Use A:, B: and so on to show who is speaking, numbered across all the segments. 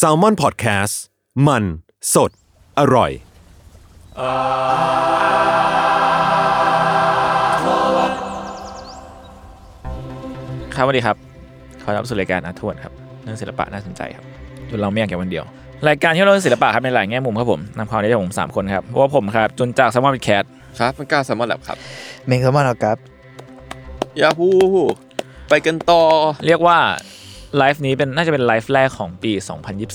A: s a l m o n PODCAST มันสดอร่อย
B: ครับสวัสดีครับ ขอต้อนรับสู่รายการอาร์ทวนครับ เรื่องศิลปะน่าสนใจครับจนเราไม่อยากแก่วันเดียว รายการที่เราเรื่องศิลปะครับในหลายแง่มุมครับผมนำความได้จากผมสามคนครับเพราะว่าผมครับจุนจากสมอลแคท
C: ครับมันกล้าสมอลแลบครับ
D: เมงแซลมอนเอาครับ
C: ยาพูไปกันต่อ
B: เรียกว่าไลฟ์นี้เป็นน่าจะเป็นไลฟ์แรกของปี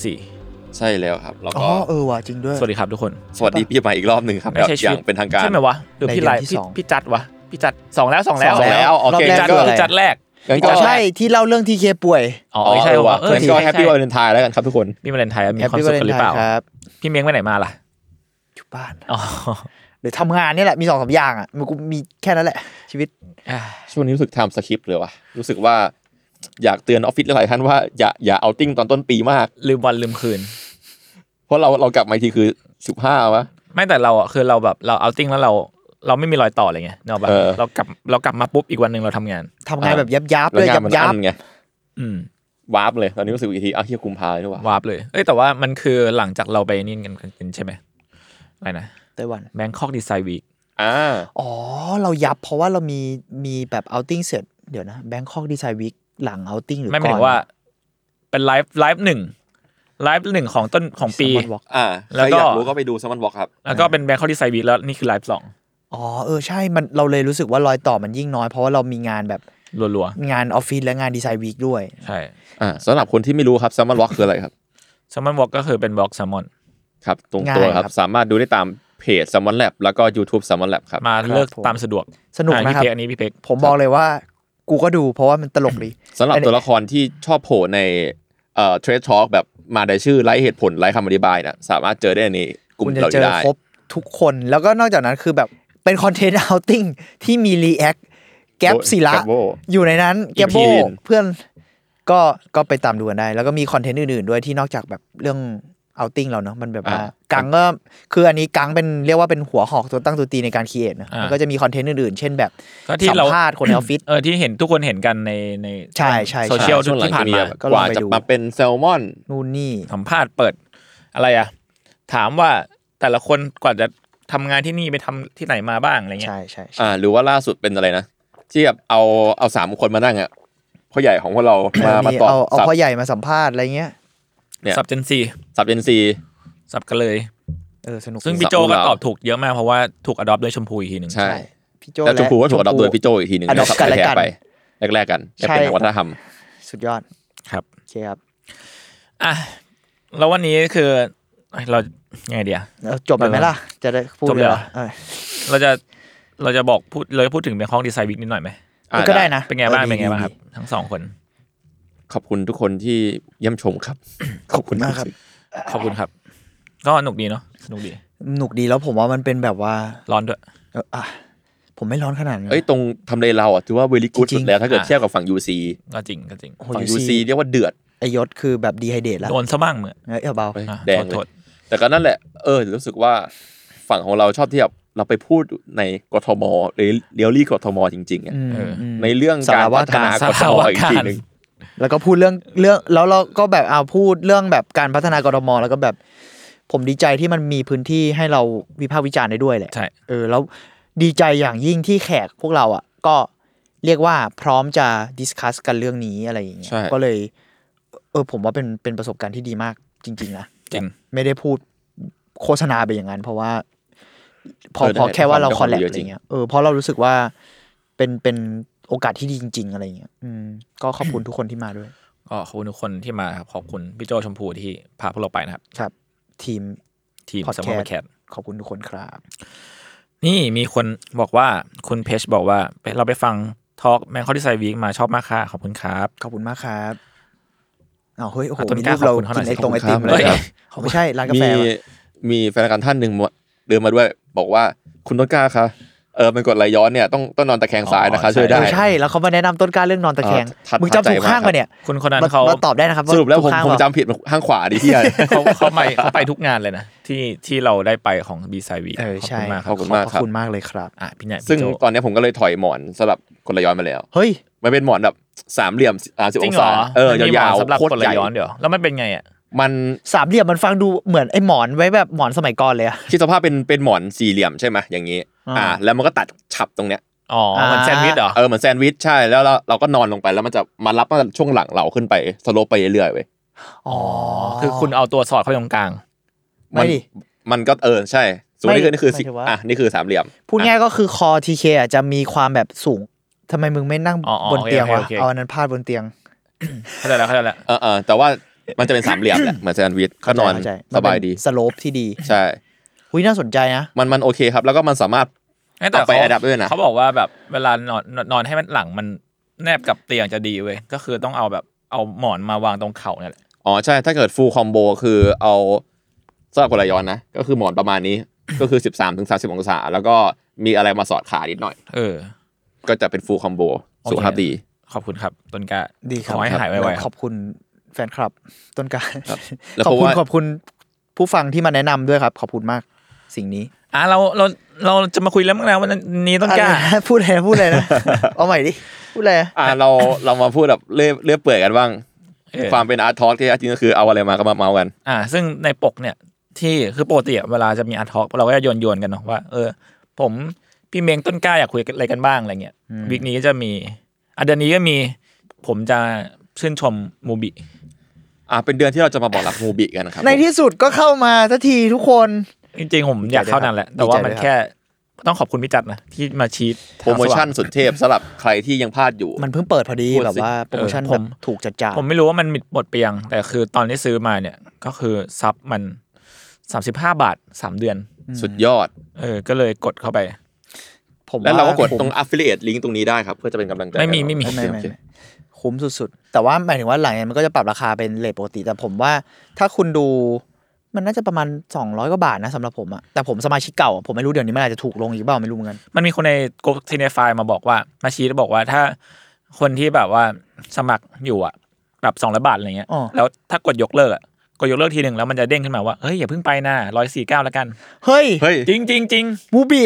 B: 2024
C: ใช่แล้วครับ แล้ว
D: อ๋
C: ก็
D: อเออว่ะจริงด้วย
B: สวัสดีครับทุกคน
C: สวัสดีปีใหม่อีกรอบหนึ่งครับ
B: ไม่
C: แบบ
B: ใช่
C: อ
B: ชี
C: ย่า
B: วิ
C: ง
B: ต
C: เป็นทางการ
B: ใช่ไหมวะหรือพี่
D: ในเดื
B: ไล
D: อนที่
B: ฟ์พี่
D: สอง
B: พี่จัดวะพี่จัดสองแล้วสองแล้ว
C: สองแล้วโอเค
B: พี่จัด
D: รอบแรกก็อะไร
B: พี่จัดแรก
C: งั้น
D: อ๋
C: ก็
D: อใช่ที่เล่าเรื่องที่เคป่วย
B: อ๋อ
C: อ๋อ
B: ไม่ใช่
C: เออว่ะ
B: เออ
C: งั้นก็
B: ใช่
C: แฮปปี้
B: ใช่
C: วันเลนไทน์แล้วกันครับทุกคน
B: มีวาเลนไทน์มี
D: Happy
B: ความสุขกันหรือเปล่า
D: Valentine ครับ
B: พี่เม้งไปไหนมาล่ะ
D: อยู่บ้าน
B: อ๋อ
D: หรือทำงานเนี่ยแหละมีสองสามอย่างอ่ะมันกูมีแค่นั้นแหละ ชีวิต
C: ช่วงนี้รู้สึกทำสคริปต์เลยวะรู้สึกว่าอยากเตือนออฟฟิศหลายท่านว่าอย่าอย่าเอาติ้งตอนต้นปีมาก
B: ลืมวันลืมคืน
C: เพราะเราเรากลับมาอีกทีคือสิบห้าวะ
B: ไม่แต่เราอ่ะคือเราแบบเราเอาติ้งแล้วเราเราไม่มีรอยต่ออะไรเงี้ยเนาะแบบ
C: เออ
B: เรากลับเรากลับมาปุ๊บอีกวันหนึ่งเราทำงาน
D: ทำงาน
C: อ่า
D: แบบยับยับๆ
C: แล้ว
D: ด้วย
C: งา
D: ยั
C: น
D: บ
C: มัน
D: ยั
C: อั
D: บ
C: นไง
B: อืม
C: วาร์ปเลย ตอนนี้รู้สึกอีกทีอ้าวเฮียกุมภาเลยนี่หว่าว
B: าร์ปเลยเอ้ยแต่ว่ามันคือหลังจากเราไปนี่กันกันใช่ไหมอะไรนะ
D: ไต้หวัน
B: แบงคอกดีไซน์วีค
C: อ่า
D: อ๋อ เรายับเพราะว่าเรามีมีแบบเอาติ้งเสร็จเดี๋ยวนะแบงคอกดีไซน์วิกหลังเอาติ้งหรือ
B: ไม่หมาย
D: ก่
B: ถึ
D: อน
B: งว่าเป็นไลฟ์ไลฟ์หนึ่งไลฟ์หนึ่งของต้นของปี
D: แซลมอนวอล์ก
C: อ่า
B: แล้ว
C: ใคร
B: ก็
C: อยากรู้ก็ไปดูสมันบอกครับ
B: แล้วก็เป็นแบงคอกดีไซน์วีคแล้วนี่คือไลฟ์สอง
D: อ๋อเออใช่มันเราเลยรู้สึกว่ารอยต่อมันยิ่งน้อยเพราะว่าเรามีงานแบบ
B: รัว
D: งานออฟฟิศและงานดีไซน์วิกด้วย
B: ๆ ใช่
C: อ่าสำหรับคนที่ไม่รู้ครับสมันบอกคืออะไรครับ
B: แซมมอนวอลก็คือเป็นบล็อกแซมมอน
C: ครับตรง
D: ง่าย
C: ตัวครั
D: ครับ บ
C: สามารถดูได้ตามเพจ s ัมมอนแลบแล้วก็ YouTube ซัมมอนแลบครับ
B: มาเลือกตามสะดวก
D: สนุก
B: อ่
D: นะครับ
B: พี่เพ็กอันนี้พี่เพ็ก
D: ผมบอกเลยว่ากูก็ดูเพราะว่ามันตลกดี
C: สำหรับ
D: อันนี้
C: ตัวละครที่ชอบโผล่ในเอ่อเทรดทอล์กแบบมาได้ชื่อไร้เหตุผลไร้คำอธิบายนะสามารถเจอได้ในกลุ่ม
D: คุณจะ
C: เรา
D: เจอ
C: ได้
D: ครบทุกคนแล้วก็นอกจากนั้นคือแบบเป็นคอน เทนต์เอาติ้งที่มีรีแอคแกป
C: โอ้
D: ศิละ
C: Gabbo
D: อยู่ในนั้นแกปโบ
C: Imperial
D: เพื่อนก็ก็ไปตามดูกันได้ แล้วก็มีคอนเทนต์อื่นๆด้วยที่นอกจากแบบเรื่องเอาติ้งเราเนาะมันแบบว่า
C: อ่า
D: กังก็คืออันนี้กังเป็นเรียกว่าเป็นหัวหอกตัวตั้งตัวตีในการคิดนะ
B: ามั
D: มันก็จะมีคอนเทนต์อื่นๆ เช่นแบบ
B: ก็ที่
D: สัม
B: เรา
D: ภาษณ์คนในอ อฟฟิศ
B: เออที่เห็นทุกคนเห็นกันในใน
D: ใช่ใช่ใช่
B: โซเชียล
C: ช่วงหลัง
B: ที่ผ่าน
C: จะมี
B: มา
C: แบบ
D: ก็ลอง
C: กว่า
D: ไป
C: จะ
D: ดู
C: มาเป็นแซลมอน
D: นู่นนี่
B: สัมภาษณ์เปิดอะไรอ่ะ ถามว่าแต่ละคนก่อนจะทำงานที่นี่ไปทำที่ไหนมาบ้างอะไรเงี้ย
D: ใช่ใช่ใช่
C: อ่าหรือว่าล่าสุดเป็นอะไรนะ ที่แบบเอาเอาสามคนมานั่งอ่ะพ่อใหญ่ของพ วกเรามามา
D: มี
C: ตอบ
D: เอาเอา
C: สับ
D: พ่อใหญ่มาสัมภาษณ์อะไรเงี้ย
C: เนี่ย
B: สับเจนซี
C: สับเจนซี
B: สับกันเลย
D: เออสนุก
B: ซึ่ง
D: ดี
B: พี่
C: สับ
B: โจก็
C: เรา
B: ตอบถูกเยอะมากเพราะว่าถูกอดอปด้วยชมพูอีกทีหนึ่ง
C: ใช่
D: พี่โจ
C: แล้วชมพูก็ถูกอดอปโดย
D: ชมพู
C: พี่โจอีกทีหนึ่ง
D: adopt
C: สับ
D: กันและ
C: แท้
D: กัน
C: ๆไปแรกๆกันแลก
D: ใช่
C: เป็นทางวัฒนธรรม
D: สุดยอด
B: ครับ
D: โอเคครับ
B: อ่ะแล้ววันนี้คือเอ้ยเรายังไงเดีย
D: แล้วจบเลยไหมล่ะจะได้พูด
B: จบเลยเหรอ
D: เออ
B: เราจะเราจะบอกพูดเราจะพูดถึงเป็นห้องดีไซน์วิกนิดหน่อยไหม
C: อ่ะ
D: ก็ได้นะ
B: เป็นไงบ้าง
D: ออดี
B: เป็นไงบ้าง
D: ดี
B: ครับ ทั้งสองคน
C: ขอบคุณทุกคนที่เยี่ยมชม ครับ ขอบคุณมากครับ
B: ขอบคุณครับ ก็สนุกดีเนาะสนุกดี
D: หนุกดีแล้วผมว่ามันเป็นแบบว่า
B: ร้อนด้วย
D: เอ่ออ่ะผมไม่ร้อนขนาดนั้น
C: เอ้ยตรงทำเลเราอ่ะถือว่าเวลิกูด
D: จริงๆ
C: แล้วถ้าเกิด
B: อ่ะ
C: เทียบกับฝั่ง UC
B: ก็จริงก็จริง
D: โอ้โห
C: ฝั่ง
D: ยู
C: UC
D: ซี
C: เรียกว่าเดือด
D: ไอยศคือแบบดีไฮเดตแล้ว
B: โดนซะบ้างเหมือน
D: เอ้ยเอาเบา
C: เฮ้ย
B: อ่ะ
C: แดง
B: โท
C: เล
B: ษ
C: ยแต่ก็นั่นแหละ เออรู้สึกว่าฝั่งของเราชอบที่แบบเราไปพูดในกทมหรือเรียลลี่กทมจริงๆอ่ะ
D: อืม
B: เออ
D: ม
C: ในเรื่อง
D: สา
C: การ
D: ร
C: พั
D: ว่า
C: ฒ
D: การ
C: นากท
B: สาร
C: ม
B: ว่า
C: อีก
B: การ
C: ทีหนึ่ง
D: แล้วก็พูดเรื่องเรื่องแล้วเราก็แบบเอาพูดเรื่องแบบการพัฒนากรทมแล้วก็แบบ ผมดีใจที่มันมีพื้นที่ให้เราวิพากษ์วิจารณ์ได้ด้วยแหละ
B: ใช่
D: เออแล้วดีใจอย่างยิ่งที่แขกพวกเราอ่ะ ก็เรียกว่าพร้อมจะดิสคัสกันเรื่องนี้อะไรอย่างเงี้ย
C: ใช่
D: ก็เลย เออผมว่าเป็นเป็นประสบการณ์ที่ดีมากจริงๆนะ
B: จริง
D: ไม่ได้พูดโฆษณาไปอย่างนั้น เพราะว่า พอ
C: เออได้
D: พอแค่ว่าเรา
C: ได้
D: ค
C: ค
D: อ
C: วา
D: ล
C: ม
D: แลบ
C: รู้เย
D: อะ
C: อะไรจริง
D: เงี้ยเออเพราะเรารู้สึกว่าเป็นเป็นโอกาสที่ดีจริง ๆ อะไรเงี้ยอืมก็ขอบคุณ ทุกคนที่มาด้วย
B: ก็ขอบคุณทุกคนที่มาครับขอบคุณพี่โจชมพูที่พาพวกเราไปนะครับ
D: ครับ ทีม
B: ทีม
D: Podcast
B: สมอลแคท
D: ขอบคุณทุกคนครับ
B: นี่มีคนบอกว่าคุณเพชบอกว่าไปเราไปฟังทอล์กแมนคอ d ี s ไซวี k มาชอบมากค่ะ ขอบคุณครับ
D: ขอบคุณมากครับ อ้าวเฮ้ยโอ้โห
B: อ่ะต้น
D: มี
B: กล้า
D: รูปเรา
B: ขอบคุณเขาหน่
D: กิ
B: อยสิ
D: นไอ้ตรงไอติม
C: ขอบคุณ
D: เลย
C: ครับ
D: เขาไม่ใช่ร้านกาแฟ
C: มี
D: วะ
C: มีแฟนรายการท่านหนึ่งมาเดินมาด้วย บอกว่าคุณต้นกล้าคะเออเป็นกดไหลย้อนเนี่ยต้องต้องนอนตะแคงซ้ายนะคะ
B: อ๋อใช่
C: ช่วยได้
D: เออใช่แล้วเขามาแนะนำต้นกล้าเรื่องนอนตะแคง
C: เออทัด
D: มึง
C: ทัด
D: จำถูก
C: ใจมาก
D: ข้างปะเนี่ย
B: คุณคนนั้น
D: มา
B: เขา
D: มาตอบได้นะครับา
C: สรุปแล้ว
D: ถูก
C: ผม
D: ข้าง
C: ผม
D: เปา
C: จำผิดมันข้างขวาดิที่
B: เขาเขาไปเขาไปทุกงานเลยนะ ที่ที่เราได้ไปของบีไซวี
D: เออใช่
B: มากค
C: ข
B: รั
C: อ
B: บบ
C: คุณมาก
D: ขอบ
C: ครับ
D: คุณมากเลยครับ
B: อ่ะพี่ใหญ่พี่
C: ซึ่ง
B: โจ
C: ตอนเนี้ยผมก็เลยถอยหมอนสลับกดไหลย้อนมาแล้ว
D: เฮ้ย
C: มันเป็นหมอนแบบสามเหลี่ยมสามสิบ
B: จ
C: อ
B: ริง
C: ง
B: เหร
C: ศา
B: อ
C: เออ
B: มันมีหม
C: ยาว
B: สำหรับ
C: ๆโคต
B: ก
C: ร
B: ดไห
C: ให
B: ล
C: ญ่
B: ย้อนเดี๋ยวแล้วมันเป็นไงอ่ะ
C: มัน
D: สามเหลี่ยมมันฟังดูเหมือนไอ้หมอนไว้แบบหมอนสมัยก่อนเลยอะ
C: คิดสภาพเป็นเป็นหมอนสี่เหลี่ยมใช่ไหมอย่างนี้
D: อ่า
C: อ่า แล้วมันก็ตัดฉับตรงเนี้ย
B: อ๋อเหมือนแซนด์วิชเหรอ
C: เออเหมือนแซนด์วิชใช่แล้วเราเราก็นอนลงไปแล้วมันจะมารับมาช่วงหลังเราขึ้นไปสโลปไปเรื่อยๆเว้ย
D: อ๋อ
B: คือคุณเอาตัวสอดเข้าไปตรงกลาง
D: ไม่ดิ
C: มันก็เออใช่ส่วนนี้คือ
D: ไม่
C: นี่คือสิ
D: หมายถึงว่า
C: อ่ะนี่คือสามเหลี่ยม
D: พูดง่ายก็คือคอทีเคอ่ะจะมีความแบบสูงทำไมมึงไม่นั่ง
B: อ๋ออ๋อบ
D: นเตียงวะ
B: โอเคโอเค
D: เอาอันนั้นพาดบนเตียง
B: เข้าใจแล้วเข้าใจแล้ว
C: เออเออแต่ว่ามันจะเป็นสามเหลี่ยมแหละ เหมือนแซนด์วิชก็นอน
D: เข้าใจ
C: สบายดี
D: สโลปที่ดี
C: ใช่
D: หุยน่าสนใจนะ
C: มันมันโอเคครับ แล้วก็มันสามารถ
B: เอ้ยแต่
C: เอาไป adapt ด้วยนะ
B: เขาบอกว่าแบบเวลานอนนอนให้มันหลังมันแนบกับเตียงจะดีเว้ยก็คือต้องเอาแบบเอาหมอนมาวางตรงเข่าเนี่ยแหละ
C: อ๋อใช่ถ้าเกิดฟูลคอมโบคือเอาสำหรับกลย้อนนะ ก็คือหมอนประมาณนี้ ก็คือ 1 3บสถึงสาองศา แล้วก็มีอะไรมาสอดขานิดหน่อย
B: เออ
C: ก็จะเป็นฟูลคอมโบ
B: โอเค
C: สุขภาพดี
B: ขอบคุณครับต้นกล้า
D: ดีครับ
B: ขอให้หายไวๆค
D: ข
B: รับ
D: อบคุณแฟนคลับ ต้นกล้า
C: ครับแล้ว
D: ขอบ
C: เพราะ
D: คุณ
C: ว่า
D: ขอบคุณผู้ฟังที่มาแนะนำด้วยครับ ขอบคุณมากสิ่งนี้
B: อ่ะเราเราเราจะมาคุยแล้วมั้งนะวันนี้ต้นกล้า
D: อะไร นะพูดอะไรนะพูดอะไร นะ เอาใหม่ดิ พูดอะไรนะ
C: อ่ะเราเรามาพูดแบบเล่อยเล่อยเปื่อยกันบ้าง
B: เออ
C: ความเป็นอาร์ตทอลที่แท้จริงก็คือเอาอะไรมาก็มาเมากัน
B: อ่า ซึ่งในปกเนี่ยที่คือปกติอะเวลาจะมีอาร์ทอเราก็จะโยนโยนๆกันเนาะว่าเออ ผมพี่เมงต้นกล้าอยากคุยอะไรกันบ้างอะไรเงี้ยวีคนี้ก็จะมีอะเดือนนี้ก็มีผมจะชื่นชมมูบิ
C: อ่ะเป็นเดือนที่เราจะมาบอกรับมูบิกันนะครับ
D: ในที่สุดก็เข้ามาสักทีทุกคน
B: จริงๆผมอยากเข้านั่นแหละ แต่ว่ามันแค่ต้องขอบคุณพี่จัดนะที่มาชี้
C: โปรโมชั่น
B: ทางสว่าง
C: สุดเทพสำหรับใครที่ยังพลาดอยู่
D: มันเพิ่งเปิดพอดี
C: พูดสิ
D: แบบว่าโปรโมชั่น
B: เออผ
D: แบ
B: ม
D: บถูกจัดจ้าน
B: ผมไม่รู้ว่ามันหมดเปียง แต่คือตอนที่ซื้อมาเนี่ยก็คือซับมันสามสิบห้าบาทสามเดือน
C: สุดยอด
B: เออ ก็เลยกดเข้าไป
D: ผม
C: แล้วเราก็กด
D: คุ้ม
C: ตรง affiliate link ตรงนี้ได้ครับ เพื่อจะเป็นกำลังใจ
B: ไม่มีไม่มี
C: โอเค
D: ไม่
C: โอ
D: ไม่
C: เค
D: ไม่คุ้มสุดๆ แต่ว่าหมายถึงว่าหลังจากนั้นมันก็จะปรับราคาเป็นเลทปกติ แต่ผมว่าถ้าคุณดูมันน่าจะประมาณ 200กว่าบาทนะสำหรับผมอะแต่ผมสมาชิกเก่าอะผมไม่รู้เดี๋ยวนี้มันอาจจะถูกลงอีกเปล่าไม่รู้เหมือนกัน
B: มันมีคนในกลุ่มทีเนฟายมาบอกว่า มาชี้แล้วบอกว่าถ้าคนที่แบบว่าสมัครอยู่อ่ะแบบสองร้อยบาทอะไรเงี้ย
D: อ๋อ
B: แล้วถ้ากดยกเลิกอ่ะกดยกเลิกทีหนึ่งแล้วมันจะเด้งขึ้นมาว่าเฮ้ยอย่าเพิ่งไปนะร้อยสี่เก้าแล้วกัน
D: เฮ้ย
C: เฮ้ย
B: จริงจริงจริง
D: บูบี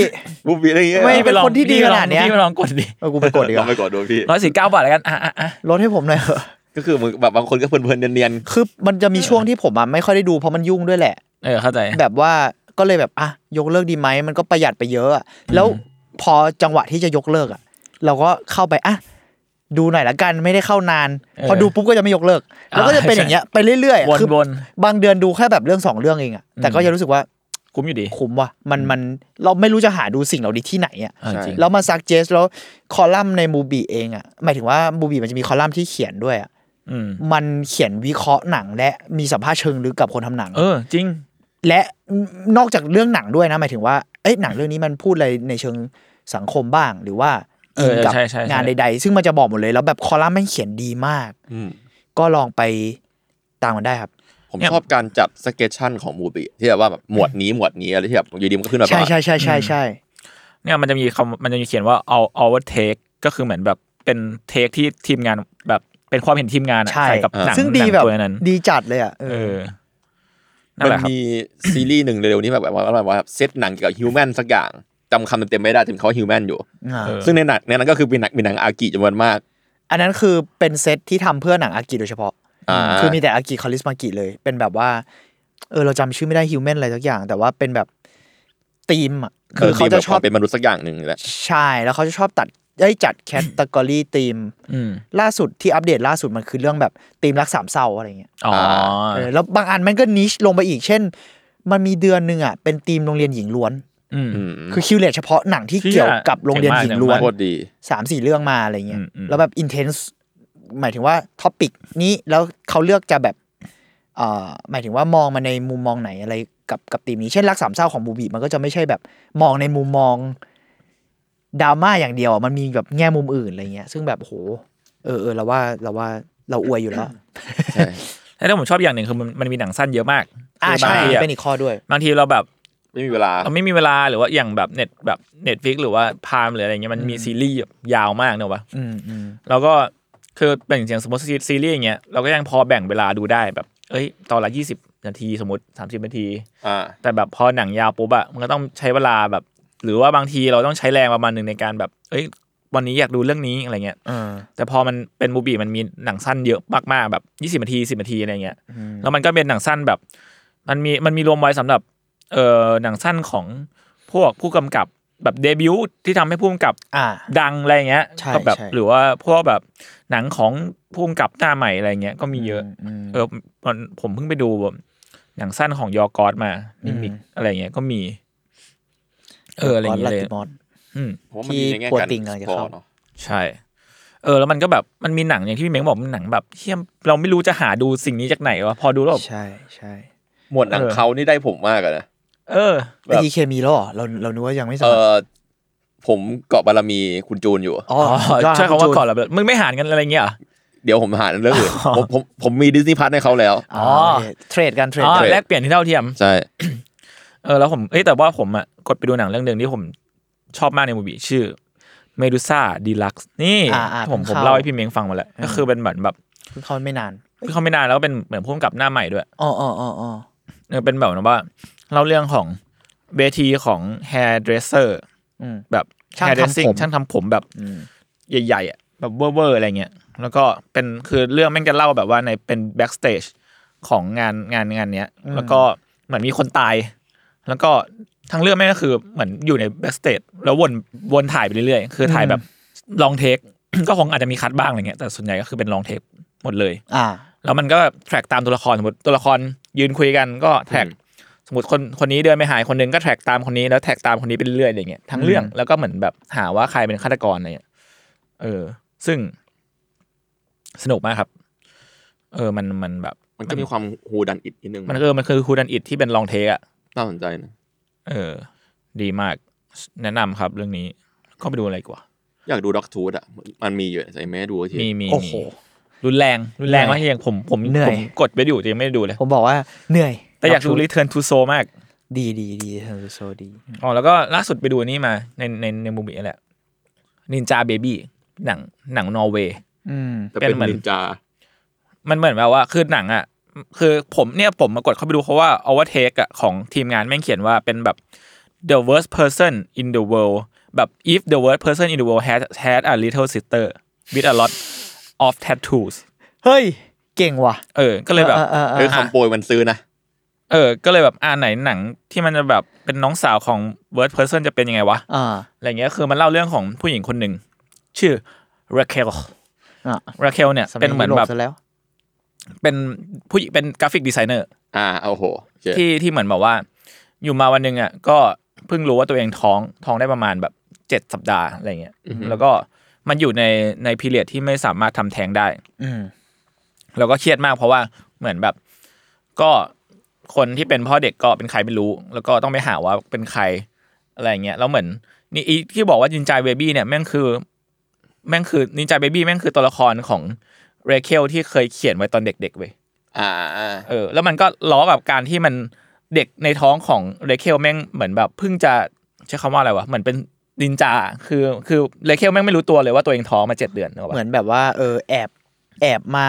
C: มูบิอะไรเงี้ย
D: ไม่
B: พี่ไปลอง
D: เป็นคนที่ดี
B: พี่ไปลอง
D: ขนาดเนี้ย
B: พี่ไปลองกดดิ
D: เออกูไปกดดีก
C: เรา
D: ว่า
C: ไปกดดูพี่
B: ร้อยสี่เก้าบาทแล้วกันอ่ะอ่ะอ่ะ
D: ลดให้ผมหน่อยเถอะ
C: ก็คือมึงแบบบางคนก็เพลินๆเนียน
D: คือมันจะมีช่วงที่ผมอะไม่ค่อยได้ดูเพราะมันยุ่งด้วยแหละ
B: เออเข้าใจ
D: แบบว่าก็เลยแบบอ่ะยกเลิกดีไหมมันก็ประหยัดไปเยอะอะแล้วพอจังหวะที่จะยกเลิกอ่ะ เราก็เข้าไปอ่ะดูหน่อยละกันไม่ได้เข้านาน
B: เออ
D: พอดูปุ๊บก็จะไม่ยกเลิก
B: อ่า
D: แล้วก็จะเป็นอย่างเงี้ยไปเรื่อยๆอะ
B: วน
D: คื
B: วน
D: บางเดือนดูแค่แบบเรื่องสองเรื่องเองอ่ะแต่ก็
B: อืม
D: จะรู้สึกว่า
B: คุ้มอยู่ดี
D: คุ้มว่ะมันมันเราไม่รู้จะหาดูสิ่งเหล่านี้ที่ไหนอ่ะ
B: เออจริง
D: แล้วมาซักเจสแล้วคอลัมน์ในมูบีเองอ่ะหมายถึงว่ามูบีมันจะมีคอลัมน์ที่เขียนด้วยอ่ะ
B: อืม
D: มันเขียนวิเคราะห์หนัง และมีสัมภาษณ์เชิงลึกกับคนทำหนัง
B: เออจริง
D: และนอกจากเรื่องหนังด้วยนะหมายถึงว่าเอ้ยหนังเรื่องนี้มันพูดอะไรในเชิงสังคมบ้าง หรือว่า
B: เออ
D: กั
B: ใช่ใช่ใช่
D: งานใดๆ ซึ่งมันจะบอกหมดเลย แล้วแบบคอลัมน์แม่งเขียนดีมาก
C: ๆอืม
D: ก็ลองไปตามมันได้ครับ
C: ผม
B: เนี่ย
C: ชอบการจัดสเกจชั่นของมูบิที่แบบว่าแบบหมวดนี้หมวดนี้อะไรที่แบบอยู่ดีมันก็ขึ้นมา
D: ใช่
C: แบบ
D: ใช่ใช่ใช่ใช่
B: เนี่ยมันจะมีคำมันจะมีเขียนว่า all over take ก็คือเหมือนแบบเป็นเทคที่ทีมงานแบบเป็นความเห็นทีมงานอะ
D: ใช่
B: ใส่กับหนัง
D: ซึ่ง
B: ห
D: ดี
B: นัง
D: แบบ
B: ตัวนั้น
D: ดีจัดเลยอ่ะเอ
B: เอ
D: อ
B: อ นั่น
C: มั
B: แห
C: น
B: ละครับ
C: มีซีรีส์หนึ่งเร็วๆนี้แบบว่าแบบว่าเซตหนังเกี่ยวกับฮิวแมนสักอย่างจำคำเต็มๆไม่ได้แต่เขาฮิวแมนอยู่
D: า
B: เออ
C: ซึ่งในหนังในนั้นก็คือมีหนังมีหนังอากิจำนวนมาก
D: อันนั้นคือเป็นเซตที่ทำเพื่อหนังอากิโดยเฉพาะ
C: อ่า
D: คือมีแต่อากิคอลิสมากิเลย เป็นแบบว่า เออเราจำชื่อไม่ได้ฮิวแมนอะไรสักอย่าง แต่ว่าเป็นแบบธีมอ่ะคือเขาจะชอบ
C: เป็นมนุษย์สักอย่างหนึ่งแหละ
D: ใช่ แล้วเขาจะชอบตัดได้ยจัดแคตตากรีธีม
B: อืม
D: ล่าสุดที่อัปเดตล่าสุดมันคือเรื่องแบบธีมรักสามเศร้าอะไรเงี้ย
B: อ๋อ
D: เออแล้วบางอันมันก็นิชลงไปอีก เช่น มันมีเดือนหนึ่งอ่ะเป็นธีมโรงเรียนหญิงล้วน
B: อืม
C: อืม
D: คือคิวเลตเฉพาะหนังที่
B: เชี่ย
D: เกี่ยวกับโรงเรียนหญิงล้วน
B: เจ๋ง
C: โค
B: มาก
C: ตรดี
D: สามสี่เรื่องมาอะไรเงี้ย
B: อืมอืม
D: แล้วแบบอินเทนส์หมายถึงว่าท็อปิกนี้แล้วเขาเลือกจะแบบเอ่อหมายถึงว่ามองมาในมุมมองไหนอะไรกับกับธีมนี้เช่นรักสามเศร้าของบูบีมันก็จะไม่ใช่แบบมองในมุมมองดราม่าอย่างเดียวอะมันมีแบบแง่มุมอื่นอะไรเงี้ย ซึ่งแบบโหเออเออเราว่าเราว่าเราอวยอยู่แล้ว
C: ใช่
B: แล้วผมชอบอย่างหนึ่งคือมันมันมีหนังสั้นเยอะมาก
D: อ่า
B: คื
D: ใช่
B: บางทีอะ
D: เป็นอีกข้อด้วย
B: บางทีเราแบบ
C: ไม่มีเวลา
B: เราไม่มีเวลาหรือว่าอย่างแบบเน็ตแบบเน็ตฟิกหรือว่าพามหรืออะไรเงี้ยมันมีซีรีส์แบบยาวมากเนอะวะ
D: อืมอืม
B: เราก็คือเป็นอย่างสมมติซีรีส์อย่างเงี้ยเราก็ยังพอแบ่งเวลาดูได้แบบ เอ้ย ตอนละยี่สิบนาทีสมมติสามสิบนาที
C: อ่า
B: แต่แบบพอหนังยาวปุ๊บอะมันก็ต้องใช้เวลาแบบ หรือว่าบางทีเราต้องใช้แรงประมาณหนึ่งในการแบบ เอ้ย วันนี้อยากดูเรื่องนี้อะไรเงี้ย
D: เออ
B: แต่พอมันเป็นมูบีมันมีหนังสั้นเยอะมากๆแบบยี่สิบนาทีสิบนาทีอะไรเงี้ย
D: อืม
B: แล้วมันก็เป็นหนังสั้นแบบ มันมีมันมีรวมไว้สำหรับเอ่อหนังสั้นของพวกผู้กำกับแบบเดบิวต์ที่ทำให้ผู้กำกับ
D: อ่า
B: ดังอะไรอย่างเงี้ย
D: ใช่
B: ก็แบบ
D: ใช่
B: หรือว่าพวกแบบหนังของผู้กำกับหน้าใหม่อะไรเงี้ยก็มีเยอะ
D: ม
B: เออมันผมเพิ่งไปดูแบบหนังสั้นของยอร์กอสมา
D: อื
B: นิ
D: ม
B: มิกอะไรเงี้ยก็มี เอออะไรอย่างเงี้ย
D: ล
B: เลย
D: ติมอส
B: อืม
C: ผมว่ามันมีในแง่
D: ที่กลัว
C: การ
D: ติ่งอะไรจะ
C: พอ
D: เข้า
C: เนอะ
B: ใช่ เออ แล้วมันก็แบบมันมีหนังอย่างที่พี่เม้งบอกมันหนังแบบเฮี้ยมเราไม่รู้จะหาดูสิ่งนี้จากไหนวะพอดูแล้วแบบ
D: ใช่ใช่
C: หมวดหนังเขานี่ได้ผมมากอะนะ
B: เออ
C: แบบ
D: ไอทีเคมีแล้วเหรอเราเรานึกว่ายังไม่สำ
C: เอ
D: เร็จ
C: อผมเกาะบารมีคุณจูนอยู่
D: อ๋อ
B: อ๋อ
D: สุดยด
B: ใช่
D: รับ
B: คำว่า
D: ณจู
B: ก่อนแล้วมึงไม่หารกันอะไรเงี้ยเหรอ
C: เดี๋ยวผมหาเรื่องอื่นผมผมผมมีดิสนีย์พัทให้เขาแล้ว
D: อ๋อโอเคเทรดกันเทรด
B: อ๋อ
D: กัน
B: แลกเปลี่ยนที่เท่าเทียม
C: ใช่
B: เออแล้วผมเอ้ยแต่ว่าผมอ่ะกดไปดูหนังเรื่องหนึ่งที่ผมชอบมากในมูบีชื่อเมดูซ่าดีลักซ์นี่
D: อ่าอ่า
B: ผมผม
D: ข้
B: เล่าให้พี่เม้งฟังมาแล้ว ก็คือเป็นเหมือนแบบ
D: เพิ่งเข้าไม่นาน
B: คือเขาไม่นานแล้วก็เป็นเหมือนพ่วงกับหน้าใหม่ด้วย
D: อ๋ออ๋ออ๋ออ๋อ
B: เออเป็นแบบว่าเล่าเรื่องของเวทีของ hairdresser
D: อืม
B: แบบ
D: ช่างทำ
B: hairdressing
D: ผม
B: ช่างทำผมแบบ
D: อืม
B: ใหญ่ๆอ่ะแบบเวอร์ๆอะไรเงี้ยแล้วก็เป็นคือเรื่องแม่งจะเล่าแบบว่าในเป็น backstage ของงานงานงานเนี้ย แล้วก็เหมือนมีคนตาย แล้วก็ทั้งเรื่องแม่งก็คือเหมือนอยู่ใน backstage แล้ววนวนถ่ายไปเรื่อยๆ คือถ่ายแบบลองเทค ก็คงอาจจะมีคัดบ้างอะไรเงี้ยแต่ส่วนใหญ่ก็คือเป็นลองเทคหมดเลย
D: อ่า
B: แล้วมันก็แทร็กตามตัวละครสมมติตัวละครยืนคุยกันก็แทร็กสมมติคนคนนี้เดินไปหายคนหนึงก็แทร็กตามคนนี้แล้วแทร็กตามคนนี้ไปเรื่อยๆอะไรเงี้ยทั้งเรื่องแล้วก็เหมือนแบบหาว่าใครเป็นฆาตกรอะไรเงี้ยเออ ซึ่งสนุกมากครับ เออมันมันแบบ
C: มันก็มีความฮูดันอิดนิดนึง
B: มันเออมันคือคูดันอิดที่เป็นลองเทคอะ
C: น่าสนใจนะ
B: เออ ดีมากแนะนำครับ เรื่องนี้ก็ไปดูอะไรดีกว่า อย
C: ากดูด็อกทูดอ่ะมันมีอยู่แต่ไม่ได้ดูสักที
B: มีมี
D: โอ้โห
B: มีรุนแรงรุนแรงมากที่ยังผมผม
D: เหนื่อย
B: ผมกดไปอยู่แต่ยังไม่ได้ดูเลย
D: ผมบอกว่าเหนื่อย
B: แต่อยากดูรีเทิร์นทูโซมาก
D: ดีดีดีเทอร์โซดี
B: อ๋อแล้วก็ล่าสุดไปดูนี่มาในในในมูบีแหละนินจาเบบี้หนังหนังนอร์เวย์
D: อืม
C: แต่เป็น
B: เป็นเหมือน
C: นินจา
B: มันเหมือนแบบว่าคือหนังอ่ะคือผมเนี่ยผมมากดเข้าไปดูเพราะว่าอวเทคอะของทีมงานแม่งเขียนว่าเป็นแบบ the worst person in the world แบบ if the worst person in the world had had a little sister with a lot of tattoos
D: เฮ้ย เก่งว่ะ
B: เออ ก็เลยแบบ
D: ออเออเอ
C: เอ
D: อ
C: อคำโปรยมันซื้อนะ
B: เออ ก็เลยแบบอ่าไหนหนังที่มันจะแบบเป็นน้องสาวของ worst person จะเป็นยังไงวะ
D: อ่า
B: อะไรเงี้ยคือมันเล่าเรื่องของผู้หญิงคนหนึ่ง ชื่อราเคล
D: อ่า
B: ราเคลเนี่ย
D: สย
B: เป็นเหมือน
D: ยุโร
B: แบบ
D: ซะแล้ว
B: เป็นผู้หญิงเป็นกราฟิกดีไซเนอร์
C: อ่าโอ้โหโอเค
B: ที่ที่เหมือนแบบว่า อยู่มาวันหนึ่งอ่ะก็เพิ่งรู้ว่าตัวเองท้องท้องได้ประมาณแบบเจ็ดสัปดาห์อะไรเงี้ยแล้วก็มันอยู่ในในพีเรียดที่ไม่สามารถทำแท้งได้
D: อืม
B: แล้วก็เครียดมากเพราะว่าเหมือนแบบก็คนที่เป็นพ่อเด็กก็เป็นใครไม่รู้ แล้วก็ต้องไปหาว่าเป็นใครอะไรอย่างเงี้ยแล้วเหมือนนี่อีที่บอกว่านินจาเบบี้เนี่ยแม่งคือ แม่งคือนินจาเบบี้แม่งคือตัวละครของเรเคลที่เคยเขียนไว้ตอนเด็กๆเว้ย
C: อ่า
B: เออแล้วมันก็ล้อกับการที่มันเด็กในท้องของเรเคลแม่งเหมือนแบบเพิ่งจะใช้คำว่าอะไรวะเหมือนเป็นนินจาคือคือเรเคลแม่งไม่รู้ตัวเลยว่าตัวเองท้องมาเจ็ดเดือนนึกออก
D: เหมื
B: ปะ
D: อนแบบว่าเออแอบแอบมา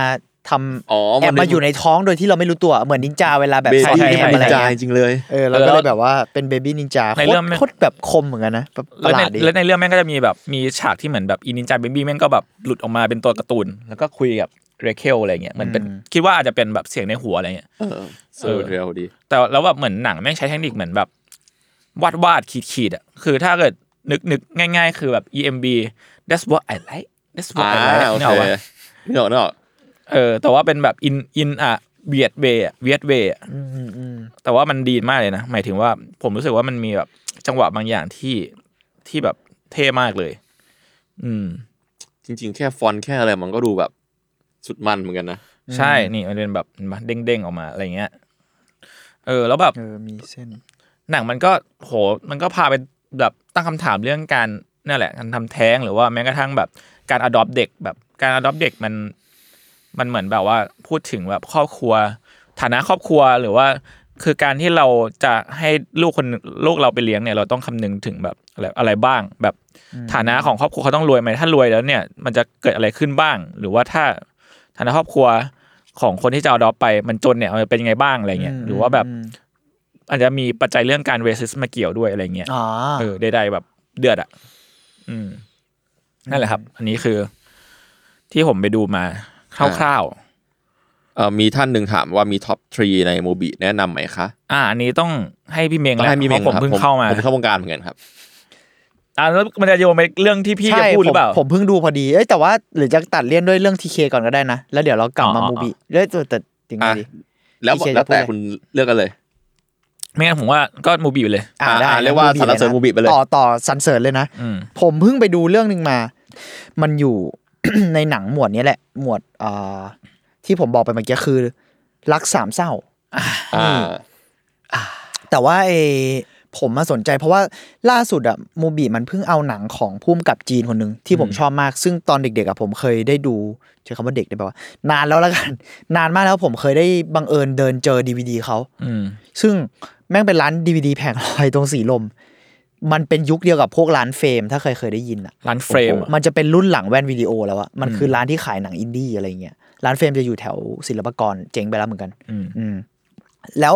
D: ทำ
C: อ๋อ
D: แอบ
C: มัน
D: มา
C: เป็น
D: อยู่ในท้องโดยที่เราไม่รู้ตัวเหมือนนินจาเวลาแบบ
C: เบ
D: สอน
C: บี้
D: เก
C: นี่
D: ม
C: มัน
D: อะ
C: นิน
D: ไร
C: จา
D: เงี้
C: จ
D: ย
C: ริงๆเลย
D: เออแล้วก็เลยแบบว่าเป็นเบบี้นินจา
B: ใน
D: โค
B: เรื่
D: ต
B: อง
D: ร
B: ไม่
D: โคตรแบบคมเหมือนกันนะแบบป
B: แล้
D: ระ
B: ว
D: ห
B: ใน
D: ลาดดี
B: แล้วในเรื่องแม่งก็จะมีแบบมีฉากที่เหมือนแบบอีนินจาเบบี้แม่งก็แบบหลุดออกมาเป็นตัวการ์ตูน แล้วก็คุยกับเรเคลอะไรเงี้ยเหมือนเป็นคิดว่าอาจจะเป็นแบบเสียงในหัวอะไรเงี้ย
C: เออเซอร์เรียลดี
B: แต่แล้วแบบเหมือนหนังแม่งใช้เทคนิคเหมือนแบบวาดวาดขีดขีดๆอ่ะคือถ้าเกิดนึกนึกง่าย ๆ คือแบบ EMB that's what I like that's what
C: อ่า
B: I like
C: โอ
B: เนี่ย
C: เค
B: เหรอวะ
C: นี่เหรอนี่เหรอ
B: เออแต่ว่าเป็นแบบ in in อ่ะเวียดเวเวียดเวอ่ะ
D: อืมอืมอืม
B: แต่ว่ามันดีมากเลยนะ หมายถึงว่าผมรู้สึกว่ามันมีแบบจังหวะบางอย่างที่ที่แบบเท่มากเลย อืม
C: จริง ๆ แค่ฟอนต์แค่อะไรมันก็ดูแบบสุดมันเหมือนกันนะ
B: ใช่ นี่มันเป็นแบบมันเด้งๆออกมาอะไรเงี้ย เออ แล้วแบบ
D: เออมีเส้น
B: หนังมันก็โห มันก็พาไปแบบตั้งคำถามเรื่องการนั่นแหละการทำแท้งหรือว่าแม้กระทั่งแบบการอดอปเด็กแบบการอดอปเด็กมัน มันเหมือนแบบว่าพูดถึงแบบครอบครัว ฐานะครอบครัวหรือว่า คือการที่เราจะให้ลูกคนลูกเราไปเลี้ยงเนี่ยเราต้องคำนึงถึงแบบอะไรอะไรบ้าง แบบฐานะของครอบครัวเขาต้องรวยไหมถ้ารวยแล้วเนี่ย มันจะเกิดอะไรขึ้นบ้าง หรือว่าถ้าฐานะครอบครัวของคนที่จะเอาดอปไปมันจนเนี่ยมันจะเป็นยังไงบ้างอะไรเงี้ยหรือว่าแบบ
D: ม
B: อาจจะมีปัจจัยเรื่องการเรสิสมาเกี่ยวด้วยอะไรเงี้ย
D: อ๋อ
B: เออใดๆแบบเดือดอ่ะ อืม นั่นแหละครับ อันนี้คือ ที่ผมไปดูมาคร่าว
C: เอ่อมีท่านหนึ่งถามว่ามีท็อปทรีในโมบิแนะนำไหมคะ
B: ๆ อ่า อันนี้ต้องให้พี่เมง
C: ต้อง
B: แล้ว
C: ให้มีเมง
B: เพราะผม
C: ครับ
B: เพิ่งเข้ามา
C: ผมเข้าวงการเหมือนกันครับ
B: อ่าแล้วมันจะโยงไปเรื่องที่พี่จะ
D: ใช่
B: พูดหรือเปล่า
D: ผมผมเพิ่งดูพอดีเอ้ยแต่ว่าหรือจะตัดเลี่ยนด้วยเรื่องทีเคก่อนก็ได้นะ แล้วเดี๋ยวเรากลับมา
B: อ๋อ
D: มูบีเอ้ยแต่แต่ถึงไง
C: อ่ะ
D: ดี
C: แล้ว
D: พี่เชย
C: แล้วแต่
D: จะพูด
C: คุณเลือกกันเลย
B: ไม่งั้นผมว่าก็มูบีอยู่เลย
D: อ่า
C: อ่ะ
D: ได้
C: อ่ะเรียกว่า
D: มู
C: สรรเสริญมูบิไปเลย
D: ต่อต่อสรรเสริญเลยนะ
B: อืม
D: ผมเพิ่งไปดูเรื่องหนึ่งมา มันอยู่ ในหนังหมวดนี้แหละ หมวดเอ่อที่ผมบอกไปเมื่อกี้คือ รักสามเศร้า
C: อ่า
D: แต่ว่าไอผมมาสนใจเพราะว่าล่าสุดอะมูบีมันเพิ่งเอาหนังของพุ่มกับจีนคนหนึ่งที่ผมชอบมาก ซึ่งตอนเด็กๆอะผมเคยได้ดูใช้คำว่าเด็กได้ป่าวะนานแล้วละกัน นานมากแล้วผมเคยได้บังเอิญเดินเจอดีวดีเขา
B: อืม
D: ซึ่งแม่งเป็นร้านดีวดีแผงลอยตรงสีลม มันเป็นยุคเดียวกับพวกร้านเฟรม ถ้าเคยเคยได้ยินอะ
B: ร้านเฟรมอะ
D: มันจะเป็นรุ่นหลังแว่นวิดีโอแล้วอะมันคือร้านที่ขายหนังอินดี้อะไรเงี้ย ร้านเฟรมจะอยู่แถวศิลปากรเจ๊งไปแล้วเหมือนกัน
B: อืม
D: อืม แล้ว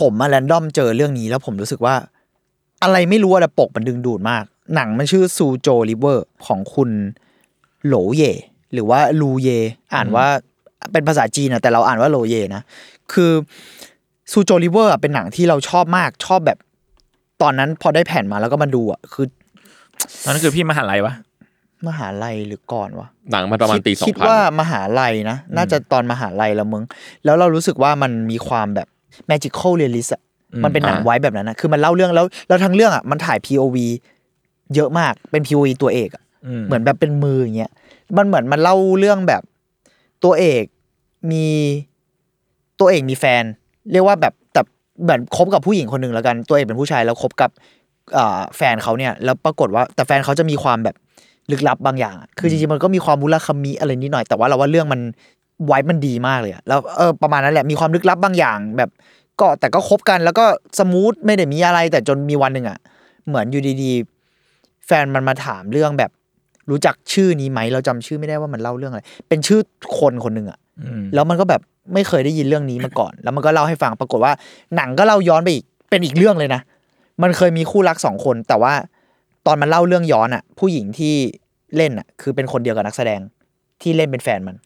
D: ผมมาแรนดอมเจอเรื่องนี้แล้วผมรู้สึกว่า อะไรไม่รู้อะแต่ปกมันดึงดูดมาก หนังมันชื่อซูโจริเวอร์ของคุณโหลเย หรือว่าลูเย อ่านว่าเป็นภาษาจีนนะแต่เราอ่านว่าโหลเยนะ คือซูโจริเวอร์เป็นหนังที่เราชอบมากชอบแบบ ตอนนั้นพอได้แผ่นมาแล้วก็มาดูอะคือ
B: ตอนนั้นคือพี่มหาลัยวะ
D: มหาลัยหรือก่อนวะ
C: หนังมันประมาณ
D: คิด
C: ตีสอง
D: คิด
C: พัน
D: ว่ามหาลัยนะ น่าจะตอนมหาลัยละมึง แล้วเรารู้สึกว่ามันมีความแบบ magical realist อะ
B: อืม
D: มันเป็นหนังไว้แบบนั้นนะ คือมันเล่าเรื่องแล้ว แล้วทั้งเรื่องอ่ะ มันถ่าย POV เยอะมาก เป็น POV ตัวเอกอะ
B: อืม
D: เหมือนแบบเป็นมืออย่างเงี้ย มันเหมือนมันเล่าเรื่องแบบตัวเอกมีตัวเอกมีแฟน เรียกว่าแบบแต่เหมือนคบกับผู้หญิงคนหนึ่งแล้วกัน ตัวเอกเป็นผู้ชายแล้วคบกับอ่าแฟนเขาเนี่ย แล้วปรากฏว่าแต่แฟนเขาจะมีความแบบลึกลับบางอย่างอะคือจริงๆมันก็มีความมุลคามิอะไรนิดหน่อย แต่ว่าเราว่าเรื่องมันไว้มันดีมากเลยอะแล้วเออประมาณนั้นแหละ มีความลึกลับบางอย่าง แบบก็แต่ก็คบกันแล้วก็สมูทไม่ได้มีอะไร แต่จนมีวันหนึ่งอะเหมือนอยู่ดีๆ แฟนมันมาถามเรื่องแบบรู้จักชื่อนี้ไหมเราจำชื่อไม่ได้ว่ามันเล่าเรื่องอะไร เป็นชื่อคนคนหนึ่งอะ
B: อืม
D: แล้วมันก็แบบไม่เคยได้ยินเรื่องนี้มาก่อน แล้วมันก็เล่าให้ฟัง ปรากฏว่าหนังก็เล่าย้อนไปอีก เป็นอีกเรื่องเลยนะ มันเคยมีคู่รักสองคน แต่ว่าตอนมันเล่าเรื่องย้อนอะผู้หญิงที่เล่นอะคือเป็นคนเดียวกับนักแสดงที่เล่นเป็นแฟนมัน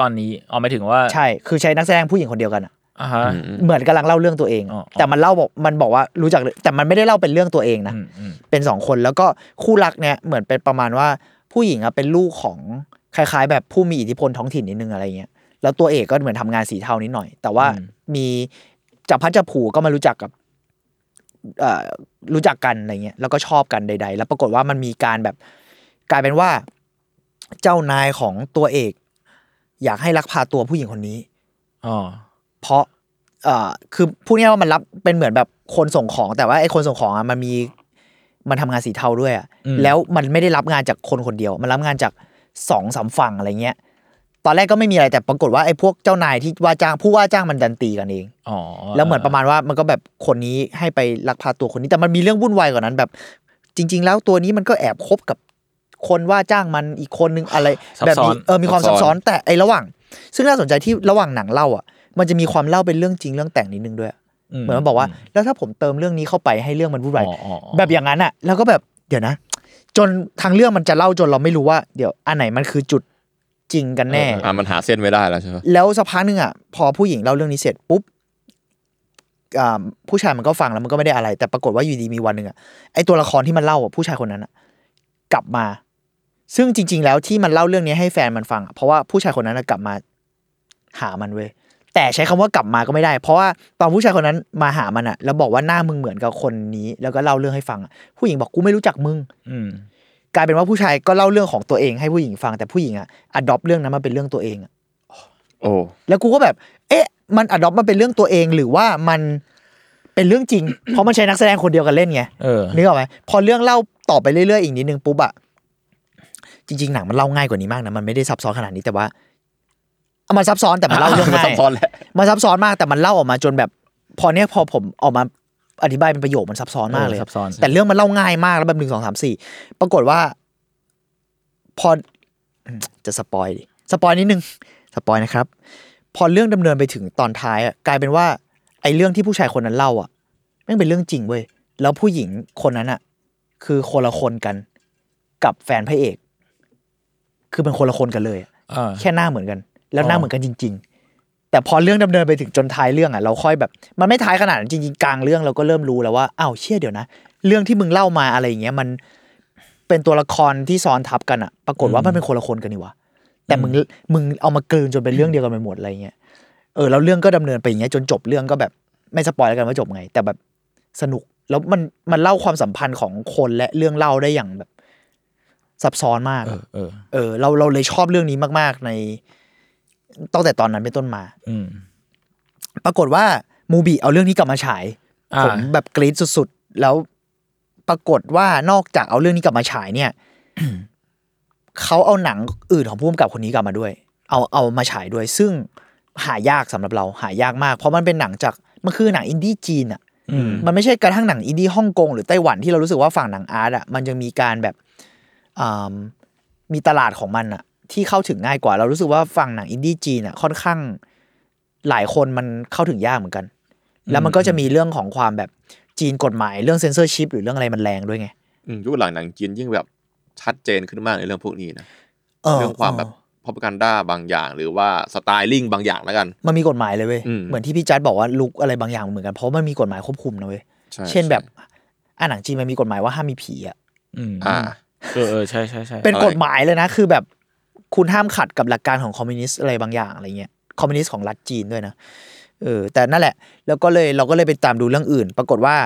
B: ตอนนี้เอาไม่ถึงว่า
D: ใช่ คือใช้นักแสดงผู้หญิงคนเดียวกันอะ
B: อ่าฮะ
C: อืม
D: เหมือนกำลังเล่าเรื่องตัวเอง
B: อ๋อ
D: แต่มันเล่าบอกมันบอกว่ารู้จักเลยแต่มันไม่ได้เล่าเป็นเรื่องตัวเองนะ
B: อืมอืม
D: เป็นสองคนแล้วก็คู่รักเนี่ยเหมือนเป็นประมาณว่าผู้หญิงอะเป็นลูกของคล้ายๆ แบบผู้มีอิทธิพลท้องถิ่นนิดนึงอะไรเงี้ยแล้วตัวเอกก็เหมือนทำงานสีเทานิดหน่อย แต่ว่ามีจับพัดจับผูก็มารู้จักกับเอ่อรู้จักกันอะไรเงี้ยแล้วก็ชอบกันใด ๆ แล้วปรากฏว่ามันมีการแบบกลายเป็นว่าเจ้านายของตัวเอก อยากให้ลักพาตัวผู้หญิงคนนี้
B: อ๋อ
D: เพราะ เอ่อ คือพูดง่ายๆว่ามันรับเป็นเหมือนแบบคนส่งของ แต่ว่าไอ้คนส่งของอ่ะมันมี มันทำงานสีเทาด้วยอ่ะ แล้วมันไม่ได้รับงานจากคนคนเดียว มันรับงานจากสองสามฝั่งอะไรเงี้ย ตอนแรกก็ไม่มีอะไรแต่ปรากฏว่าไอ้พวกเจ้านายที่ว่าจ้างผู้ว่าจ้างมันดันตีกันเอง
B: อ๋อ
D: แล้วเหมือนประมาณว่ามันก็แบบคนนี้ให้ไปลักพาตัวคนนี้ แต่มันมีเรื่องวุ่นวายกว่านั้นแบบ จริง ๆ แล้วตัวนี้มันก็แอบคบกับคนว่าจ้างมันอีกคนนึงอะไร
B: ซับ
D: แบบ
B: ซ้อ
D: นี้
B: น
D: เออมีความซับซ้อนแต่ไอระหว่าง ซึ่งน่าสนใจที่ระหว่างหนังเล่าอ่ะ มันจะมีความเล่าเป็นเรื่องจริงเรื่องแต่งนิดนึงด้วย เหมือนมันบอกว่า แล้วถ้าผมเติมเรื่องนี้เข้าไปให้เรื่องมันวุ่นวาย
B: อ๋ออ๋ออ๋อ
D: แบบอย่างนั้นอ่ะ แล้วก็แบบเดี๋ยวนะ จนทางเรื่องมันจะเล่าจนเราไม่รู้ว่า เดี๋ยวอันไหนมันคือจุดจริงกันแน่
C: อ่ามันหาเส้นไม่ได้แล้วใช่ไหม
D: แล้วสักพักหนึ่งอ่ะพอผู้หญิงเล่าเรื่องนี้เสร็จปุ๊บอ่าผู้ชายมันก็ฟังแล้วมันก็ไม่ได้อะไร แต่ปรากฏว่าอยู่ดีมีวันหนึ่งอ่ะไอตัวละครที่มันเล่าอ่ะผู้ชายคนนั้นอ่ะกลับมา ซึ่งจริง ๆ แล้วที่มันเล่าเรื่องนี้ให้แฟนมันฟังอ่ะเพราะว่าผู้ชายคนนั้นอ่ะกลับมาหามันเว้ยแต่ใช้คำว่ากลับมาก็ไม่ได้ เพราะว่าตอนผู้ชายคนนั้นมาหามันอ่ะ แล้วบอกว่าหน้ามึงเหมือนกับคนนี้ แล้วก็เล่าเรื่องให้ฟังอ่ะผู้หญิงบอกกูไม่รู้จักมึง
B: อืม
D: กลายเป็นว่าผู้ชายก็เล่าเรื่องของตัวเองให้ผู้หญิงฟังแต่ผู้หญิงอ่ะอดอปเรื่องนั้นมาเป็นเรื่องตัวเองอ่ะ
C: โอ้
D: แล้วกูก็แบบ เอ๊ะ มันอดอปมันเป็นเรื่องตัวเองหรือว่ามันเป็นเรื่องจ ริง เพราะมันใช้นักแสดงคนเดียวกันเล่นไง
B: เออ
D: นึกออกไหมพอเรื่องเล่าต่อไปเรื่อยๆอีกนิดนึงปุ๊บอะจริง ๆ หนังมันเล่าง่ายกว่านี้มากนะ มันไม่ได้ซับซ้อนขนาดนี้แต่ว่า เอามันซับซ้อนแต่มันเล่าเรื่อง
C: มัน
D: ง่า
C: ซับ
D: ย
C: ซ้อนแหละ
D: มันซับซ้อนมากแต่มันเล่าออกมาจนแบบ พอเนี้ยพอผมออกมาอธิบายเป็นประโยคมันซับซ้อนมากเลย
B: ซับซ้อน
D: แต่เรื่องมันเล่าง่ายมากแล้วแบบหนึ่งสองสามสี่ปรากฏว่า พออืมจะสปอยดิสปอยนิดนึงสปอยนะครับ พอเรื่องดำเนินไปถึงตอนท้ายอะกลายเป็นว่าไอ้เรื่องที่ผู้ชายคนนั้นเล่าอ่ะแม่งเป็นเรื่องจริงเว้ยแล้วผู้หญิงคนนั้นอ่ะ คือคนละคนกันกับแฟนพระเอก คือเป็นคนละคนกันเลยอะ
B: เออ
D: แค่หน้าเหมือนกัน แล้ว
B: อ๋อ
D: หน้าเหมือนกันจริง ๆ แต่พอเรื่องดำเนินไปถึงจนท้ายเรื่องอ่ะเราค่อยแบบ มันไม่ท้ายขนาดนั้นจริงๆกลางเรื่องเราก็เริ่มรู้แล้วว่าอ้าวเชี่ยเดี๋ยวนะ เรื่องที่มึงเล่ามาอะไรอย่างเงี้ยมันเป็นตัวละครที่ซ้อนทับกันอ่ะ ปรากฏว่ามันเป็นคนละคนกันนี่วะแต่มึงมึงเอามากลืนจนเป็นเรื่องเดียวกันไปหมดอะไรเงี้ยเออแล้วเรื่องก็ดำเนินไปอย่างเงี้ยจนจบเรื่องก็แบบไม่สปอยแล้วกันว่าจบไง แต่แบบสนุกแล้วมันมันเล่าความสัมพันธ์ของคนและเรื่องเล่าได้อย่างแบบซับซ้อนมาก
B: เออเออ
D: เออเราเราเลยชอบเรื่องนี้มาก ๆ ในตั้งแต่ตอนนั้นเป็นต้นมา
B: อืม
D: ปรากฏว่ามูบีเอาเรื่องนี้กลับมาฉาย
B: อ่า
D: ผมแบบกรี๊ดสุด ๆ แล้วปรากฏว่านอกจากเอาเรื่องนี้กลับมาฉายเนี่ย เขาเอาหนังอื่นของผู้กำกับคนนี้กลับมาด้วย เอาเอามาฉายด้วย ซึ่งหายากสำหรับเราหายากมาก เพราะมันเป็นหนังจากมันคือหนังอินดี้จีนอะ
B: อืม
D: มันไม่ใช่กระทั่งหนังอินดี้ฮ่องกงหรือไต้หวันที่เรารู้สึกว่าฝั่งหนังอาร์ตอ่ะมันยังมีการแบบอ่ำมีตลาดของมันอ่ะ ที่เข้าถึงง่ายกว่า เรารู้สึกว่าฝั่งหนังอินดี้จีนอ่ะค่อนข้างหลายคนมันเข้าถึงยากเหมือนกัน แล้วมันก็จะมีเรื่องของความแบบจีนกฎหมายเรื่องเซนเซอร์ชิพหรือเรื่องอะไรมันแรงด้วยไง
C: อืมยุคหลังหนังจีนยิ่งแบบชัดเจนขึ้นมากในเรื่องพวกนี้นะ
D: เออ
C: เรื่องความแบบพ r o p a กันด้าบางอย่าง หรือว่าสไตลิ่งบางอย่างแล้วกัน
D: มันมีกฎหมายเลยเว้ย
C: อืม
D: เหมือนที่พี่จัดบอกว่าลุกอะไรบางอย่างเหมือนกันเพราะมันมีกฎหมายควบคุมนะเว้ย
C: ใช่
D: เช่นแบบอ่ะหนังจีนมันมีกฎหมายว่าห้ามมีผีอ่ะ
B: อืม
C: อ่า
B: เออเออใช่ใช่ใช่
D: เป็น
C: อะไร
D: กฎหมายเลยนะ คือแบบคุณห้ามขัดกับหลักการของคอมมิวนิสต์อะไรบางอย่างอะไรเงี้ยคอมมิวนิสต์ของรัฐจีนด้วยนะเออแต่นั่นแหละ แล้วก็เลยเราก็เลยไปตามดูเรื่องอื่น ปรากฏว่า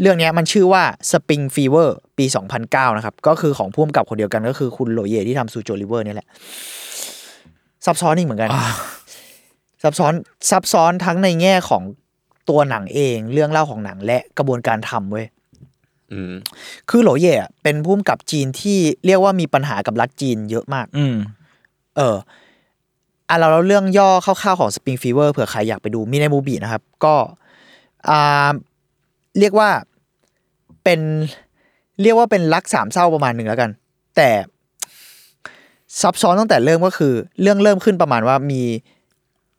D: เรื่องเนี้ยมันชื่อว่า Spring Fever ปี 2009 นะครับ ก็คือของผู้กำกับคนเดียวกันก็คือคุณโหลเย่ที่ทำซูโจลิเวอร์เนี่ยแหละ ซับซ้อนอีกเหมือนกัน ซับซ้อนซับซ้อนทั้งในแง่ของตัวหนังเอง เรื่องเล่าของหนังและกระบวนการทำเว้ย
C: อืม
D: คือโหลเย่อะเป็นผู้กำกับจีนที่เรียกว่ามีปัญหากับรัฐจีนเยอะมาก
B: อืม
D: เอออ่ะเราเราเรื่องย่อคร่าวๆของ Spring Fever เผื่อใครอยากไปดูมีในมูบีนะครับ ก็อ่าเรียกว่าเป็นเรียกว่าเป็นรักสามเศร้าประมาณหนึ่งแล้วกัน แต่ซับซ้อนตั้งแต่เริ่มก็คือ เรื่องเริ่มขึ้นประมาณว่ามี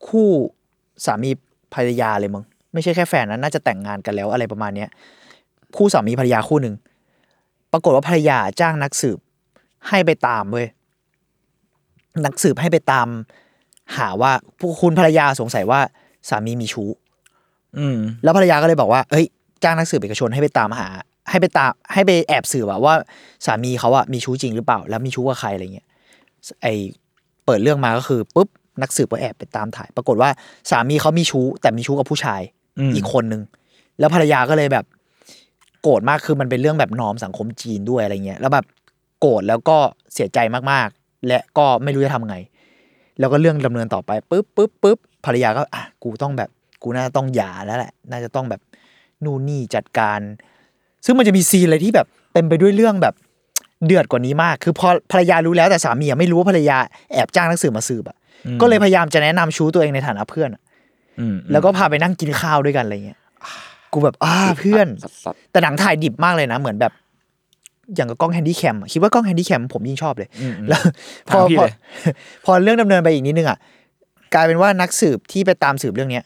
D: คู่สามีภรรยาเลยมึงไม่ใช่แค่แฟนนะน่าจะแต่งงานกันแล้วอะไรประมาณเนี้ยคู่สามีภรรยาคู่หนึ่งปรากฏว่าภรรยาจ้างนักสืบให้ไปตามเว้ย นักสืบให้ไปตาม หาว่าผู้คุณภรรยาสงสัยว่าสามีมีชู้
B: อืม
D: แล้วภรรยาก็เลยบอกว่า เอ้ย จ้างนักสืบเอกชนให้ไปตามหา ให้ไปตาม ให้ไปแอบสืบอะว่าสามีเขาอะมีชู้จริงหรือเปล่า แล้วมีชู้กับใครอะไรเงี้ย ไอเปิดเรื่องมาก็คือปุ๊บนักสืบก็แอบไปตามถ่าย ปรากฏว่าสามีเขามีชู้ แต่มีชู้กับผู้ชาย
B: อืม
D: อีกคนนึง แล้วภรรยาก็เลยแบบโกรธมากคือมันเป็นเรื่องแบบนอมสังคมจีนด้วยอะไรเงี้ย แล้วแบบโกรธแล้วก็เสียใจมากๆ และก็ไม่รู้จะทำไง แล้วก็เรื่องดำเนินต่อไปปุ๊บปุ๊บปุ๊บภรรยาก็อ่ะกูต้องแบบกูน่าจะต้องหย่าแล้วแหละ น่าจะต้องแบบนู่นนี่จัดการ ซึ่งมันจะมีซีนอะไรที่แบบเต็มไปด้วยเรื่องแบบ เดือดกว่านี้มาก คือพอภรรยารู้แล้วแต่สามีอะไม่รู้ว่าภรรยาแอบจ้างนักสืบมาสืบอ่ะ
B: อืม
D: ก็เลยพยายามจะแนะนำชู้ตัวเองในฐานะเพื่อนอะ
B: อืม
D: แล้วก็พาไปนั่งกินข้าวด้วยกันอะไรเงี้ยกูแบบอ่าเพื่อน
C: สัตว์สัตว์
D: แต่หนังถ่ายดิบมากเลยนะ เหมือนแบบ อย่างกับกล้องแฮนดี้แคมคิดว่ากล้องแฮนดี้แคมผมยิ่งชอบเลย
B: อืมอืม
D: แล้วพ
B: ถา
D: อ
B: มพี่
D: พอ
B: เลย
D: พอเรื่องดำเนินไปอีกนิดนึงอ่ะกลายเป็นว่านักสืบที่ไปตามสืบเรื่องเนี้ย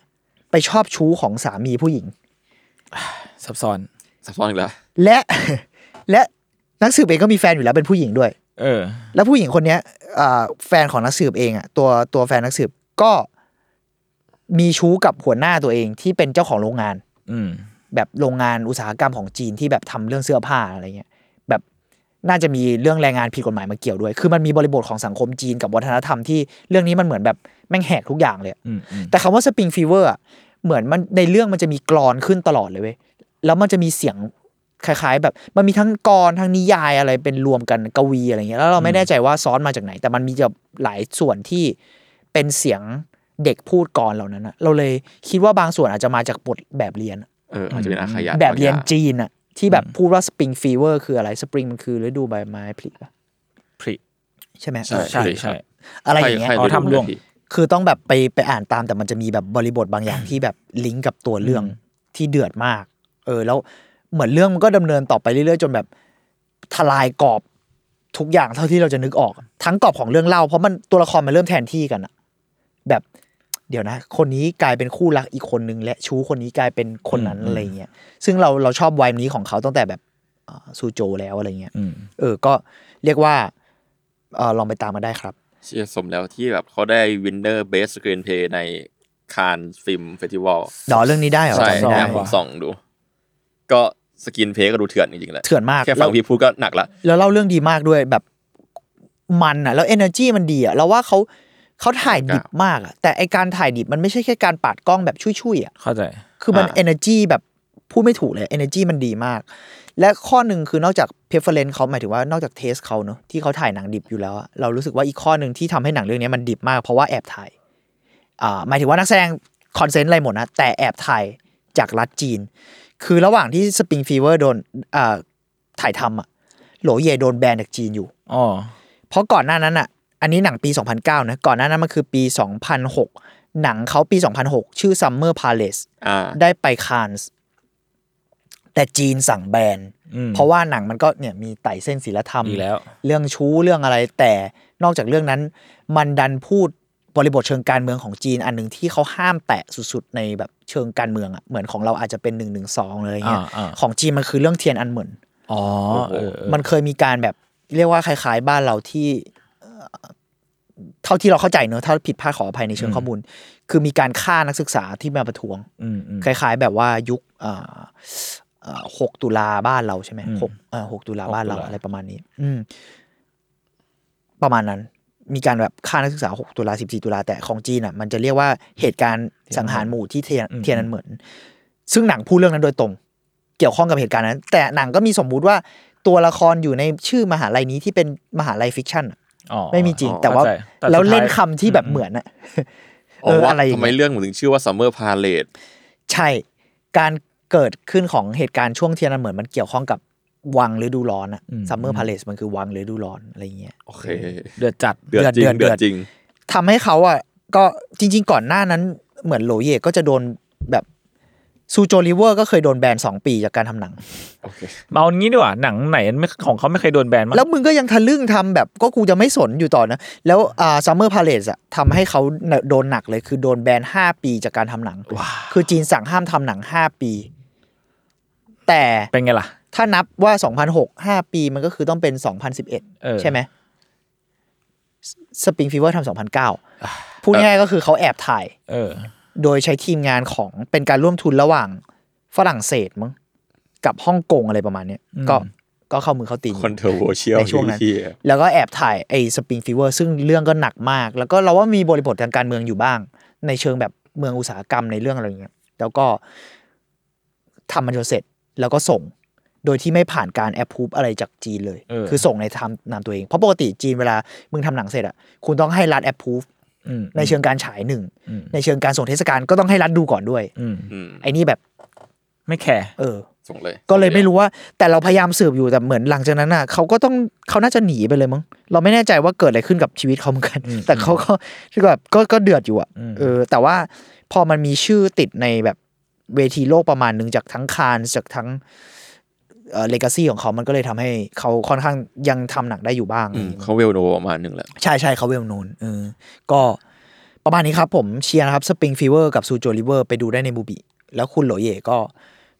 D: ไปชอบชู้ของสามีผู้หญิง
B: ซับซ้อน
C: ซับซ้อนอีกแล้ว
D: และ และนักสืบเองก็มีแฟนอยู่แล้วเป็นผู้หญิงด้วย
B: เออ
D: แล้วผู้หญิงคนเนี้ยอ่าแฟนของนักสืบเองอ่ะตัวตัวแฟนนักสืบก็มีชู้กับหัวหน้าตัวเองที่เป็นเจ้าของโรงงาน
B: อืม
D: แบบโรงงานอุตสาหกรรมของจีนที่แบบทำเรื่องเสื้อผ้าอะไรเงี้ยแบบน่าจะมีเรื่องแรงงานผิดกฎหมายมาเกี่ยวด้วย คือมันมีบริบทของสังคมจีนกับวัฒนธรรมที่เรื่องนี้มันเหมือนแบบแม่งแหกทุกอย่างเลย
B: อืมอืม
D: แต่คำว่าสปริงฟีเวอร์อ่ะเหมือนมันในเรื่องมันจะมีกรอนขึ้นตลอดเลยเว้ยแล้วมันจะมีเสียงคล้ายๆ แบบมันมีทั้งกรอนทั้งนิยายอะไรเป็นรวมกันกวีอะไรเงี้ยแล้วเราไม่แน่ใจว่าซ้อนมาจากไหน แต่มันมีจะหลายส่วนที่เป็นเสียงเด็กพูดกรเหล่านั้นอะเราเลยคิดว่าบางส่วนอาจจะมาจากบทแบบเรียน
C: เอออาจจะเป็นอาขยะ
D: แบบเรียน
C: างอา
D: จีนอะที่แบบพูดว่าสปริงฟีเวอร์คืออะไรสปริงมันคือฤดูใบไม้ผลิปะ
B: พริ
D: ใช่ไหม
C: ใช่
B: ใช่
C: ใช่
B: ใช่
D: อะไร
C: ใค
D: อย่างเงี้ย
C: ใค
B: อ๋อทำร่วง
C: ดู
D: คือต้องแบบไปไปอ่านตามแต่มันจะมีแบบบริบทบางอย่างที่แบบลิงก์กับตัวเรื่องที่เดือดมาก เออ แล้วเหมือนเรื่องมันก็ดำเนินต่อไปเรื่อยๆ จนแบบทลายกรอบทุกอย่างเท่าที่เราจะนึกออก ทั้งกรอบของเรื่องเล่าเพราะมันตัวละครมันเริ่มแทนที่กันอะแบบเดี๋ยวนะ คนนี้กลายเป็นคู่รักอีกคนนึง และชู้คนนี้กลายเป็นคนนั้น
B: อืม
D: อะไรเงี้ยซึ่งเราเราชอบไวน์นี้ของเขาตั้งแต่แบบอ่าซูโจแล้วอะไรเงี้ย
B: อืม
D: เออ ก็เรียกว่าเออลองไปตามมาได้ครับ
C: เชียสมแล้วที่แบบเขาได้วินเนอร์เบสสกรีนเพย์ในคานฟิล์มเฟสติวัล
D: ดอเรื่องนี้ได้เหรอ
C: ใช่
D: จำไม่ได้
C: เนี่ยผม
B: ว่ะ
C: ส่องดู ก็สกรีนเพย์ก็ดูเถื่อนจริงๆแหละ
D: เถื่อนมาก
C: แค่ฟัง
D: แล้ว
C: พี่พูดก็หนักละ
D: แล้วเล่าเรื่องดีมากด้วยแบบมันอ่ะ แล้วเอเนอร์จีมันดีอ่ะเราว่าเขาเขาถ่ายดิบมากอ่ะแต่ไอการถ่ายดิบมันไม่ใช่แค่การปาดกล้องแบบชุ่ยๆอ่ะ
B: เข้าใจ
D: คือมัน
C: อ่า
D: เอเนอร์จีแบบพูดไม่ถูกเลยเอเนอร์จีมันดีมาก และข้อหนึ่งคือนอกจากเพ f เฟ r เ n นเขาหมายถึงว่านอกจากเทสเขาเนอะที่เขาถ่ายหนังดิบอยู่แล้วอะเรารู้สึกว่าอีกข้อหนึ่งที่ทำให้หนังเรื่องนี้มันดิบมาก เพราะว่าแอบถ่ายอ่าหมายถึงว่านักแสดงคอนเซนต์อะไรหมดนะแต่แอบถ่ายจากรัฐจีน คือระหว่างที่สปริงฟีเวอร์โดนอ่าถ่ายทำอะโหลเยโดนแบนจากจีนอยู่
B: อ๋อ
D: เพราะก่อนหน้านั้นอ่ะ อันนี้หนังปี 2009 นะ ก่อนหน้านั้นมันคือปี 2006 หนังเขาปี 2006 ชื่อ Summer Palace
C: อ่า
D: ได้ไปคานส์แต่จีนสั่งแบน
B: อืม
D: เพราะว่าหนังมันก็เนี่ยมีไต่เส้นศีลธรรม
B: อีกแล้ว
D: เรื่องชู้เรื่องอะไรแต่นอกจากเรื่องนั้น มันดันพูดบริบทเชิงการเมืองของจีนอันหนึ่งที่เขาห้ามแตะสุดๆ ในแบบเชิงการเมืองอะเหมือนของเราอาจจะเป็นหนึ่งหนึ่งสองเลยเนี่ย
B: อ่าอ่า
D: ของจีนมันคือเรื่องเทียนอันเหมือน
B: อ๋อเออ
D: มันเคยมีการแบบเรียกว่าคล้ายๆบ้านเราที่เอ่อเท่าที่เราเข้าใจเนอะถ้าผิดพลาดขออภัยในเชิงข้อมูล คือมีการฆ่านักศึกษาที่มาประท้วง
B: อืมอืม
D: คล้ายๆ แบบว่ายุคเอ่อเอ่อหกตุลาบ้านเราใช่ไหม
B: อืม
D: หกเอ่อหกตุลาบ้านเรา
B: หกตุลา
D: อะไรประมาณนี้ อืม ประมาณนั้น มีการแบบฆ่านักศึกษา 6 ตุลา 14 ตุลา แต่ของจีนอ่ะ มันจะเรียกว่าเหตุการณ์สังหารหมู่ที่เทียน
B: อืม
D: เทียนอันเหมือน ซึ่งหนังพูดเรื่องนั้นโดยตรง เกี่ยวข้องกับเหตุการณ์นั้น แต่หนังก็มีสมมุติว่าตัวละครอยู่ในชื่อมหาลัยนี้ที่เป็นมหาลัยฟิกชันอะ
B: อ๋อ
D: ไม่มีจริง
C: อ๋อ
D: แต่ว่า
B: เข้ใจแต่
D: แล้ว
B: สุดท้าย
D: เล่นคำที่แบบเหมือนอะ
C: อ๋อ
D: เออ
C: ว่า
D: อะไรอย่าง
C: ทำไม
D: เงี้ย
C: เรื่องมันถึงชื่อว่า Summer Palace
D: ใช่ การเกิดขึ้นของเหตุการณ์ช่วงเทียนอันเหมือนมันเกี่ยวข้องกับวังฤดูร้อนอะซัมเมอร์พาเลสมันคือวังฤดูร้อนอะไรเงี้ย
C: โอเค
B: เดือดจัด
C: เดือดจริง
D: เดือดเดื
C: เดื
D: อ
C: อ
D: ด
C: ดจริง
D: ทำให้เขาอ่ะก็จริง ๆ ก่อนหน้านั้นเหมือนโหลเย่ก็จะโดนแบบซูโจลิเวอร์ก็เคยโดนแบนสองปีจากการทำหนัง
C: โอเค
B: เอางี้ดีกว่าหนังไหนไม่ของเขาไม่เคยโดนแบนมา
D: แล้วมึงก็ยังทะลึ่งทำแบบก็กูจะไม่สนอยู่ต่อนะ แล้วอ่าซัมเมอร์พาเลสอะทำให้เขาโดนหนักเลยคือโดนแบนห้าปีจากการทำหนัง คือจีนสั่งห้ามทำหนังห้าปี แต่
B: เป็นไงล่ะ
D: ถ้านับว่า 2006 5 ปีมันก็คือต้องเป็น
B: เออ
D: 2011 ใช่ไหมสปริงฟีเวอร์ทำ2009 พูดง่ายๆก็คือเขาแอบถ่าย
B: เออ
D: โดยใช้ทีมงานของเป็นการร่วมทุนระหว่างฝรั่งเศสมั้งกับฮ่องกงอะไรประมาณเนี้ย
B: อืม
D: ก็ก็เข้ามือเขาตี
C: controversial
D: ในช่วงนั้น
C: ที่
D: แล้วก็แอบถ่ายไอ้สปริงฟีเวอร์ซึ่งเรื่องก็หนักมาก แล้วก็เราว่ามีบริบททางการเมืองอยู่บ้าง ในเชิงแบบเมืองอุตสาหกรรมในเรื่องอะไรอย่างเงี้ยแล้วก็ทำมันจนเสร็จแล้วก็ส่ง โดยที่ไม่ผ่านการแอปพูฟอะไรจากจีนเลย
B: เออ
D: คือส่งในทำนามตัวเอง เพราะปกติจีนเวลามึงทำหนังเสร็จอ่ะคุณต้องให้รัฐแอปพูฟ
B: อืม
D: ในเชิงการฉายหนึ่ง
B: อืม
D: ในเชิงการส่งเทศกาลก็ต้องให้รัฐดูก่อนด้วย
B: อืม
C: อืม
D: ไอ้นี่แบบ
B: ไม่แคร์
D: เออ
C: ส่งเลย
D: ก็เลยไม่รู้ว่าแต่เราพยายามสืบอยู่แต่เหมือนหลังจากนั้นน่ะเขาก็ต้องเขาน่าจะหนีไปเลยมั้งเราไม่แน่ใจว่าเกิดอะไรขึ้นกับชีวิตเขาเหมือนกัน แต่เขาก็ที่แบบก็ก็เดือดอยู่อ่ะเออ แต่ว่าพอมันมีชื่อติดในแบบเวทีโลกประมาณหนึ่งจากทั้งคานจากทั้งเออเลกาซีของเขามันก็เลยทำให้เขาค่อนข้างยังทำหนังได้อยู่บ้าง
C: อืมเขาเวลโนประมาณหนึงแหละ
D: ใช่ใช่เขาเวลนูนเออก็ประมาณนี้ครับผมเชียร์นะครับสปริงฟีเวอร์กับซูโจลิเวอร์ไปดูได้ในมูบีแล้วคุณโหลเย่ก็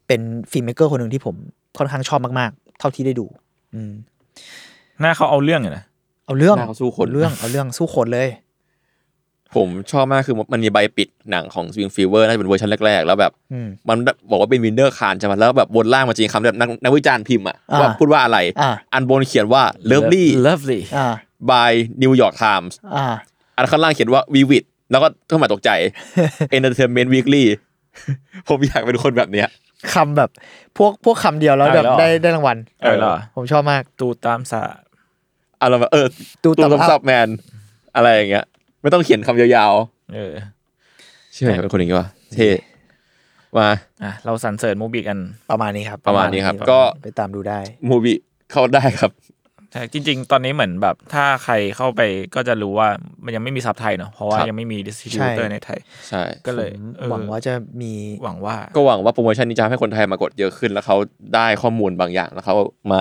D: เป็นฟิล์มเมกเกอร์คนหนึ่งที่ผมค่อนข้างชอบมากๆ เท่าที่ได้ดู อืม
B: หน้าเขาเอาเรื่องอยู่นะ
D: เอาเรื่อง
C: หน้าเขาสู้คน
D: เอาเรื่องเอาเรื่องสู้คนเลย
C: ผมชอบมากคือมันมีใบปิดหนังของ Swing Fever น่าจะเป็นเวอร์ชันแรกๆ แล้วแบบ
D: อืม
C: มันบอกว่าเป็นวินเนอร์คานใช่ไหมแล้วแบบบนล่างมาจริงคำแบบนักนักวิจารณ์พิมพ์อะ
D: อ่า
C: ว่าพูดว่าอะไร
D: อ่า
C: อันบนเขียนว่า lovely
B: lovely
D: อ่า
C: by New York Times
D: อ่า
C: อันข้างล่างเขียนว่า vivid แล้วก็เครื่องหมายตก ใจ entertainment weekly ผมอยากเป็นคนแบบเนี้ย
D: คำแบบพวกพวกคำเดียวแล้ว
B: เอาอี
D: แบ
B: ก
D: บ
B: แล้วเหรอ
D: ได้ได้รางวัล
B: เอาอีกแล้วเหรอ
D: ผมชอบมาก
B: ตูตามสา
C: อะไรแบบเออ
D: ดู
C: ตู
D: ตำ
C: ม
D: อัพ
C: ซับแมน อะไรอย่างเงี้ย ไม่ต้องเขียนคำยาว
B: เออ
C: ๆเชื่อไหมเป็นคนอย่างงี้วะเท่มา
B: อ่ะ เราสรรเสริญมูบิกัน
D: ประมาณนี้ครับ
C: ประมาณนี้ครับก็
D: ไปตามดูได้
C: มูบีเข้าได้ครับ
B: ใช่จริง ๆ ตอนนี้เหมือนแบบ ถ้าใครเข้าไปก็จะรู้ว่ามันยังไม่มีซับไทยเนาะเพราะว่า
C: ครับ
B: ยังไม่มีดิสติบิวเตอ
D: ใช่
B: ร์ในไทย
C: ใช่
B: ก็เลยเออ
D: หวังว่าจะมี
B: หวังว่า
C: ก็หวังว่าโปรโมชั่นนี้จะทำให้คนไทยมากดเยอะขึ้น แล้วเขาได้ข้อมูลบางอย่างแล้วเขามา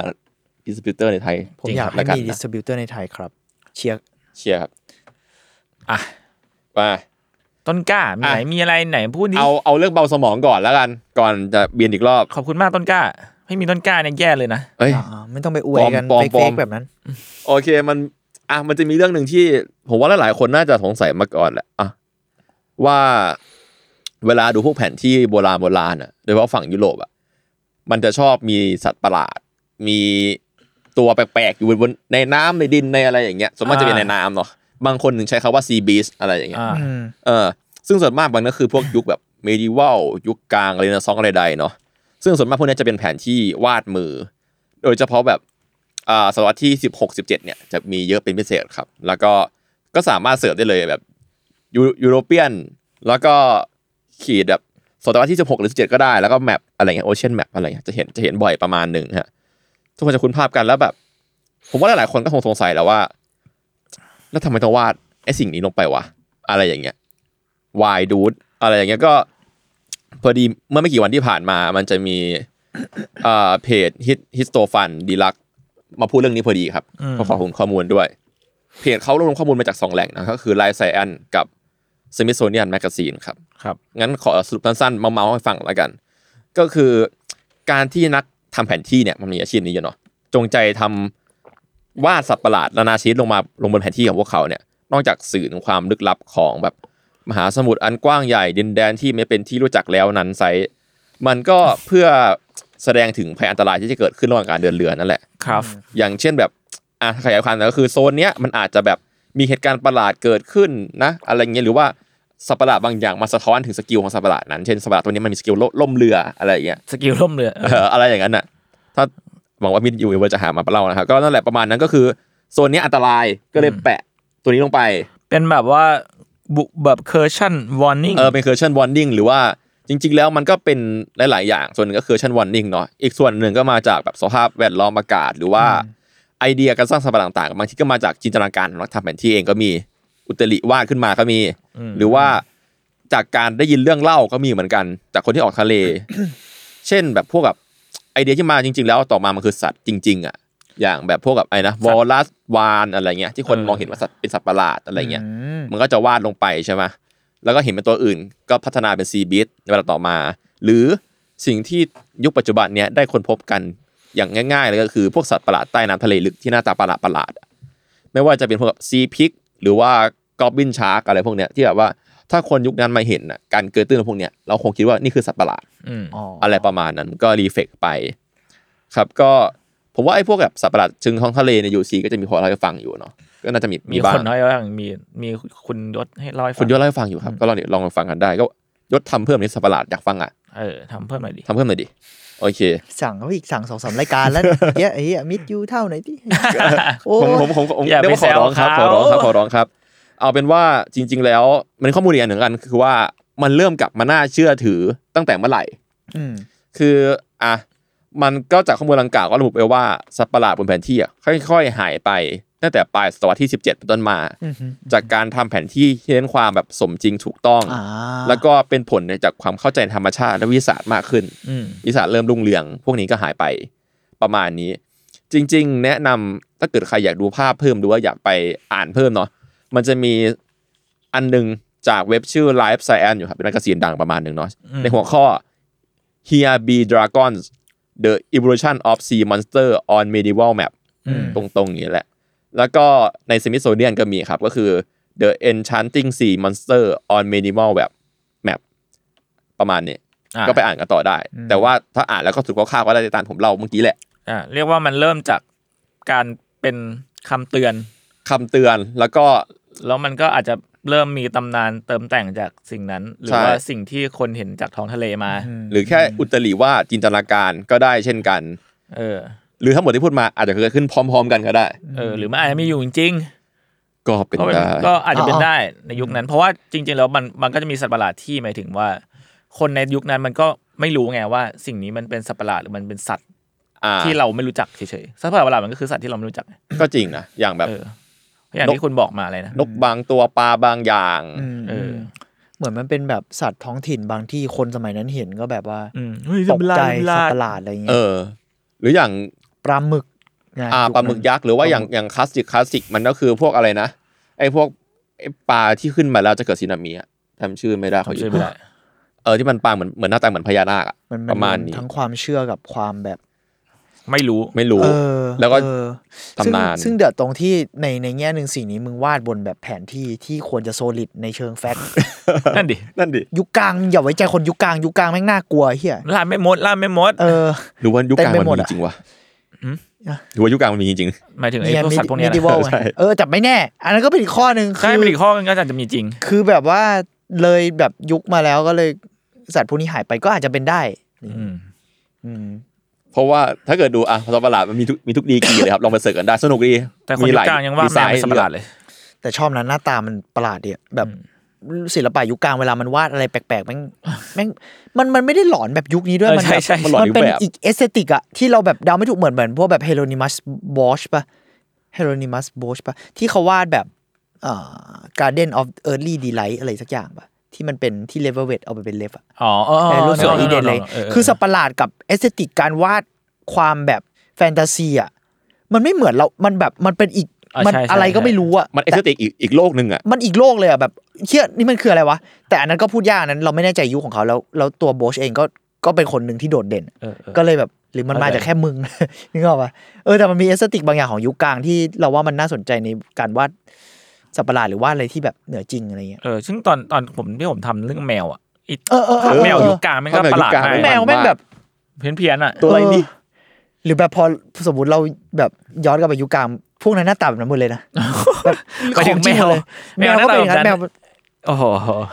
C: ดิสติบิวเตอร์ในไทย
D: ผมอยาก
C: แล้
D: ให้
C: วกัน
D: มีดิ
C: นะ
D: สติบิวเตอร์ในไทยครับ เชียร์
C: เชียร์ครับ
B: อ่ะ
C: มา
B: ต้นกล้ามีไหนมีอะไรไหนพูดดิ
C: เอาเอาเรื่องเบาสมองก่อนแล้วกัน ก่อนจะเบียนอีกรอบ
B: ขอบคุณมากต้นกล้าไม่มีต้นกล้าเนี่ยแย่เลยนะ
C: เอ้ย
D: อ่าไม่ต้องไปอวยกัน
C: ปลอม
D: เฟก
C: ปลอม
D: ๆแบบนั้น
C: โอเคมันอ่ะมันจะมีเรื่องหนึ่งที่ผมว่าหลายๆคนน่าจะสงสัยมาก่อนแหละอ่ะว่าเวลาดูพวกแผนที่โบราณโบราณอ่ะโดยเฉพาะฝั่งยุโรปอ่ะมันจะชอบมีสัตว์ประหลาด มีตัวแปลกๆอยู่บนในน้ำในดินในอะไรอย่างเงี้ยส่วนมากจะเป็น
B: อ่า
C: ในน้ำเนาะบางคนถึงใช้คำว่า sea beast อะไรอย่างเงี้ย
B: อ่า
D: อืม
C: เออซึ่งส่วนมากมันก็คือพวกยุคแบบ medieval ยุคกลางเรเนซองส์อะไรใดเนาะซึ่งส่วนมากพวกเนี้ยจะเป็นแผนที่วาดมือ โดยเฉพาะแบบอ่าศตวรรษที่ 16 17 เนี่ยจะมีเยอะเป็นพิเศษครับ แล้วก็ก็สามารถเสิร์ชได้เลยแบบยูโรเปียน แล้วก็ขีดแบบศตวรรษที่ 16 หรือ 17 ก็ได้ แล้วก็แมปอะไรเงี้ยโอเชียนแมปอะไรเงี้ยจะเห็นจะเห็นบ่อยประมาณหนึ่งฮะทุกคนจะคุ้นภาพกันแล้วแบบ ผมว่าหลายๆคนก็คงสงสัยแล้วว่า แล้วทำไมต้องวาดไอ้สิ่งนี้ลงไปวะ อะไรอย่างเงี้ยวายดูดอะไรอย่างเงี้ยก็ พอดีเมื่อไม่กี่วันที่ผ่านมา มันจะมี อ่าเพจฮิตฮิสโตฟันดีลักมาพูดเรื่องนี้พอดีครับขอขอบคุณข้อมูลด้วย เพจเขารวบรวมข้อมูลมาจากสองแหล่งนะก็คือไลซ์ไซแอนกับสมิ t โซเนียนแมกกาซีนครับ
B: ครับ
C: งั้นขอสรุปสั้นๆ มาเมาส์ให้ฟังแล้วกัน ก็คือการที่นักทำแผนที่เนี่ยมันมีอาชีพนี้อยู่เนาะจงใจทำวาดสัตว์ประหลาดนานาชนิดลงมาลงบนแผนที่ของพวกเขาเนี่ย นอกจากสื่อถึงความลึกลับของแบบมหาสมุทรอันกว้างใหญ่ดินแดนที่ไม่เป็นที่รู้จักแล้วนั้นไซส์มันก็เพื่อแสดงถึงภัยอันตรายที่จะเกิดขึ้นระหว่างการเดินเรือนั่นแหละ
B: ครับ
C: อย่างเช่นแบบอ่ะขยายความหน่อยก็คือโซนเนี้ยมันอาจจะแบบมีเหตุการณ์ประหลาดเกิดขึ้นนะ อะไรเงี้ยหรือว่าสัตว์ประหลาดบางอย่างมาสะท้อนถึงสกิลของสัตว์ประหลาดนั้น เช่นสัตว์ประหลาดตัวนี้มันมีสกิลล่ล่มเรืออะไรอย่างเงี้ย
B: สกิลร่มเรือเอ
C: เอ
B: อ
C: ออะไรอย่างนั้นน่ะถ้าหวังว่ามินยูเวอร์จะหามาเล่านะครับก็นั่นแหละประมาณนั้นก็คือโซนเนี้ยอันตรายก็เลยแปะตัวนี้ลงไป
B: เป็นแบบว่าบุแบบเคอร์ชันวอร์นิ่ง
C: เออเป็น Cursion Warning หรือว่าจริง ๆ แล้วมันก็เป็นหลาย ๆ อย่าง ส่วนหนึ่งก็ Cursion Warning เนาะอีกส่วนหนึ่งก็มาจากแบบสภาพแวดล้อมอากาศ หรือว่าไอเดียการสร้างสรรค์ต่าง ๆ บางทีก็มาจากจินตนาการของนักทำแผนที่เองก็มีอุตริวาดขึ้นมาก็มี หรือว่าจากการได้ยินเรื่องเล่าก็มีเหมือนกัน จากคนที่ออกทะเล เช่นแบบพวกแบบไอเดียที่มาจริง ๆ แล้วต่อมามันคือสัตว์จริง ๆ อ่ะ อย่างแบบพวกแบบไอ้นะวอลัสวานอะไรเงี้ยที่คนมองเห็นว่าสัตว์เป็นสัตว์ประหลาดอะไรเงี้ย มันก็จะวาดลงไปใช่ไหม แล้วก็เห็นเป็นตัวอื่นก็พัฒนาเป็นซีบิทในเวลาต่อมา หรือสิ่งที่ยุคปัจจุบันเนี้ยได้ค้นพบกันอย่างง่ายๆเลยก็คือพวกสัตว์ประหลาดใต้น้ำทะเลลึกที่หน้าตาประหลาดประหลาดๆอะไม่ว่าจะเป็นพวกซีพิกหรือว่ากอบบินชาร์กอะไรพวกเนี้ยที่แบบว่าถ้าคนยุคนั้นมาเห็นน่ะการเกิดตื้นของพวกเนี้ยเราคงคิดว่านี่คือสัตว์ประหลาด
B: อืม
C: อะไรประมาณนั้นก็รีเฟกไป ครับก็ผมว่าไอ้พวกแบบสัตว์ประหลาดเชิงท้องทะเลในยูซีก็จะมีพอเราให้ฟังอยู่เนาะก็น่าจะมี
B: มี
C: บ้า
B: ค
C: ง
B: นน้อยบ้างมีมีคุณยศให้เล่าให้ฟัง
C: คุณยศเล่าให้ฟังอยู่ครับ ก็ลองลองไปฟังกันได้ ก็ยศทำเพิ่มนี่สัตว์ประหลาดอยากฟังอ่ะ
B: เออทำเพิ่มหน่อยดิ
C: ทำเพิ่มหน่อยดิ โอเค
D: สั่งเขาอีกสั่งสองสามรายการแล้วเนี่ย เหี้ยไอ้เหี้ยมิดยูเท่าไหนที่ โอ้
C: ผมผม
D: ย
C: ผมผมเรียกว่าขอร้องครับขอร้องครับขอร้องครับ เอาเป็นว่าจริง ๆ แล้วมันข้อมูลอีกอันหนึ่งกันคือว่ามันเริ่มกลับมาน่าเชื่อถือตั้งแต่เมื่อไหร่
D: อืม
C: คืออ่ะมันก็จากข้อมูลดังกล่าวก็ระบุไปว่าสัตว์ประหลาดบนแผนที่อ่ะค่อยๆ หายไปตั้งแต่ปลายศตวรรษที่ 17เป็นต้นมา
D: อืมฮึ
C: จากการทำแผนที่ที่เน้นความแบบสมจริงถูกต้อง
D: อ่า
C: แล้วก็เป็นผลจากความเข้าใจธรรมชาติและวิทยาศาสตร์มากขึ้น
B: อืม
C: วิสาเริ่มรุ่งเรือง พวกนี้ก็หายไปประมาณนี้ จริง ๆ แนะนำถ้าเกิดใครอยากดูภาพเพิ่มหรือว่าอยากไปอ่านเพิ่มเนาะมันจะมีอันหนึงจากเว็บชื่อ Life Science อยู่ครับ เป็นแมกกาซีนดังประมาณหนึ่งเนาะในหัวข้อ Here Be Dragons The Evolution of Sea Monster on Medieval Map ตรงๆอย่างนี้แหละ แล้วก็ในสมิ t โซเนียนก็มีครับ ก็คือ The Enchanting Sea Monster on Medieval Map Map ประมาณนี้
B: อ่ะ
C: ก็ไปอ่านกันต่อได้ แต่ว่าถ้าอ่านแล้วก็สรุปคร่าวๆก็ได้ตามผมเล่าเมื่อกี้แหละ
B: อ่ะเรียกว่ามันเริ่มจากการเป็นคำเตือน
C: คำเตือนแล้วก็
B: แล้วมันก็อาจจะเริ่มมีตำนานเติมแต่งจากสิ่งนั้น หรือ
C: ใช่
B: ว่าสิ่งที่คนเห็นจากท้องทะเลมา
C: หรือแค่อุตริว่าสจินตนาการก็ได้เช่นกัน
B: เออ
C: หรือทั้งหมดที่พูดมาอาจจะเกิดขึ้นพร้อม ๆ กันก็ได้
B: เออ หรือมันอาจจะมีอยู่จริง
C: ก็เป็น
B: ก็เป็น
C: ได้
B: ก็อาจจะเป็นได้ในยุคนั้น เพราะว่าจริง ๆ แล้วมันมันก็จะมีสัตว์ประหลาดที่หมายถึงว่า คนในยุคนั้นมันก็ไม่รู้ไงว่าสิ่งนี้มันเป็นสัตว์ประหลาดหรือมันเป็นสัตว์
C: อ่า
B: ที่เราไม่รู้จักเฉยๆสัตว์ประหลาดมันก็คือสัตว์ที่เราไม่รู้จัก
C: ก็จริงนะอย่างแบบ
B: เอออย่างที่คุณบอกมาเลยนะ
C: นกบางตัวปลาบางอย่าง
D: อืม
B: เออ
D: เหมือนมันเป็นแบบสัตว์ท้องถิ่นบางที่คนสมัยนั้นเห็นก็แบบว่า
B: อืมเฮ้ย
D: ตกใจ
B: สัตว์ประหลาด
D: สัตว์ประหลาดอะไรอย่าง
C: เอ
D: เงี้ย
C: อ หรืออย่าง
D: ปลาหมึกนะ
C: อ่าปลาหมึกยักษ์หรือว่าอย่างอย่างคลาสสิกคลาสสิกมันก็คือพวกอะไรนะไอ้พวกไอ้ปลาที่ขึ้นมาแล้วจะเกิดสึนามิอะจำชื่อไม่ได้เขา
B: ทำ
C: ชื่
B: ชื่อ
C: อ
B: ไม่ได้
C: เออที่มันปลาเหมือนเหมือนหน้าตาเหมือนพญานาคอะ
D: มัน
C: ประมาณ
D: น
C: นี้
D: ทั้งความเชื่อกับความแบบ
B: ไม่รู้
C: ไม่รู้
D: เออ
C: แล้วก็
D: เออ
C: ตำนาน
D: ซึ่งซึ่งเดือดตรงที่ในในแง่หนึ่งสิ่งนี้มึงวาดบนแบบแผนที่ที่ควรจะโซลิดในเชิงแฟกต์
B: นั่นดิ
C: นั่นดิ
D: ยุคกลางอย่าไว้ใจคนยุคกลางยุคกลางแม่งน่ากลัวเฮีย
B: ล่าไม่มดล่าไม่มด
D: เออ
C: หรือว่ายุคกลาง
D: เต็ม
C: มั
D: ไป
C: น
D: หมด
C: มี
D: อะ
C: จริงวะ
B: หืม
C: หรือว่ายุคกลางมันมีจริง
B: หมายถึงไอ้พวกสัตว์พวกเนี้ย
D: ดิ
B: นะ
D: ว
C: ใช่
D: เออแต่ไม่แน่ อันนั้นก็เป็นอีกข้อหนึ่ง
B: ใช่
D: คือ
B: เป็นอีกข้อนึงก็อาจจะมีจริง
D: คือแบบว่าเลยแบบยุคมาแล้วก็เลยสัตว์พวกนี้หายไปก็อาจจะเป็นได้
B: อืม
D: อืม
C: ๆเพราะว่าถ้าเกิดดูอ่ะสัตว์ประหลาดมันมีทุกมีทุกดีกรีเลยครับลองไปเสิร์ชกันได้สนุกดี
B: แต่คน
C: มี
B: ยุ
C: ห
B: คกลางยังว่าแม
C: ดีไซ
B: วเป็นสัตว์ประหลาดเลย
D: แต่ชอบนะหน้าตามันประหลาดเดียแบบศิลปะยุคกลางเวลามันวาดอะไรแปลกๆแม่งแม่งมันมันไม่ได้หลอนแบบยุคนี้ด้วย
B: เออ
D: มัน
B: ใช่
D: แบบ
B: ใช่
C: มันหลอนอีก
D: มันเป็น
C: แบบ
D: อีกเอสเตติกอะที่เราแบบเดาไม่ถูกเหมือนเหมือนพวกแบบเฮโรนิมัสบอชปะเฮโรนิมัสบอชปะที่เขาวาดแบบเอ่อ Garden of Early Delight อะไรสักอย่างปะที่มันเป็นที่เลเวเวตเอาไปเป็นเลฟอะ
B: อ๋อเออ
D: ในรูปเสืออีเดนเลย คือสัตว์ประหลาดกับเอสเตติกการวาดความแบบแฟนตาซีอ่ะ มันไม่เหมือนเรา มันแบบ มันเป็นอีก
B: อ่ะ
D: มัน
B: ใช่ใช่
D: อะไรก็
B: ใช่
D: ไม่รู้อ่ะ
C: มันเอส
D: แต่
C: เตติกอีกอีกโลกหนึ่งอ่ะ
D: มันอีกโลกเลยอ่ะแบบเชี่ยนี่มันคืออะไรวะ แต่อันนั้นก็พูดยากอันนั้น เราไม่แน่ใจยุคของเขาแล้ว แล้วตัวโบชเองก็ ก็เป็นคนหนึ่งที่โดดเด่น ก็เลยแบบ หรือมันมา
B: เข้าใจ
D: จากแค่มึง นึกออกปะเออ แต่มันมีเอสเตติกบางอย่างของยุคกลางที่เราว่ามันน่าสนใจในการวาดสัตว์ประหลาดหรือว่าอะไรที่แบบเหนือจริงอะไรเงี้ย
B: เออซึ่งตอนตอนผมที่ผมทำเรื่องแมวอ่ะไอ้
D: เออเออเออ
B: แมว
D: เออ
B: ยุคกลางแม่งก็ประหลาดมาก
C: แมวยุคกลาง
D: แมวแม่งแบบ
B: เพี้ยนเพี้ยนๆอ่ะ
C: ตัวอะไรนี่
D: เออหรือแบบพอสมมติเราแบบย้อนกลับไปยุคกลางพวกนั้นหน้าตาแบบนั้นหมดเลย นะ แบบ
B: หมายถึง
D: จริหดเลย
B: แม
D: แม
B: ว
D: วก็เป็นอย่างนั้น
B: แม
D: แม
B: วห
D: ว
B: น้าตาแบบนั้น โอ้โห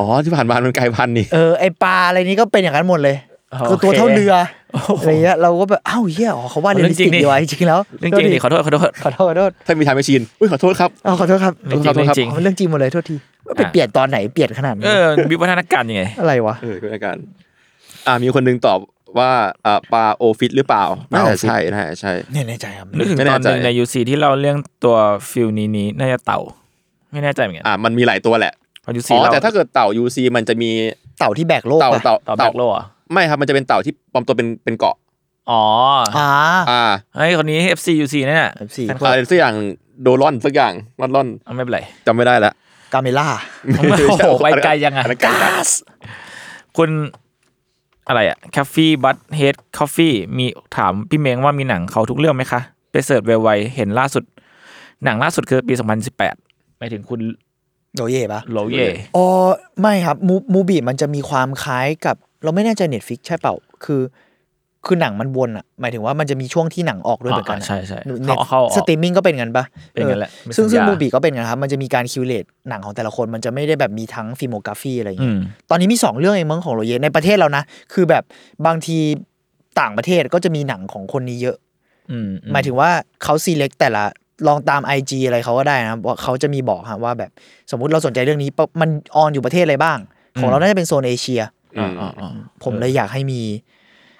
C: อ๋อที่ผ่านมามันกลายพันธุ์นี่
D: เออไอปลาอะไรนี้ก็เป็นอย่างนั้นหมดเลย
B: โอเค
D: คือตัวเท่าเรือ
B: โอ้โห
D: อะไรเงี้ยเราก็แบบอ้าวเฮียอ๋อเขาว่า
B: เรื่
D: เรียล
B: อ
D: ลิ
B: ง
D: ส
B: จริง
D: ติก
B: ดิ
D: ดีวะจริงๆแล้ว
B: เรื่องจริงดิขอโทษขอโทษ
D: ขอโทษขอโทษ
C: ถ้ามีทางแมชชีนอุ้ยขอโทษครับ
D: เอาขอโทษครับ
B: เรื่องจริง
C: ขอโทษครับ
B: เรื่องจริง
D: อ๋อมันเรื่องจริงหมดเลยโทษทีว่าไป
B: อ่ะ
D: เปลี่ยนตอนไหนเปลี่ยนขนาดนั้
B: เอน อวิวัฒนาการยังไง
D: อะไรวะ
C: เออคุณอาการอ่ามีคนหนึงตอบว่าอ่าปลาโอฟิตหรือเปล่าน่าจะใช่น่าจะใช่
D: เนี่ยในใจครับ
B: นึกถึง
C: ไม่
B: ต
C: แน่
B: อนห
C: ใจ
B: นึ่งในยูซีที่เราเรื่องตัวฟิลนี้นี้น่าจะเต่า ไม่แน่ใจเหมือนกัน
C: อ่ามันมีหลายตัวแหละ
B: พอยูซี
C: อ๋อ
B: เรา
C: แต่ถ้าเกิดเต่า UC มันจะมี
D: เต่าที่แบกโลก
C: เต่า
D: ปะ
C: เต่า
B: ต่อแบกโลอ่ะ
C: ไม่ครับมันจะเป็นเต่าที่ปลอมตัวเป็นเป็นเกาะ
B: อ๋อ
D: อ่า
C: อ่า
B: เฮ้ยคนนี้ FC UC นั่นน่ะ
D: FC
B: แฟนคลับ
C: อะไรสักอย่างโดรอนสักอย่างรอนรอน
B: เอาไม่เป็นไร
C: จำไม่ได้ละ
D: กาเมล่า
B: โอ้ โหไปไกลยังอะ
C: นนั้นไกลจัด
B: คุณอะไรอะคาฟี่บัตเฮดคอฟฟี่มีถามพี่เมงว่ามีหนังเขาทุกเรื่องไหมคะ ไปเสิร์ชไวๆเห็นล่าสุด หนังล่าสุดคือปี 2018หมายถึงคุณ
D: โดเย่ปะ
B: โลเย่
D: อ๋อไม่ครับมูมูบีมันจะมีความคล้ายกับ เราไม่แน่ใจเน็ตฟิกใช่เปล่า คือ คือหนังมันวนอ่ะ หมายถึงว่ามันจะมีช่วงที่หนังออกด้วยเหมือนกั
B: อ่าน
D: อะ
B: ใช่ใช่
D: เน็
B: เขา
D: ต
B: เอาเขาออก
D: สตรีมมิ่งก็เป็นกันปะ
B: เป็นงั้นแหละ
D: ออ
B: ไม่
D: ซึ่งซึ่ง
B: สัญญา
D: มูบีก็เป็นกันครับ มันจะมีการคิวเลตหนังของแต่ละคนมันจะไม่ได้แบบมีทั้งฟิโมกราฟีอะไรอย่าง
B: อื
D: เงี้ย
B: ม
D: ตอนนี้มี 2 เรื่องเองมั้งของโรเยในประเทศเรานะ คือแบบบางทีต่างประเทศก็จะมีหนังของคนนี้เยอะ
B: อืม
D: หมายถึงว่าเขาซีเล็กแต่ละลองตาม IG อะไรเขาก็ได้นะว่าเขาจะมีบอกฮะว่าแบบสมมุติเราสนใจเรื่องนี้ปุ๊บมันออนอยู่ประเทศอะไรบ้าง ของเราน่าจะเป็นโซนเอเชีย
C: อื
B: อ่าม อ่าอ่า
D: ผมเลยอยากให้มี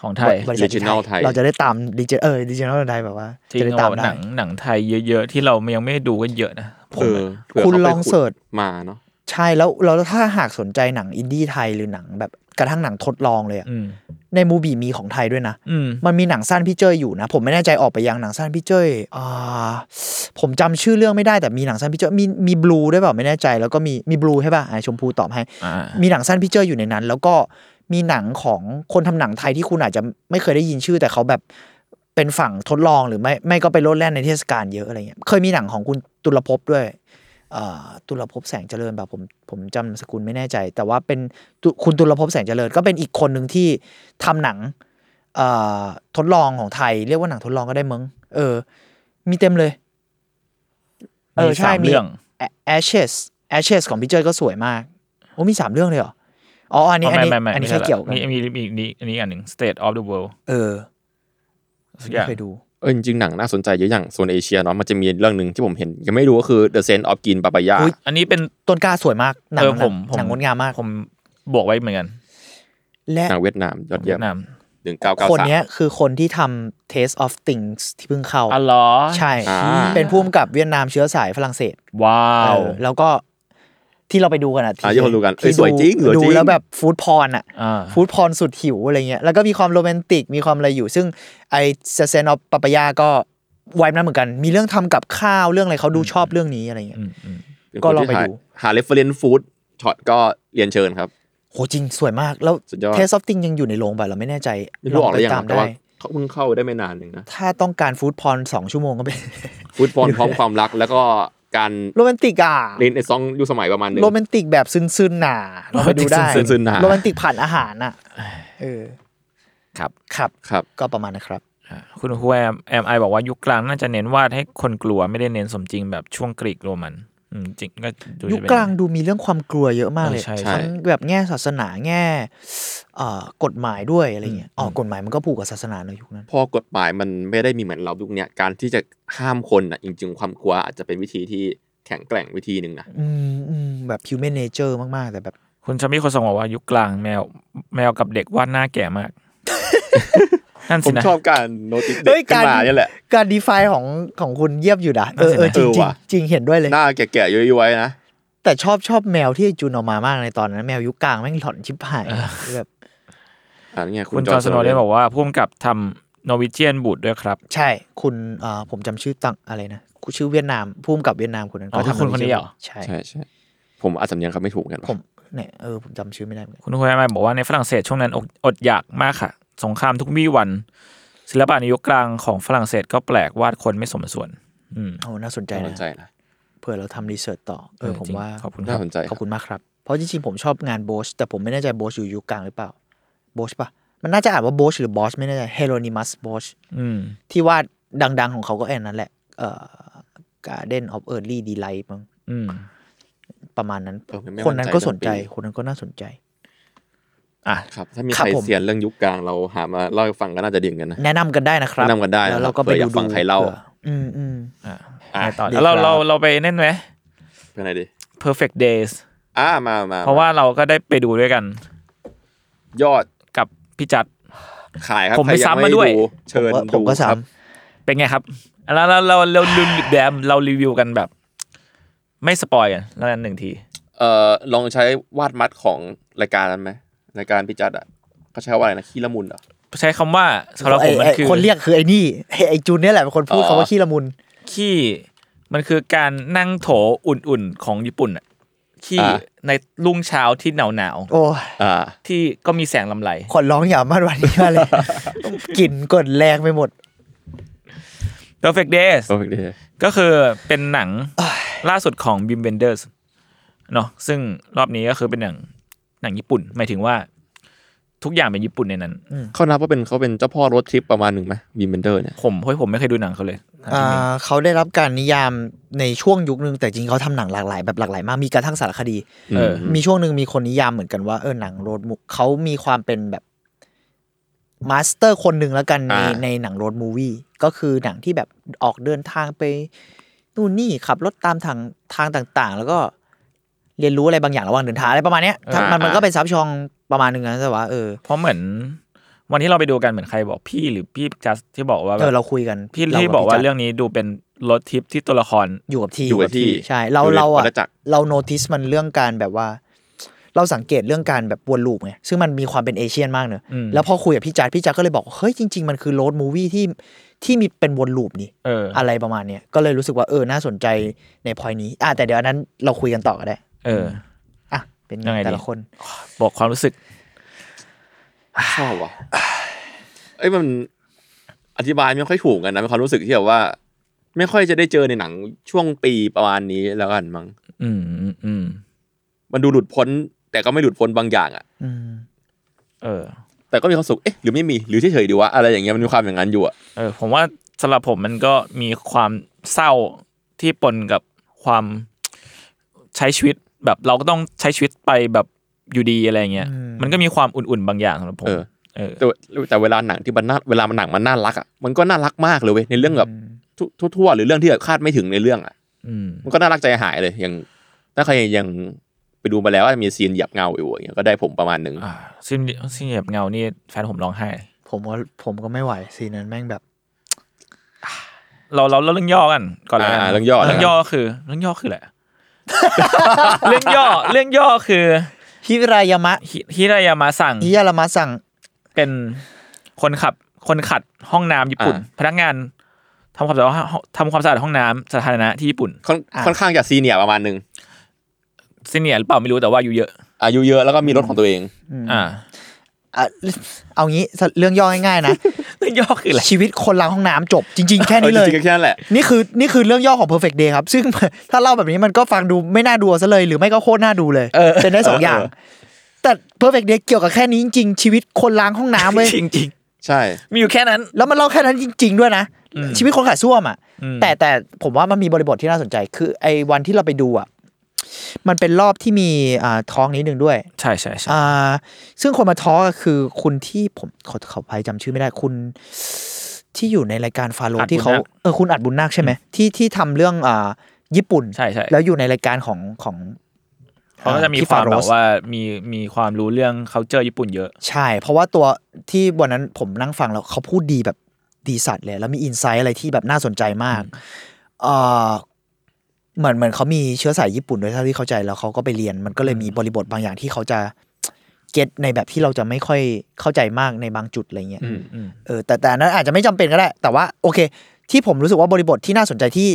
B: ของไทย
D: บริษัท
C: Regional
D: ที่
C: ไทย
D: เราจะได้ตามดิจิเออดิจิทัลไทยแบบว่า
B: จริง
D: จะได้
B: เรา
D: ตาม
B: ห
D: ได้
B: นังหนังไทยเยอะๆ ที่เรายังไม่ได้ดูกันเยอะนะผม
C: เออเผื่
D: คุณ
C: ขาไป
D: ลอง
C: ขุด
D: เสิร์ช
C: มาเนาะ
D: ใช่แล้วเราถ้าหากสนใจหนังอินดี้ไทยหรือหนังแบบกระทั่งหนังทดลองเลยอะ
B: อืม
D: ในมูบีมีของไทยด้วยนะ
B: อืม
D: มันมีหนังสั้นพี่เจ้ยอยู่นะ ผมไม่แน่ใจออกไปยังหนังสั้นพี่เจ้ยอ่าผมจำชื่อเรื่องไม่ได้แต่มีหนังสั้นพี่เจ้ยมีมีบลูด้วยเปล่าไม่แน่ใจ แล้วก็มีมีบลูใช่ป่ะอ่าชมพูตอบให้
B: อ่า
D: มีหนังสั้นพี่เจ้ยอยู่ในนั้น แล้วก็มีหนังของคนทำหนังไทยที่คุณอาจจะไม่เคยได้ยินชื่อ แต่เขาแบบเป็นฝั่งทดลองหรือไม่ไม่ก็ไปโลดแล่นในเทศกาลเยอะอะไรเงี้ยเคยมีหนังของคุณตุลภพด้วยอ่าตุลภพแสงเจริญแบบผมผมจำนามสกุลไม่แน่ใจ แต่ว่าเป็นตุคุณตุลภพแสงเจริญ ก็เป็นอีกคนหนึ่งที่ทำหนัง เอ่อทดลองของไทย เรียกว่าหนังทดลองก็ได้มั้งเออ มีเต็มเลย เออ
B: มี
D: ใช่
B: สามเรื่อง
D: มี A- Ashes Ashes ของพี่เจยก็สวยมากโอ้มีสามเรื่องเลยเหรออ๋ออันนี้อัน
B: ไม่
D: นี้
B: ไม่ไม่
D: อัน
B: ไม่
D: นี้แค่
B: ใช่
D: เกี่ยวกัน
B: มีมีมีมีอันนี้อันหนึ่ง State of the World
D: เออ
B: สักอ
D: ไม่
B: ย่าง
D: เคยดู
C: เออจริงๆหนังน่าสนใจเยอะอย่างโซนเอเชียเนาะมันจะมีเรื่องหนึ่งที่ผมเห็น ยังไม่รู้ก็คือ The Sense of Gin ปาปายา
D: อุ๊ย
B: อันนี้เป็น
D: ต้นกล้าสวยมากหนัง
B: เออ
D: นั้น
B: ผมผม
D: หนังงดงามมาก
B: ผมบวกไว้เหมือนกัน
D: และ
C: หนังเวียดนามยอดเยี่ยม
B: เวียดนาม
C: หนึ่งเก้าเก้า
D: คน
C: สาม
D: เนี้ยคือคนที่ทำ Taste of Things ที่เพิ่งเข้า
B: อ๋อเหรอ
D: ใช่
C: อ่า
D: เป็นผู้กำกับเวียดนามเชื้อสายฝรั่งเศส
B: ว้าว
D: เออแล้วก็ที่เราไปดูกันอ่ะ
C: อ่ะที่คนดูกันเอ้ยสวยจริงสวยจริง
D: ดูแล้วแบบฟู้ดพรอ่ะ
B: อ่า
D: ฟู้ดพรสุดหิวอะไรเงี้ย แล้วก็มีความโรแมนติก มีความอะไรอยู่ ซึ่งไอเซเซนอปปปายาก็ไวบ์นั้นเหมือนกัน มีเรื่องทำกับข้าว เรื่องอะไรเขาดูชอบเรื่องนี้อะไรเงี้ย
B: อืมอืม
C: เป็น
D: ก็
C: คน
D: ลอง
C: ที่
D: ไป
C: ถ่าย
D: ดู
C: หาเรฟเฟรนซ์ฟู้ดช็อตก็เรียนเชิญครับ
D: โหจริงสวยมาก แล้ว
C: สุดยอด
D: เทสซอฟติงยังอยู่ในโรงป่ะเราไม่แน่ใจ
C: ไม่รู้ออกหรือยัง
D: ไปตา
C: นะ
D: ม
C: แต่
D: ได้
C: ว่าเขาเพิ่งเข้าได้ไม่นานเองนะ
D: ถ้าต้องการฟู้ดพรสองชั่วโมงก็เป็น
C: ฟู้ดฟอนพร้อมความรักแล้วก็การ
D: โรแมนติกอ่ะ
C: เล่นในซองยุคสมัยประมาณหนึง
D: โรแมนติกแบบซึนๆหนาเราไปดูได้
C: โรแมนติกซึนๆหนา
D: โรแมนติกผ่านอาหารอ่ะ เออ
B: ครับ
D: ครับ
C: ครับ
D: ก็ประมาณนะครับ
B: อ่าคุณครูแอมแอมไอบอกว่ายุคกลางน่าจะเน้นวาดให้คนกลัวไม่ได้เน้นสมจริงแบบช่วงกรีกโรมัน อืมจริงก็ดูจะ
D: ยุค
B: เป็น
D: กลางดูมีเรื่องความกลัวเยอะมากเลย
B: เออใช่
D: ทั้งแบบแง่ศาสนาแง่เอ่อกฎหมายด้วยอะไรเงี้ยอ๋ออกฎหมายมันก็ผูกกับศาสนาในยุคนั้น
C: พอกฎหมายมันไม่ได้มีเหมือนเรายุคเนี้ยการที่จะห้ามคนอ่ะจริง ๆ ความกลัวอาจจะเป็นวิธีที่แข็งแกร่งวิธีหนึ่งนะ
D: อืมอืมแบบ human nature มาก ๆ แต่แบบ
B: คุณชามี่คนส่งบอกว่ายุคกลางแมวแมวกับเด็กวาดหน้าแก่ มาก นั่น
C: ผ
B: สิ
C: ม
B: นะ
C: ชอบการโนติส
D: เฮ้
C: เด็
D: ย
C: กขึ้
D: การ
C: นมาเนี่ยแหละ
D: การ define ของของคุณเยียบอยู่นะเออเออจริง
C: เออ
D: จริง
C: ว่ะ
D: จริงเห็นด้วยเลย
C: หน้าแก่ๆย้อยๆนะ
D: แต่ชอบชอบแมวที่จูนออกมามากในตอนนั้น แมวยุคกลางแม่งหลอนชิบหายแบบ
C: อ่านี่ไงคุ
B: คุณ
C: ณ
B: จ
C: จ
B: อ
C: อ
B: ร์
C: ร์
B: น
C: น
B: ส
C: ส
B: โน
C: โน
B: ว์
C: ว์
B: ได้บบ
C: ได้
B: อ
C: อก
B: กว่าพ่วงกับทำ Norwegian Wood ด้วยครับ
D: ใช่คุณเอ่อผมจำชื่อตั้งอะไรนะชื่อเวียดนามพุ่มกับเวียดนามคนนั้น
B: อ๋อคือคนคนนี้เหรอ
D: ใช่
C: ใช่ใช่ผมอาจสำเนียงเขาไม่ถูกเหมือนกัน
D: ผม เนี่ยเออผมจำชื่อไม่ได้เหมือนกัน
B: คุณฮวยมาบอกว่าในฝรั่งเศสช่วงนั้นอกอดอยากมากค่ะ สงครามทุกวี่วัน ศิลปะในยุคกลางของฝรั่งเศสก็แปลกวาดคนไม่สมส่วน อืม
D: โอ้น่าสนใจ
C: น่าสน
D: นะ
C: ใจนะ
D: เผื่อเราทำรีเสิร์ชต่อ เออ
B: เออ
D: ผม
B: จริง
D: ว่า
B: ขอบคุณครับ
C: น่าสนใจ
D: ขอบคุณมากครับ เพราะจริงๆ ผมชอบงานโบชแต่ผมไม่แน่ใจโบชอยู่ยุคกลางหรือเปล่าโบชปะมันน่าจะอ่านว่าโบชหรือ o อชไม่แน่ใจเฮโรนิมัสโบช
B: อืม
D: ที่วาดดังๆ ของเขาก็แอนนั้นแหละ เอ่อ Garden of Early Delight มั้ง
B: อืม
D: ประมาณนั้น
C: เออไม่มั่นใจ
D: คนนั้นก็สนใจ
C: เรื่องปี
D: คนนั้นก็น่าสนใจ
B: อ่ะ
C: ครับ ถ้ามี
D: ครั
C: ใค
D: บ
C: ร
D: ผม
C: เสียนเรื่องยุคกลางเราหามาเล่าให้ฟังก็น่าจะดีเหมือนกันนะ
D: แนะนำกันได้นะครับ
C: แนะนำกันได้
D: แล้ว
C: นะครั
D: เรา
C: บ
D: ก็ไป
C: เผื่ออ
D: ดู
C: ยากฟังใครเล่า
D: ผื่ออืมอืม
B: อ่ะ
C: อ่ะ
B: ไปต่อ
D: ดี
B: แล้วเรา
D: ครับ
B: เราเราไปเน่นไหม
C: เป็นไงดี
B: perfect days
C: อ่ามามา
B: เพราะว่าเราก็ได้ไปดูด้วยกัน
C: ยอด
B: กับพี่จัด
C: ขายครับ
B: ผมไป
C: ใคร
B: ซ้ำมาด้วย
C: เชิญ
D: ว่าผ
C: ดู
D: มก็
C: ค
D: สา
C: รั
D: ม
C: บ
B: เป็นไงครับ แล้วเราเราเราเราแดมเรารีวิวกันแบบ ไม่สปอยกันแล้วกันหนึ่งที
C: เอ่อลองใช้วาดมัดของรายการนั้นไหมรายการพิจัดอ่ะเขาใช้ว่าอะไรนะขี้ละมุนเหรอ
B: ใช้คำว่าสำหรับผมมัน
D: ไอ้ไอ้
B: คือ
D: คนเรียกคือไอ้นี่ไอ้ไอ้จูนเนี่ยแหละเป็นคนพูด
C: อ๋อ
D: คำว่าขี้ละมุน
B: ขี้มันคือการนั่งโถอุ่นๆของญี่ปุ่นอะขี้
C: อ่า
B: ในรุ่งเช้าที่หนาวหนาว
D: โอ้ย
C: อ่า
B: ๆที่ก็มีแสงลำไร
D: ขอร้องอย่ามาดวันนี้มาเลย กลิ่นกดแรงไปหมด
B: Perfect Days
C: โอเค
B: ก็คือเป็นหนังล่าสุดของ Bim Benders เนาะซึ่งรอบนี้ก็คือเป็นหนังหนังญี่ปุ่น หมายถึงว่า ทุกอย่างเป็นญี่ปุ่นในนั้น
C: เขานับว่าเป็นเขาเป็นเจ้าพ่อรถทริปประมาณหนึ่งไหมวีเบนเดอร์เนี่ย
B: ผมเฮ้ยผมไม่เคยดูหนังเขาเลย
D: อ่าเขาได้รับการนิยามในช่วงยุคนึง แต่จริงเขาทำหนังหลากหลายแบบหลากหลายมาก มีกระทั่งสารคดี
B: เออ
C: ม
D: มีช่วงหนึ่งมีคนนิยามเหมือนกันว่าเออหนังโรดมูเขามีความเป็นแบบมาสเตอร์คนหนึ่งแล้วกันใน
C: อ่า
D: ในหนังโรดมูวี่ก็คือหนังที่แบบออกเดินทางไปนู่นนี่ขับรถตามทางทางต่างๆ แล้วก็เรียนรู้อะไรบางอย่างระหว่างเดินทางอะไรประมาณเนี้ย
B: อ่ามั
D: มันมันก็เป็นซับชองประมาณหนึงนะแต่ว่าเออ
B: เพราะเหมือน วันที่เราไปดูกันเหมือนใครบอกพี่หรือพี่จัสที่บอกว่าแบ
D: เอบ อเราคุยกัน
B: พี่
D: เร
B: ที่บอกว่า
D: จัด
B: เรื่องนี้ดูเป็นรถทิปที่ตัวละคร
D: อยู่กับที่
C: อยู่กับที่
D: ใช่ เรา
C: อยู่ใน
D: เราอะ
C: วัฏจักร
D: เราโนติสมันเรื่องการแบบว่า เราสังเกตเรื่องการแบบวนลูปไงซึ่งมันมีความเป็นเอเชียนมากเนอะ
B: อืม
D: แล้วพอคุยกับพี่จัดพี่จัดก็เลยบอกเฮ้ยจริง ๆ มันคือโรดมูวี่ที่ที่มีเป็นวนลูปนี่
B: เออ
D: อะไรประมาณเนี้ยก็เลยรู้สึกว่าเออน่าสนใจในพอยนี้อ่ะแต่เดี๋ยวอันนั้นเราคุยกันต่อก็ได้
B: เออ
D: อ่ะเป็น
B: ยังไงดี
D: แต่ละคน
B: บอกความรู้สึก
C: ชอบว่ะเอ้ยมันอธิบายไม่ค่อยถูกกันนะเป็นความรู้สึกที่แบบว่า ไม่ค่อยจะได้เจอในหนังช่วงปีประมาณนี้แล้วกันมั้ง
B: อืมอืมอืม
C: มันดูหลุดพ้น แต่ก็ไม่หลุดพ้นบางอย่างอ่ะ
D: อืม
B: เออ
C: แต่ก็มีความสุขเอ๊ะหรือไม่มีหรือเฉยๆดีวะอะไรอย่างเงี้ยมันมีความอย่างนั้นอยู่อ่ะ
B: เออ ผมว่าสำหรับผมมันก็มีความเศร้าที่ปนกับความใช้ชีวิตแบบเราก็ต้องใช้ชีวิตไปแบบอยู่ดีอะไรเงี้ย มันก็มีความอุ่นๆบางอย่างสำหรับผม
C: เออ
B: เออ
C: แต่แต่เวลาหนังที่มันน่าเวลามันหนังมันน่ารักอ่ะมันก็น่ารักมากเลยเว้ยในเรื่องแบบทั่วทั่วๆหรือเรื่องที่แบบคาดไม่ถึงในเรื่องอ่ะ
B: อืม
C: มันก็น่ารักใจหายเลยอย่างถ้าใครยังไปดูมาแล้วว่ามีซีนหยับเงาอยู่อย่างเงี้ยก็ได้ผมประมาณหนึ่ง
B: อ่าซินซินเหยียบเงานี่แฟนผมร้องไห้
D: ผมว่าผมก็ไม่ไหวซีนนั้นแม่งแบบ
B: เราเราเราเรื่องย่อกันก่อนเลย
C: อ่าเรื่องย่อ
B: เรื่องย่อคือเรื่องย่อคืออะไร เรื่องย่อเรื่องย่อคือ
D: ฮิรายามะ
B: ฮิฮิรายามะสั่ง
D: ฮิยารามะสั่ง
B: เป็นคนขับคนขัดห้องน้ำญี่ปุ่น พนักงานทำความสะอาดห้องทำความสะอาดห้องน้ำสาธารณะที่ญี่ปุ่น
C: ค่อนค่อนข้างจะซีเนียร์ประมาณหนึ่ง
B: ซีเนียร์หรือเปล่าไม่รู้แต่ว่าอายู่เยอะ
C: อายุเยอะแล้วก็มีรถของตัวเอง
B: อ่า
D: อ่ะเอางี้เรื่องย่อง่ายๆนะ
B: เรื่องย่อ คืออะไร
D: ชีวิตคนล้างห้องน้ำจบ จริง ๆ แค่นี้เล
C: เออย จริงๆก็แค่นั้นแหละ
D: นี่คือนี่คือเรื่องย่อของ perfect day ครับ ซึ่ง ถ้าเล่าแบบนี้มันก็ฟังดูไม่น่าดูซะเลย หรือไม่ก็โคตรน่าดูเลยเป็นได้สองอย่าง แต่ perfect day เกี่ยวกับแค่นี้จริง ๆ ชีวิตคนล้างห้องน้ำเลย
B: จริงจริง
C: ใช่
B: ๆมีอยู่แค่นั้น
D: แล้วมันเล่าแค่นั้นจริง ๆ ด้วยนะ
B: อืม
D: ชีวิตคนขัดส้วมอ่ะ
B: อืม
D: แต่แต่ผมว่ามันมีบริบทที่น่าสนใจ คือไอ้วันที่เราไปดูอ่ะมันเป็นรอบที่มีอ่าท้องนิดนึงด้วย
B: ใช่ใช่ใช่
D: อ่าซึ่งคนมาท้อก็คือคุณที่ผมขอขออภัยจำชื่อไม่ได้คุณ ที่อยู่ในรายการฟาโรห์ที่เขาเออคุณอัดบุญนาคใช่ไหมที่ที่ทำเรื่องอ่าญี่ปุ่น
B: ใช่ใช่
D: แล้วอยู่ในรายการของของ
B: เขาก็จะมี
D: ที่
B: ความแบ
D: โห์
B: บว่ามีมีความรู้เรื่อง c u เจอร์ญี่ปุ่นเยอะ
D: ใช่ เพราะว่าตัวที่วันนั้นผมนั่งฟังแล้วเขาพูดดีแบบดีสัตว์เลย แล้วมีอินไซต์อะไรที่แบบน่าสนใจมากเออเหมือนเหมือนเขามีเชื้อสายญี่ปุ่นด้วยเท่าที่เข้าใจแล้วเขาก็ไปเรียน มันก็เลยมีบริบทบางอย่างที่เขาจะเก็ตในแบบที่เราจะไม่ค่อยเข้าใจมากในบางจุดอะไรเงี้ย
C: อืม
B: อืม
D: เออแต่แต่อันนั้นอาจจะไม่จำเป็นก็ได้ แต่ว่าโอเค ที่ผมรู้สึกว่าบริบทที่น่าสนใจที่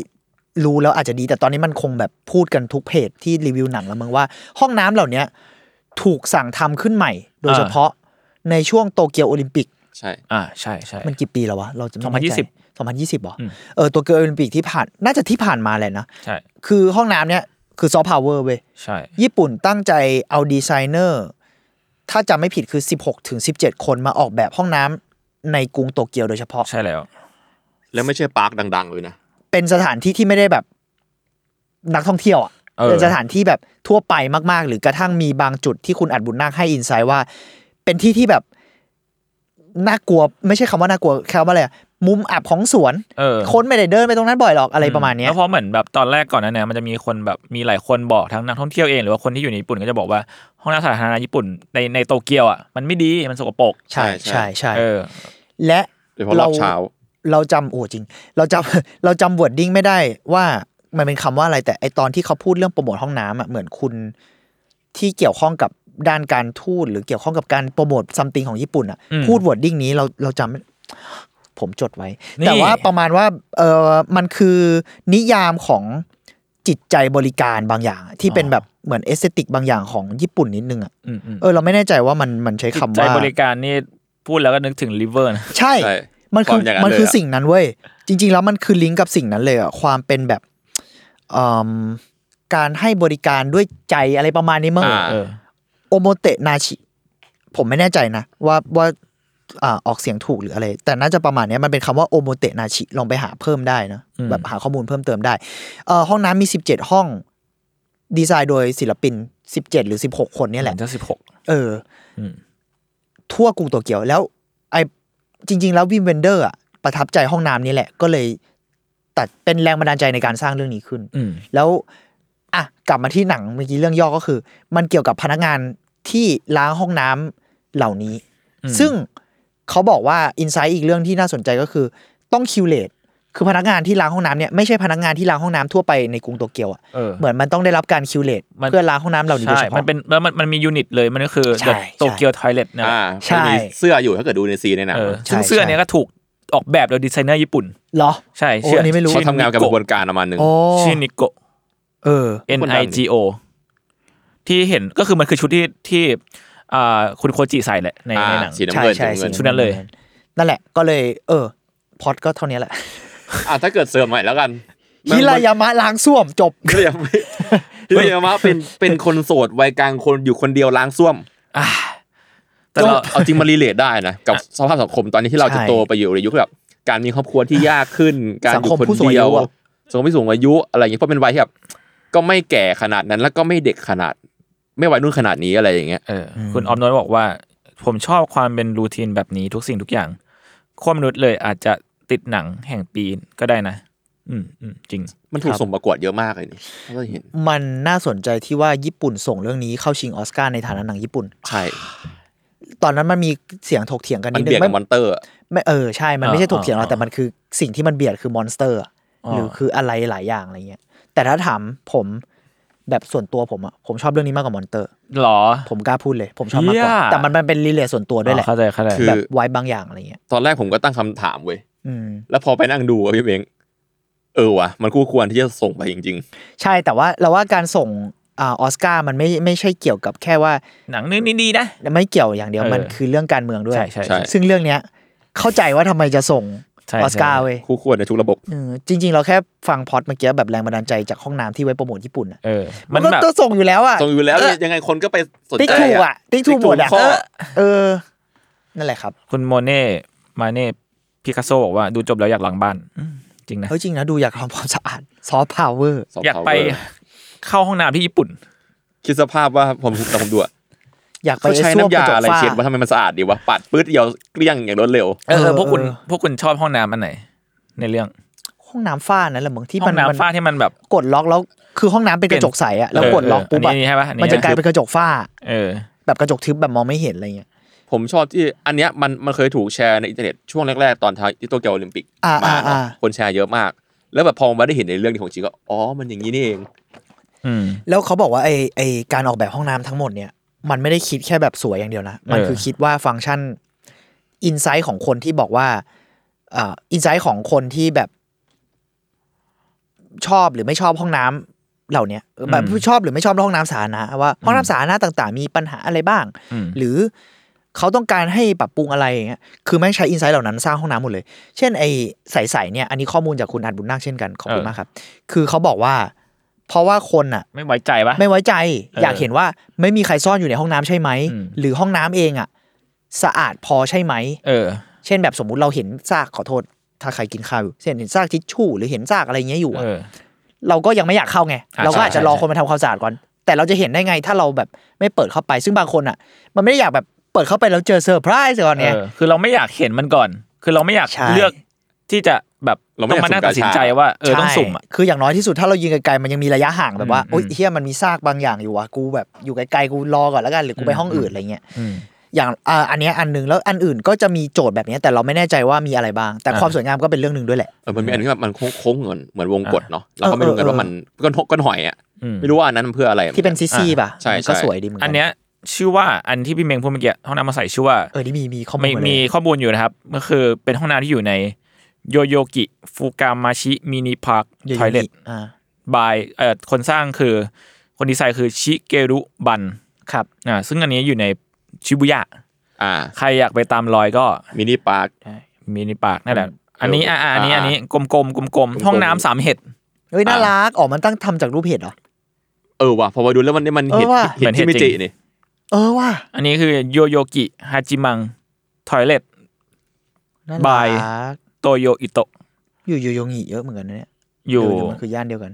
D: รู้แล้วอาจจะดี แต่ตอนนี้มันคงแบบพูดกันทุกเพจที่รีวิวหนังแล้วมึงว่า ห้องน้ำเหล่าเนี้ยถูกสั่งทำขึ้นใหม่ โดย
B: อ่า
D: เฉพาะในช่วงโตเกียวโอลิมปิก
C: ใช่
B: อ่าใช่ใช่
D: มันกี่ปีแล้ววะ เราจะไม่แน่ใจ
B: 2020
D: 2020เหรออ
B: ม
D: เออโตเกียวโอลิมปิกที่ผ่านน่าจะที่ผ่านมาแหละนะ
B: ใช่
D: คือห้องน้ำเนี้ยคือซอฟต์พาวเวอร์เว้ย
B: ใช่
D: ญี่ปุ่นตั้งใจเอาดีไซเนอร์ ถ้าจำไม่ผิดคือ 16ถึง17 คนมาออกแบบห้องน้ำในกรุงโตเกียวโดยเฉพาะ
B: ใช่แล้ว
C: แล้วไม่ใช่ปาร์คดังๆเลยนะ
D: เป็นสถานที่ที่ไม่ได้แบบนักท่องเที่ยวอ่ะ
B: เออ
D: เป็นสถานที่แบบทั่วไปมาก ๆ หรือกระทั่งมีบางจุดที่คุณอัดบุญนาคให้อินไซด์ว่า เป็นที่ที่แบบน่ากลัว ไม่ใช่คำว่าน่ากลัวแค่ว่าอะไรอะมุมอับของสวน
B: เออ
D: คนไม่ได้เดินไปตรงนั้นบ่อยหรอกอะไรประมาณเนี้ย
B: แล้วเพราะเหมือนแบบตอนแรกก่อนนั้นเนี่ยมันจะมีคนแบบมีหลายคนบอกทั้งนักท่องเที่ยวเองหรือว่าคนที่อยู่ในญี่ปุ่นก็จะบอกว่าห้องน้ำสาธารณะญี่ปุ่นในในโตเกียวอ่ะมันไม่ดีมันสกปรก
D: ใช่
C: ใช่
D: ใช่ใช่
B: เออ
D: และ
C: โดยเฉพาะรอบเช้า
D: เราจำโอ้จริง เราจำ เราจำวอร์ดดิ้งไม่ได้ว่ามันเป็นคำว่าอะไรแต่ไอตอนที่เขาพูดเรื่องโปรโมทห้องน้ำอ่ะเหมือนคุณ ที่เกี่ยวข้องกับด้านการทูตหรือเกี่ยวข้องกับการโปรโมทซัมติงของญี่ปุ่นอ่ะ
B: อืม
D: พูดวอร์ดดิ้งนี้เราเราจำไม่ผมจดไว้
B: นี่
D: แต่ว่าประมาณว่าเออมันคือนิยามของจิตใจบริการบางอย่าง ที่เป็นแบบเหมือนเอสเตติกบางอย่างของญี่ปุ่นนิดนึงอ่ะ
B: อืมอืม
D: เออเราไม่แน่ใจว่ามันมันใช้
B: จิ
D: คำ
B: ตใจ
D: ว่า
B: บริการนี่พูดแล้วก็นึกถึงลิเวอร์นะ
D: ใช่
C: ใช่
D: มันคื
C: ค
D: อ
C: วามอย่างนั้น
D: มันคือ
C: เลยอะ
D: สิ่งนั้นเว้ยจริง ๆ แล้วมันคือลิงก์กับสิ่งนั้นเลยอะความเป็นแบบเอิ่มการให้บริการด้วยใจอะไรประมาณนี้มั้ง
C: อ่า
B: เออ
D: โอโมเตะนาชิ ผมไม่แน่ใจนะ ว่าว่าอ่าออกเสียงถูกหรืออะไร แต่น่าจะประมาณเนี้ยมันเป็นคำว่าโอโมเตะนาชิ ลองไปหาเพิ่มได้นะ
B: อืม
D: แบบหาข้อมูลเพิ่มเติมได้เอ่อห้องน้ำมี 17 ห้อง ดีไซน์โดยศิลปิน 17 หรือ 16 คนเนี่ยแหละ
B: เจะสิบหก
D: เอออ
B: ม
D: ทั่วกรุงโตเกียวแล้วไอจริง ๆ แล้ววิมเวนเดอร์อะประทับใจห้องน้ำนี้แหละ ก็เลยตัดเป็นแรงบันดาลใจในการสร้างเรื่องนี้ขึ้น
B: อืม
D: แล้วอ่ะกลับมาที่หนังเมื่อกี้เรื่องย่อก็คือ มันเกี่ยวกับพนักงานที่ล้างห้องน้ำเหล่านี้
B: อืม
D: ซึ่งเขาบอกว่าอินไซต์อีกเรื่องที่น่าสนใจก็คือ ต้องคิวเลตคือพนักงานที่ล้างห้องน้ำเนี่ยไม่ใช่พนักงานที่ล้างห้องน้ำทั่วไปในกรุงโตเกียวอ่ะ
B: เออ
D: เหมือนมันต้องได้รับการคิวเลต
B: มัน
D: เพื่อล้างห้องน้ำเหล่านี้โดย
B: ใช่
D: เฉพาะ
B: มันเป็นแล้วมันมันมียูนิตเลยมันก็คือ
D: ใช่
B: โตเกียวทอยเลตนะ
C: อ่า
D: ใช่
C: มันมีเสื้ออยู่ถ้าเกิดดูในซีนในหนัง
B: เออ
D: ใช่
B: ซึ่งเสื้อ
D: ใช่
B: เนี้ยก็ถูกออกแบบโดยดีไซเนอร์ญี่ปุ่น
D: เหรอ
B: ใช่
D: โอ้
B: ชื่
D: อันนี้ไม่รู้
C: เขา
B: ชื่อ
C: ทำงานกับกระบวนการประมาณหนึ่ง
D: โอ้
B: ชื่อนิโกะ
D: เออ
B: N
C: คนดั
B: I
C: ง
B: G O ที่เห็นก็คือมันคือชุดที่ที่อ่าคุณโคจิใส่แหละใน
C: อ่า
B: ในหนัง
C: สีน้ำ
D: ใช่
C: เงินสีน้ำ
D: ใช่
C: เงิน
B: ชุดนั้นเลย
D: นั่นแหละก็เลย เออพล็อดก็เท่านี้แหละ
C: อ่าถ้าเกิดเสริมหน่อยแล้วกัน
D: ฮิรายามะล้างส้วมจบ
C: เรียก ไม่เรียกว่าเป็นเป็นคนโสดวัยกลางคนอยู่คนเดียวล้างส้วม
B: อ่าแต่
C: แต่
B: เรา
C: เราเอาจริงมารีเลทได้นะ กับสภาพสังคมตอนนี้ที่เราจะ
D: ใช่
C: โตไปอยู่ในยุคแบบการมีครอบครัวที่ยากขึ้น การ
D: สัง
C: อยู่
D: คม
C: คน
D: ผู้สูงอา
C: เดี
D: ยุ
C: ยว
D: อะ
C: สังคมผู้สูงอายุอะไรอย่างเงี้ยเพราะเป็นวัยที่แบบก็ไม่แก่ขนาดนั้น แล้วก็ไม่เด็กขนาด ไม่วัยรุ่นขนาดนี้อะไรอย่างเงี้ย
B: เอออคุณออมนนท์บอกว่า ผมชอบความเป็นรูทีนแบบนี้ทุกสิ่งทุกอย่างขั้วมนุษย์เลยอาจจะติดหนังแห่งปีก็ได้นะ อืมอืมจริง
C: มันถู
D: ค
C: ก
D: รับ
C: ส่งประกวดเยอะมากเลยนี่เราเห็น
D: มันน่าสนใจที่ว่าญี่ปุ่นส่งเรื่องนี้เข้าชิงออสการ์ในฐานะหนังญี่ปุ่น
C: ใช่
D: ตอนนั้นมันมีเสียงถกเถียงกัน
C: มัน
D: นิดนึ
C: เบียด
D: ง
C: กับม
D: ไม่
C: อนเตอร์อะ
D: ไม่เออใช่ มันไม่ใช่ถกเถียงหรอก
B: อ่า
D: แต่มันคือสิ่งที่มันเบียดคือมอนสเตอร์อะหรือคืออะไรหลายอย่างอะไรเงี้ย แต่ถ้าถามผมแบบส่วนตัวผมอะผมชอบเรื่องนี้มากกว่ามอนเตอร์
B: หรอ
D: ผมกล้าพูดเลย ผมชอบมากกว่า
B: เหี้ย
D: แต่มันมันเป็นรีเลทส่วนตัวด้วยแหละ
B: เข้าใจเข้าใจ
C: คือ
D: แบบไว้บางอย่างอะไรเงี้ย
C: ตอนแรกผมก็ตั้งคำถามเว้ย
D: อืม
C: แล้วพอไปนั่งดูอะพี่เบงเออว่ะมันคู่ควรที่จะส่งไปจริง
D: ใช่แต่ว่าเราว่าการส่งอาออสการ์มันไม่ไม่ใช่เกี่ยวกับแค่ว่า
B: หนังนึงนี่ดีนะ
D: ไม่เกี่ยวอย่างเดียว
B: เออ
D: มันคือเรื่องการเมืองด้วย
B: ใช่ใช่
C: ใช่
D: ซึ่งเรื่องเนี้ย เข้าใจว่าทำไมจะส่ง
B: ใช่
D: ออสการ์
B: ใช่
D: เว้ย
C: ๆ คู่ควรในทุกระบบ
D: เออจริง ๆ เราแค่ฟังพล็อดเมื่อกี้แบบแรงบันดาลใจจากห้องน้ำที่ไว้โปรโมทญี่ปุ่นอะ
B: เออ
D: มั
B: มัน น
D: ก็
B: แบบ
D: ต้องส่งอยู่แล้วอ่ะ
C: ส่งอยู่แล้ว
D: เออ
C: ยังไงคนก็ไปสน
D: ติ๊ก
C: ใจ
D: ถูกอ่ะติ๊กถูกหมดอ่ะ
C: ข้
D: เออเออ นั่นแหละครับ
B: คุณโมเน่ มาเน่ พิกัสโซบอกว่าดูจบแล้วอยากหลังบ้านอืมจริงนะ
D: เฮ้ยจริงนะดูอยากทำความสะอาดซอฟต์พาวเวอร์
C: สง
B: อยากไป
C: เวร์
B: เข้าห้องน้ำที่ญี่ปุ่น
C: คิดสภาพว่าผมแต่ผมดูอะ
D: อยากไป
C: เขาใช้
D: ส้วม
C: น้ำ
D: ก
C: ยา
D: ระจก
C: อะไร
D: ฝ้า
C: เช็ดว่าทำไมมันสะอาดดีวะปัดปื๊ดเดียวเกลี้ยงอย่างรวดเร็ว
B: เออ
D: เอ
B: เอ
D: อ
B: อพวกคุณ
D: เออ
B: พวกคุณชอบห้องน้ำอันไหน ในเรื่อง
D: ห้องน้ำฝ้านั่นแหละมึงที่
B: ห้
D: มั
B: อน ง
D: มัน
B: น้ำฝ้าที่มันแบบ
D: กดล็อกแล้วคือห้องน้ำเป็นกระจกใสอะแล้ว
B: เออก
D: ดล็อกปุ๊บอะ
B: อันนี้ใช่ปะอันนี้
D: มันจะกลายเป็นกระจกฝ้า
B: เออ
D: แบบกระจกทึบแบบมองไม่เห็นอะไรเงี้ย
C: ผมชอบที่อันเนี้ยมันมันเคยถูกแชร์ในอินเทอร์เน็ตช่วงแรกๆ ตอนท้ายที่โตเกียวโอลิมปิก
D: อ่า
C: มาเนอะ
D: อ่าอ่า
C: คนแชร์เยอะมาก แล้วแบบพอมาได้เห็นในเรื่องนี้ของจริงก็อ๋อมันอย่างนี้นี่เอง
B: อืม
D: แล้วเขาบอกว่าไอไอการออกแบบห้องน้ำทั้งหมดเนี่ย มันไม่ได้คิดแค่แบบสวยอย่างเดียวนะ มัน
B: เออ
D: คือคิดว่าฟังก์ชันอินไซต์ของคนที่บอกว่าอ่าอินไซต์ของคนที่แบบ ชอบหรือไม่ชอบห้องน้ำเหล่าเนี้ยแบบ
B: อืม
D: ชอบหรือไม่ชอบห้องน้ำสาธารณะว่าห้องน้ำสาธารณะต่าง ๆ มีปัญหาอะไรบ้าง
B: อืม
D: หรือเขาต้องการให้ปรับปรุงอะไรอย่างเงี้ย คือแม่งใช้อินไซต์เหล่านั้นสร้างห้องน้ำหมดเลย เช่นไอ้ใสๆเนี่ย อันนี้ข้อมูลจากคุณอัดบุญนาคเช่นกัน ขอบคุณ
B: เออ
D: มากครับ คือเขาบอกว่า เพราะว่าคนอ่ะ
B: ไม่ไว้ใจปะ
D: ไม่ไว้ใจ
B: เอออย
D: อากเห็นว่าไม่มีใครซ่อนอยู่ในห้องน้ำใช่ไหม
B: อืม
D: หรือห้องน้ำเองอ่ะสะอาดพอใช่ไหม
B: เออ
D: เช่นแบบสมมุติเราเห็นซากขอโทษ ถ้าใครกินข้าวอยู่เช่นเห็นซากทิชชู่หรือเห็นซากอะไรเงี้ยอยู่อะ
B: เออ
D: เราก็ยังไม่อยากเข้าไง
B: อ่า
D: เราก็อาจจะรอ
B: ใช่ใช่
D: คนมาทำความสะอาดก่อน แต่เราจะเห็นได้ไงถ้าเราแบบไม่เปิดเข้าไป ซึ่งบางคนอ่ะ มันไม่ได้อยากแบบเปิดเข้าไปแล้วเจอเซอร์ไพรส์ก่อนไง
B: เออคือเราไม่อยากเห็นมันก่อน คือเราไม่อยาก
D: ใช่
B: เลือกที่จะแบบ
C: เราไม่
B: ต้อ
C: อยาก
B: งมานั่ง
C: สุ่มกา
B: ตัดสิน
C: ชา
B: ใจว่าเออต้อง
D: ใช่
B: สุ่มอ่ะ
D: คืออย่างน้อยที่สุดถ้าเรายืนไกลๆมันยังมีระยะห่างแบบว่า
B: อืม
D: โอ๊ย
B: อืม
D: เฮียมันมีซากบางอย่างอยู่ว่ะกูแบบอยู่ไกลๆกูรอก่อนแล้วกันหรือกูไปห้องอื่นอะไรเงี้ย
B: อืม
D: อย่างอ่าอันเนี้ยอันหนึ่งแล้วอันอื่นก็จะมีโจทย์แบบเนี้ยแต่เราไม่แน่ใจว่ามีอะไรบ้าง แต่
B: อ่า
D: ความสวยงามก็เป็นเรื่องหนึ่งด้วยแหละ
C: เออมันมีอันนี้แบบมันโค้งๆเหมือนเหมือนวงกลมเนาะเราก็
D: เออ
C: ไม่รู้กัน
D: เออ
C: ว่ามันก้อนหกก้อนหอยอ่ะ
B: อืม
C: ไม่รู้ว่าอันนั้นมันเพื่ออะไร
D: ที่เป็นซีซีป่ะ
C: ใช่ใช่
D: ก็สวยดีเหมือนกั
B: อั
D: น
B: นเนี้ยชื่อว่าอันที่พี่เมงพูดเมื่อกี้ห้องน้ำมาใส่ชื่อว่า
D: เออนี่มีมีข้อมู
B: มี
D: ลาเลย
B: มีข้อมูลอยู่นะครับก็คือเป็นห้องน้ำที่อยู่ในโยโยกิฟูกามาชิมินิพาร์ค
D: เยอะ
B: ทอย
D: ๆ
B: เลต
D: อ่า
B: บายเอ่อคนสร้างคือคนดีไซน์คือชิเกรุบัน
D: ครับ
B: อ่าซึ่งอันนี้อยู่ในชิบุยะ
C: อ่า
B: ใครอยากไปตามรอยก็
C: มินิปาร์ค
B: มินิพาร์คนั่นแหละอันนี้อ่าอันนี้อันนี้กลมๆกลมๆห้องน้ำสามเห็ด
D: เอ้ยน่า
C: อ่า
D: รักอ๋อมันตั้งทำจากรูปเห็ดเหรอ
C: เออว่ะพอมาดูแล้วมันนี่มัน
D: เออ
C: เห็น
D: ว่ะ
C: เห็น
B: เหมือน
C: ที่
B: เห็
C: มิ
B: นจริ
C: จิ
B: ง
C: นี่
D: เออว่ะ
B: อันนี้คือโยโยกิฮาจิมังทอยเลต
D: น่า
B: บาย
D: รัก
B: โตโยอิโตะ
D: อยู่อยู่โยงิเยอะเหมือนกันนะเนี่ย
B: อ
D: เ
B: ยู่
D: ๆมันคือย่านเดียวกัน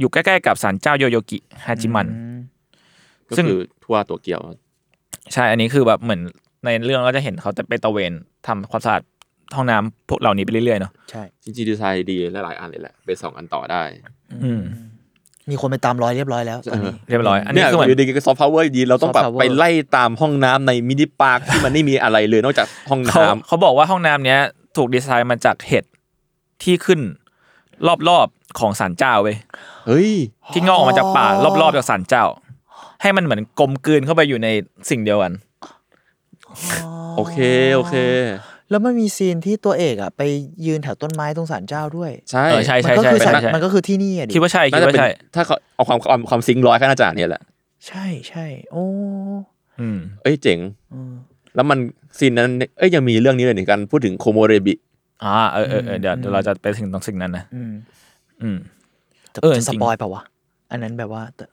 B: อยู่ใกล้ๆกับศาลเจ้าโยโยกิฮาจิมัน
D: อืม
C: ก็
B: ซึ่ง
C: คือทั่วตัวเกียว
B: ใช่ อันนี้คือแบบเหมือนในเรื่องก็จะเห็นเขาจะไปตระเวนทำความสะอาดห้องน้ำพวกเหล่านี้ไปเรื่อยๆเนาะ
D: ใช่
C: จริงๆดีไซน์ดีหลายๆอันเลยแหละเป็นสองอันต่อได้
B: อืม
D: มีคนไปตามรอยเรียบร้อยแล้วตอนนี้
B: เรียบร้อย อันนี้
C: เนี่ย
B: คือเหมือน
C: อยู่ดีก็ซอฟต์พาวเวอร์ดีเราต้องแบบ
D: soft power
C: ไปไล่ตามห้องน้ำในมินิปาร์คที่มันไม่มีอะไรเลยนอกจากห้อง
B: เขา
C: น้ำ
B: เขาบอกว่าห้องน้ำเนี้ยถูกดีไซน์มาจากเห็ดที่ขึ้นรอบๆของศาลเจ้าเว้ย
C: เฮ้ย
B: ที่งอกออกมาจากป่ารอบๆจากศาลเจ้า ให้มันเหมือนกลมกลืนเข้าไปอยู่ในสิ่งเดียวกัน
C: โอเค โอเค
D: แล้วมันมีซีนที่ตัวเอกอ่ะ ไปยืนแถวต้นไม้ตรงศาลเจ้าด้วย
C: ใช่
B: เออใช่
D: มั
B: ใช่
D: ก็
B: ใช่
D: คือ
B: ใช่
D: ศาล
B: ใช่
D: มันก็คือที่นี่อ่ะดิ
B: คิดว่าใช่
C: น่า
B: คิด
C: จะ
B: ว่า
C: เป็น
B: ใช่
C: ถ้าเขาเอาความความความซิงค์ร้อยข้างหน้าจานเนี่ยแหละ
D: ใช่ใช่โอ้
B: อืม
C: เอ้ยเจ๋ง
D: อืม
C: แล้วมันซีนนั้น เอ้ยยังมีเรื่องนี้เลยนี่กันพูดถึงโคโมเรบิ
B: อ่าเออเออเออเดี๋ยว
D: อืม
B: เดี๋ยวเราจะไปถึงตรงสิ่งนั้นนะ
D: อืม
B: อืม
D: จะ
B: เออจริ
D: จะ
B: ง
D: สปอยเปล่าวะอันนั้นแบบว่าแต่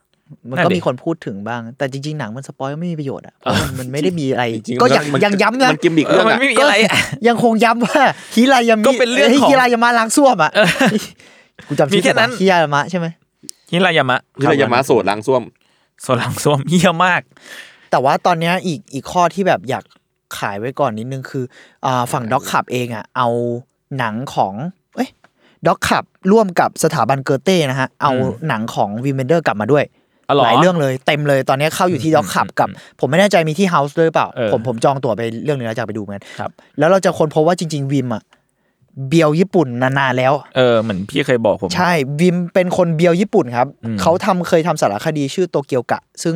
D: มัน
B: นั่น
D: ก็
B: ดิ
D: มีคนพูดถึงบ้าง แต่จริง ๆ หนังมันสปอยก็ไม่มีประโยชน์อ่ะเพราะมันมันไม่ได้มีอะไร
C: จริง
D: ก็
C: มัน
D: ยัง
C: มัน
D: ยังย้ำนะ
C: มันกิมมิกเรื่อง
B: มัน
C: อะ
B: ไม่มีอะไร อะ
D: ยังคงย้ำว่าฮิรายามิ
B: ก็เป็นเรื่อง
D: ฮ้ย
B: ของ
D: ฮิรายามะล้างส้วมอ่ะกูจำ
B: มี
D: ชื่อ
B: แค่นั้น
D: ฮิรายามะใช่ไหม
B: ฮิรายามะ
C: ที่เรายามาโสดล้างส้วม
B: โซลังส้วมเยี่ยมมาก
D: แต่ว่าตอนเนี้ยอีกอีกข้อที่แบบอยากขายไว้ก่อนนิดนึงคืออ่าฝั่งด็อกขับเองอ่ะเอาหนังของเอ้ยด็อกขับร่วมกับสถาบันเกอเต้นะฮะ เอาหนังของวิมเบนเดอร์กลับมาด้วย
B: อ๋อเหรอ
D: หลายเรื่องเลยเต็มเลยตอนนี้เข้าอยู่ที่ด็อกขับกับ ผมไม่แน่ใจมีที่เฮาส์ด้วยหรือเปล่า
B: เออ
D: ผมผมจองตั๋วไปเรื่องหนึงแล้วจะไปดูเหมือนกัน
B: ครับ
D: แล้วเราจะค้นพบว่าจริง ๆ วิมอะเบียวญี่ปุ่นนานๆแล้ว
B: เออเหมือนพี่เคยบอกผม
D: ใช่วิมเป็นคนเบียวญี่ปุ่นครับ
B: อืม
D: เขาทำเคยทำสารคดีชื่อโตเกียวกะ ซึ่ง